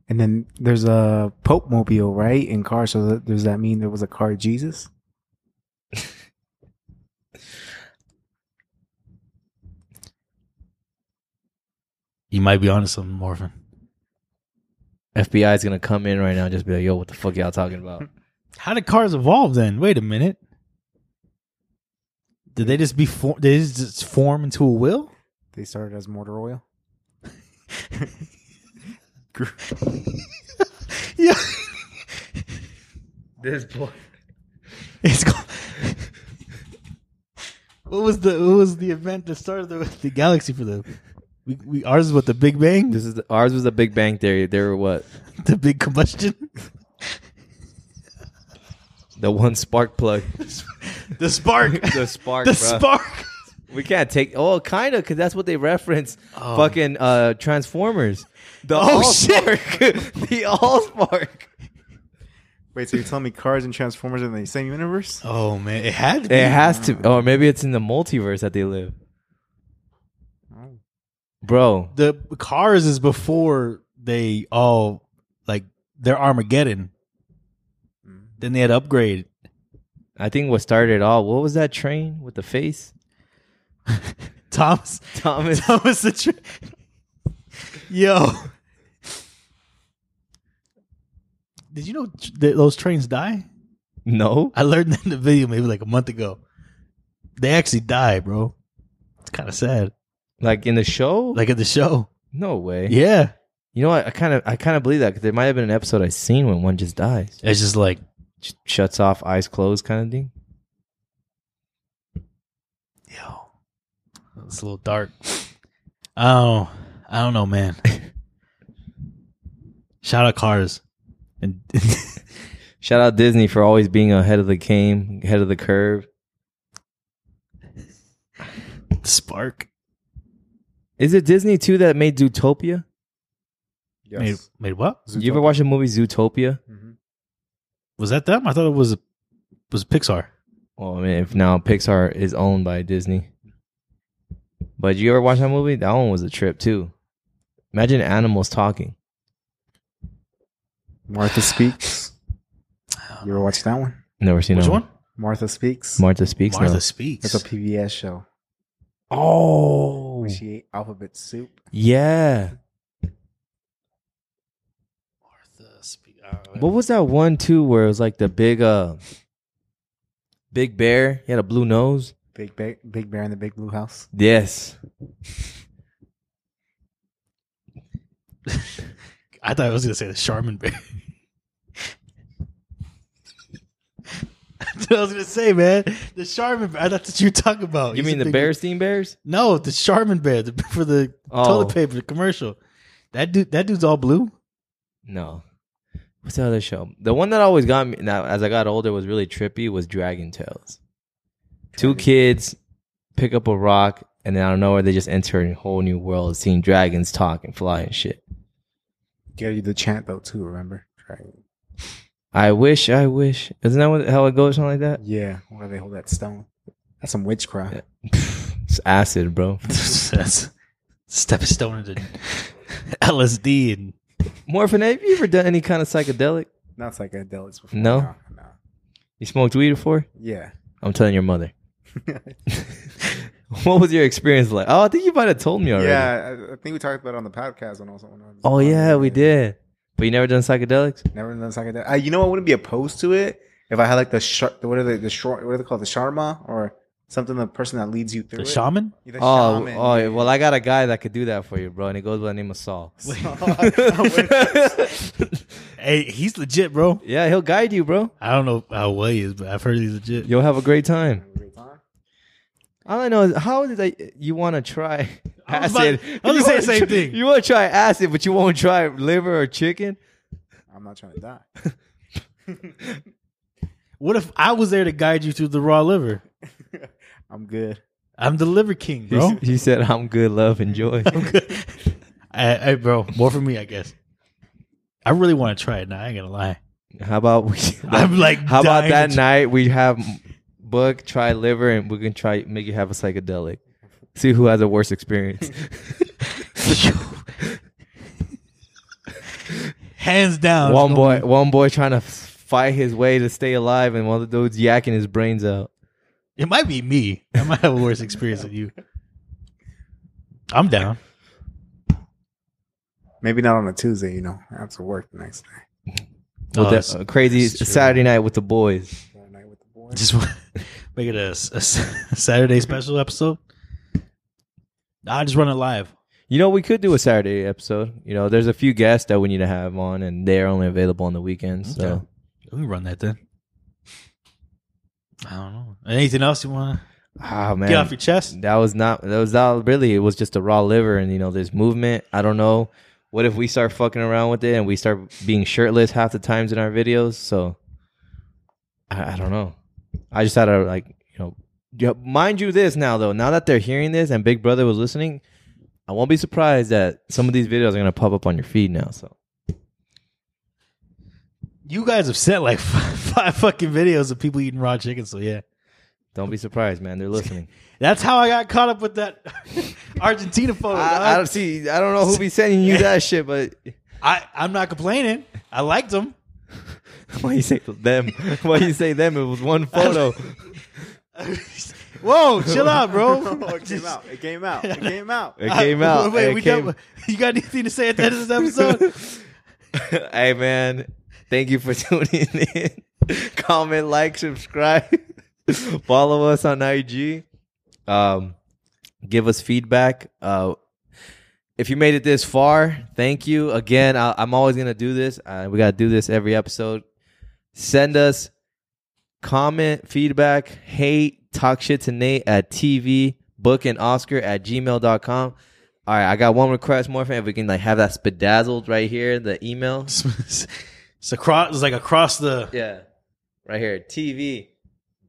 [SPEAKER 7] And then there's a Pope mobile, right? In car. So that, does that mean there was a car of Jesus?
[SPEAKER 6] You might be onto something, Morphin.
[SPEAKER 5] FBI is gonna come in right now and just be like, "Yo, what the fuck y'all talking about?"
[SPEAKER 6] How did cars evolve then? Wait a minute. Did they just be for- did they just form into a will?
[SPEAKER 7] They started as mortar oil.
[SPEAKER 6] yeah.
[SPEAKER 5] This boy.
[SPEAKER 6] It's called What was the what was the event that started the, the galaxy for them? We, we ours is what the Big Bang?
[SPEAKER 5] This is the, ours was the Big Bang Theory. They were what?
[SPEAKER 6] The big combustion?
[SPEAKER 5] The one spark plug.
[SPEAKER 6] The spark.
[SPEAKER 5] the spark.
[SPEAKER 6] The
[SPEAKER 5] bruh.
[SPEAKER 6] spark.
[SPEAKER 5] We can't take. Oh, kind of, because that's what they reference. Fucking uh, Transformers. The
[SPEAKER 6] Oh,
[SPEAKER 5] all
[SPEAKER 6] shit.
[SPEAKER 5] spark. the all spark.
[SPEAKER 7] Wait, so you're telling me cars and Transformers are in the same universe?
[SPEAKER 6] Oh man, it had to be.
[SPEAKER 5] It has to. Or maybe it's in the multiverse that they live. Bro,
[SPEAKER 6] the cars is before they all like their Armageddon.
[SPEAKER 5] Mm.
[SPEAKER 6] Then they had to upgrade.
[SPEAKER 5] I think what started it all. What was that train with the face?
[SPEAKER 6] Thomas
[SPEAKER 5] Thomas
[SPEAKER 6] Thomas the tra- Yo. Did you know tr- that those trains die?
[SPEAKER 5] No.
[SPEAKER 6] I learned that in the video maybe like a month ago. They actually die, bro. It's kind of sad.
[SPEAKER 5] Like in the show?
[SPEAKER 6] Like at the show.
[SPEAKER 5] No way.
[SPEAKER 6] Yeah.
[SPEAKER 5] You know what? I kind of I kind of believe that because there might have been an episode I seen when one just dies.
[SPEAKER 6] It's just like
[SPEAKER 5] Sh- shuts off, eyes closed, kind of thing.
[SPEAKER 6] Yo, it's a little dark. Oh, I don't know, man. Shout out cars, and
[SPEAKER 5] Shout out Disney for always being ahead of the game, ahead of the curve.
[SPEAKER 6] Spark
[SPEAKER 5] Is it Disney too that made Zootopia?
[SPEAKER 6] made made what?
[SPEAKER 5] You ever watch the movie Zootopia?
[SPEAKER 6] Was that them? I thought it was was Pixar.
[SPEAKER 5] Well, I mean, Oh, if now Pixar is owned by Disney. But you ever watch that movie? That one was a trip too. Imagine animals talking.
[SPEAKER 7] Martha Speaks. You ever watch that one?
[SPEAKER 5] Never seen
[SPEAKER 6] Which
[SPEAKER 5] that
[SPEAKER 6] one?
[SPEAKER 7] Martha Speaks.
[SPEAKER 5] Martha speaks.
[SPEAKER 6] Martha
[SPEAKER 5] No.
[SPEAKER 6] speaks.
[SPEAKER 7] It's a PBS show.
[SPEAKER 5] Oh,
[SPEAKER 7] Where she ate alphabet soup.
[SPEAKER 5] yeah.
[SPEAKER 6] Martha speaks. Oh,
[SPEAKER 5] What was that one too? Where it was like the big, uh, big bear. He had a blue nose.
[SPEAKER 7] Big Bear, Big Bear in the Big Blue House.
[SPEAKER 5] Yes.
[SPEAKER 6] I thought I was gonna say the Charmin bear. That's what I was gonna say, man. The Charmin bear. That's what you talk about.
[SPEAKER 5] You
[SPEAKER 6] Oh, He's
[SPEAKER 5] mean
[SPEAKER 6] a
[SPEAKER 5] the
[SPEAKER 6] big-
[SPEAKER 5] Bearstein Bears?
[SPEAKER 6] No, the Charmin bear the, for the
[SPEAKER 5] Oh.
[SPEAKER 6] toilet paper commercial. That dude, that dude's all blue.
[SPEAKER 5] No. What's the other show? The one that always got me now as I got older was really trippy was Dragon Tales. Two kids pick up a rock and then out of nowhere they just enter a whole new world seeing dragons talk and fly and shit.
[SPEAKER 7] Get you the chant though too. Remember? Dragon.
[SPEAKER 5] I wish, I wish. Isn't that what, how it goes, something like that?
[SPEAKER 7] Yeah, where they hold that stone. That's some witchcraft.
[SPEAKER 5] It's acid, bro.
[SPEAKER 6] That's stepping stone into LSD and
[SPEAKER 5] Morphin, have you ever done any kind of psychedelic?
[SPEAKER 7] Not psychedelics before.
[SPEAKER 5] No?
[SPEAKER 7] no, no.
[SPEAKER 5] You smoked weed before?
[SPEAKER 7] Yeah,
[SPEAKER 5] I'm telling your mother. what was your experience like? Oh, I think you might have told me already.
[SPEAKER 7] yeah. I, I think we talked about it on the podcast when I was on. when I was
[SPEAKER 5] Oh
[SPEAKER 7] on
[SPEAKER 5] yeah, we
[SPEAKER 7] here.
[SPEAKER 5] did. But you never done psychedelics?
[SPEAKER 7] Never done psychedelic. I, you know, I wouldn't be opposed to it if I had like the shar what are they the short what are they called the sharma or something the person that leads you through
[SPEAKER 6] the
[SPEAKER 7] it.
[SPEAKER 6] shaman.
[SPEAKER 7] Yeah, the
[SPEAKER 5] Oh,
[SPEAKER 7] shaman.
[SPEAKER 5] oh, well, I got a guy that could do that for you, bro, and he goes by the name of Saul.
[SPEAKER 6] Hey, he's legit, bro.
[SPEAKER 5] yeah, he'll guide you, bro.
[SPEAKER 6] I don't know how well he is, but I've heard he's legit.
[SPEAKER 5] You'll have a great time. All I know is how is that you want to try
[SPEAKER 6] I was about-
[SPEAKER 5] acid?
[SPEAKER 6] I was gonna
[SPEAKER 5] You
[SPEAKER 6] say
[SPEAKER 5] wanna
[SPEAKER 6] the same
[SPEAKER 5] try-
[SPEAKER 6] thing.
[SPEAKER 5] You want to try acid, but you won't try liver or chicken.
[SPEAKER 7] I'm not trying to die.
[SPEAKER 6] What if I was there to guide you through the raw liver?
[SPEAKER 7] I'm good.
[SPEAKER 6] I'm the liver king, bro.
[SPEAKER 5] He said, "I'm good, love, enjoy."
[SPEAKER 6] hey, hey, bro, more for me, I guess. I really want to try it now. I ain't gonna lie.
[SPEAKER 5] How about we?
[SPEAKER 6] I'm, like,
[SPEAKER 5] how about
[SPEAKER 6] dying
[SPEAKER 5] that
[SPEAKER 6] to-
[SPEAKER 5] night we have Book try liver and we can try make you have a psychedelic. See who has a worse experience.
[SPEAKER 6] Hands down.
[SPEAKER 5] One boy, one boy trying to fight his way to stay alive, and one of the dudes yakking his brains out.
[SPEAKER 6] It might be me. I might have a worse experience than you. I'm down.
[SPEAKER 7] Maybe not on a Tuesday, you know. I have to work the next day.
[SPEAKER 5] With
[SPEAKER 6] Oh,
[SPEAKER 5] that
[SPEAKER 6] that's-
[SPEAKER 5] uh, crazy
[SPEAKER 6] that's true.
[SPEAKER 5] Saturday night with the boys.
[SPEAKER 6] Just want make it a, s- a s- a Saturday special episode. I just run it live.
[SPEAKER 5] You know, we could do a Saturday episode. You know, there's a few guests that we need to have on, and they're only available on the weekends. So
[SPEAKER 6] Okay. We can run that then. I don't know. Anything else you want?
[SPEAKER 5] Oh man,
[SPEAKER 6] off your chest.
[SPEAKER 5] That was not. That was not really. It was just a raw liver, and you know, there's movement. I don't know. What if we start fucking around with it and we start being shirtless half the times in our videos? So I, I don't know. I just had to like you know, yeah, mind you this now though. Now that they're hearing this and Big Brother was listening, I won't be surprised that some of these videos are gonna pop up on your feed now. So
[SPEAKER 6] You guys have sent like five, five fucking videos of people eating raw chicken. So yeah,
[SPEAKER 5] don't be surprised, man. They're listening.
[SPEAKER 6] that's how I got caught up with that Argentina photo. dog.
[SPEAKER 5] I, I don't see. I don't know who be sending you that shit, but
[SPEAKER 6] I I'm not complaining. I liked them.
[SPEAKER 5] why you say them? Why you say them? It was one photo.
[SPEAKER 6] Whoa, chill out, bro.
[SPEAKER 7] Oh, it came out. It came out. It came out.
[SPEAKER 5] It came out.
[SPEAKER 6] Wait,
[SPEAKER 5] It
[SPEAKER 6] we
[SPEAKER 5] came-
[SPEAKER 6] done- you got anything to say at the end of this episode?
[SPEAKER 5] hey man, thank you for tuning in. Comment, like, subscribe, follow us on IG. Um, give us feedback. Uh, if you made it this far, thank you again. I, I'm always gonna do this. Uh, we gotta do this every episode. Send us comment, feedback, hate, talk shit to Nate at TV, book and Oscar at gmail.com. All right, I got one request, Morphin. If we can like have that spedazzled right here, the email.
[SPEAKER 6] it's across. It's like across the.
[SPEAKER 5] Yeah, right here. TV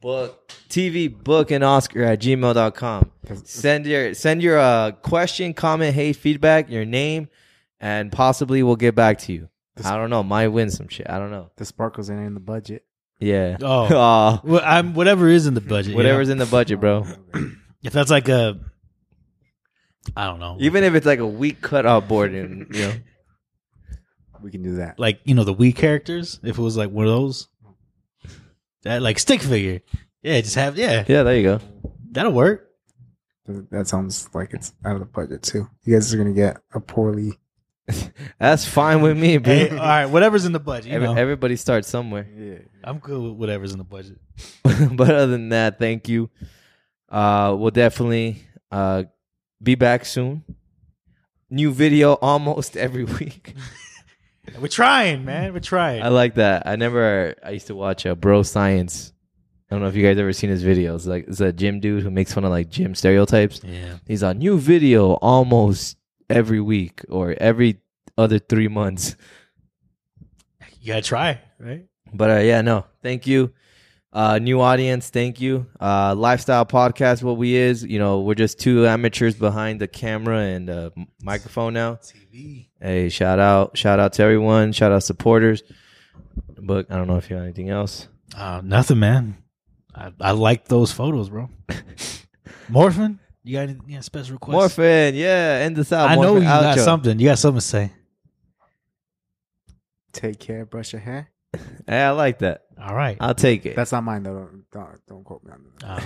[SPEAKER 5] book TV book and Oscar at gmail.com. Send your send your uh, question, comment, hate, feedback, your name, and possibly we'll get back to you. I don't know. Might win some shit. I don't know.
[SPEAKER 7] The sparkles ain't in the budget.
[SPEAKER 5] Yeah.
[SPEAKER 6] Oh,
[SPEAKER 5] Aw.
[SPEAKER 6] Well, I'm whatever is in the budget. you
[SPEAKER 5] whatever's
[SPEAKER 6] know?
[SPEAKER 5] in the budget, bro.
[SPEAKER 6] If that's like a, I don't know,
[SPEAKER 5] Even if it's like a weak cutout board, and you know,
[SPEAKER 7] We can do that.
[SPEAKER 6] like you know the Wii characters. If it was like one of those, that like stick figure. Yeah, just have yeah.
[SPEAKER 5] yeah, there you go.
[SPEAKER 6] That'll work.
[SPEAKER 7] That sounds like it's out of the budget too. You guys are gonna get a poorly.
[SPEAKER 5] That's fine with me, bro.
[SPEAKER 6] Hey, all right, whatever's in the budget. You
[SPEAKER 5] Every-
[SPEAKER 6] know.
[SPEAKER 5] everybody starts somewhere.
[SPEAKER 6] I'm cool with whatever's in the budget.
[SPEAKER 5] but other than that, thank you. Uh, we'll definitely uh, be back soon. New video almost every week.
[SPEAKER 6] We're trying, man. We're trying.
[SPEAKER 5] I like that. I never. I used to watch uh, Bro Science. I don't know if you guys ever seen his videos. Like, it's a gym dude who makes fun of like gym stereotypes.
[SPEAKER 6] Yeah.
[SPEAKER 5] he's on new video almost every week or every other three months.
[SPEAKER 6] you gotta try, right?
[SPEAKER 5] But uh, yeah, no, thank you. Uh, new audience, thank you. Uh, lifestyle podcast, what we is, you know, we're just two amateurs behind the camera and uh, m- microphone now. TV. Hey, shout out, shout out to everyone, shout out supporters. But I don't know if you have anything else.
[SPEAKER 6] Uh, nothing, man. I, I like those photos, bro. Morphin, you got any yeah, special requests?
[SPEAKER 5] Morphin, yeah, end this out.
[SPEAKER 6] I know
[SPEAKER 5] Morphin
[SPEAKER 6] you got
[SPEAKER 5] outro.
[SPEAKER 6] something. You got something to say.
[SPEAKER 7] Take care. Brush your hair.
[SPEAKER 5] Hey, I like that.
[SPEAKER 6] All right.
[SPEAKER 5] I'll take it.
[SPEAKER 7] That's not mine though. Don't don't, don't quote me on that.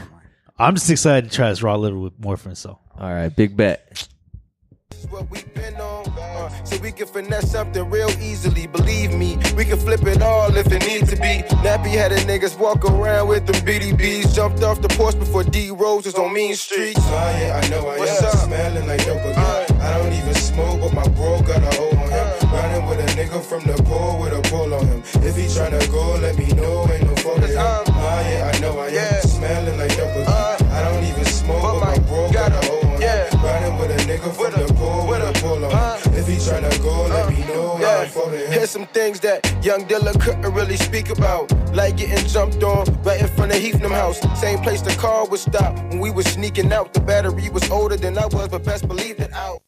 [SPEAKER 6] I'm just excited to try this raw liver with Morphin. So,
[SPEAKER 5] All right, big bet.
[SPEAKER 4] So Uh, we can finesse something real easily, believe me. We can flip it all if it needs to be. Nappy headed niggas walk around with them BDBs. Jumped off the porch before D Rose was on Mean Street.
[SPEAKER 1] Lying, I know I am. Smelling like dope again. I don't even smoke, but my bro got a hole on him.
[SPEAKER 4] Uh.
[SPEAKER 1] Riding with a nigga from the pole with a pole on him. If he tryna go, let me know. Ain't no fault in him.
[SPEAKER 4] uh.
[SPEAKER 1] Lying, I know I am. Smelling like dope again. I don't even smoke, but my bro got a hole on him. Riding with a nigga from the pole with a pole on him. If he tryna go, let
[SPEAKER 4] Uh.
[SPEAKER 1] me know. Ain't no fault in him.
[SPEAKER 4] Here's some things that young Dilla couldn't really speak about. Like getting jumped on right in front of Heathnam House. Same place the car would stop when we was sneaking out. The battery was older than I was, but best believe it out.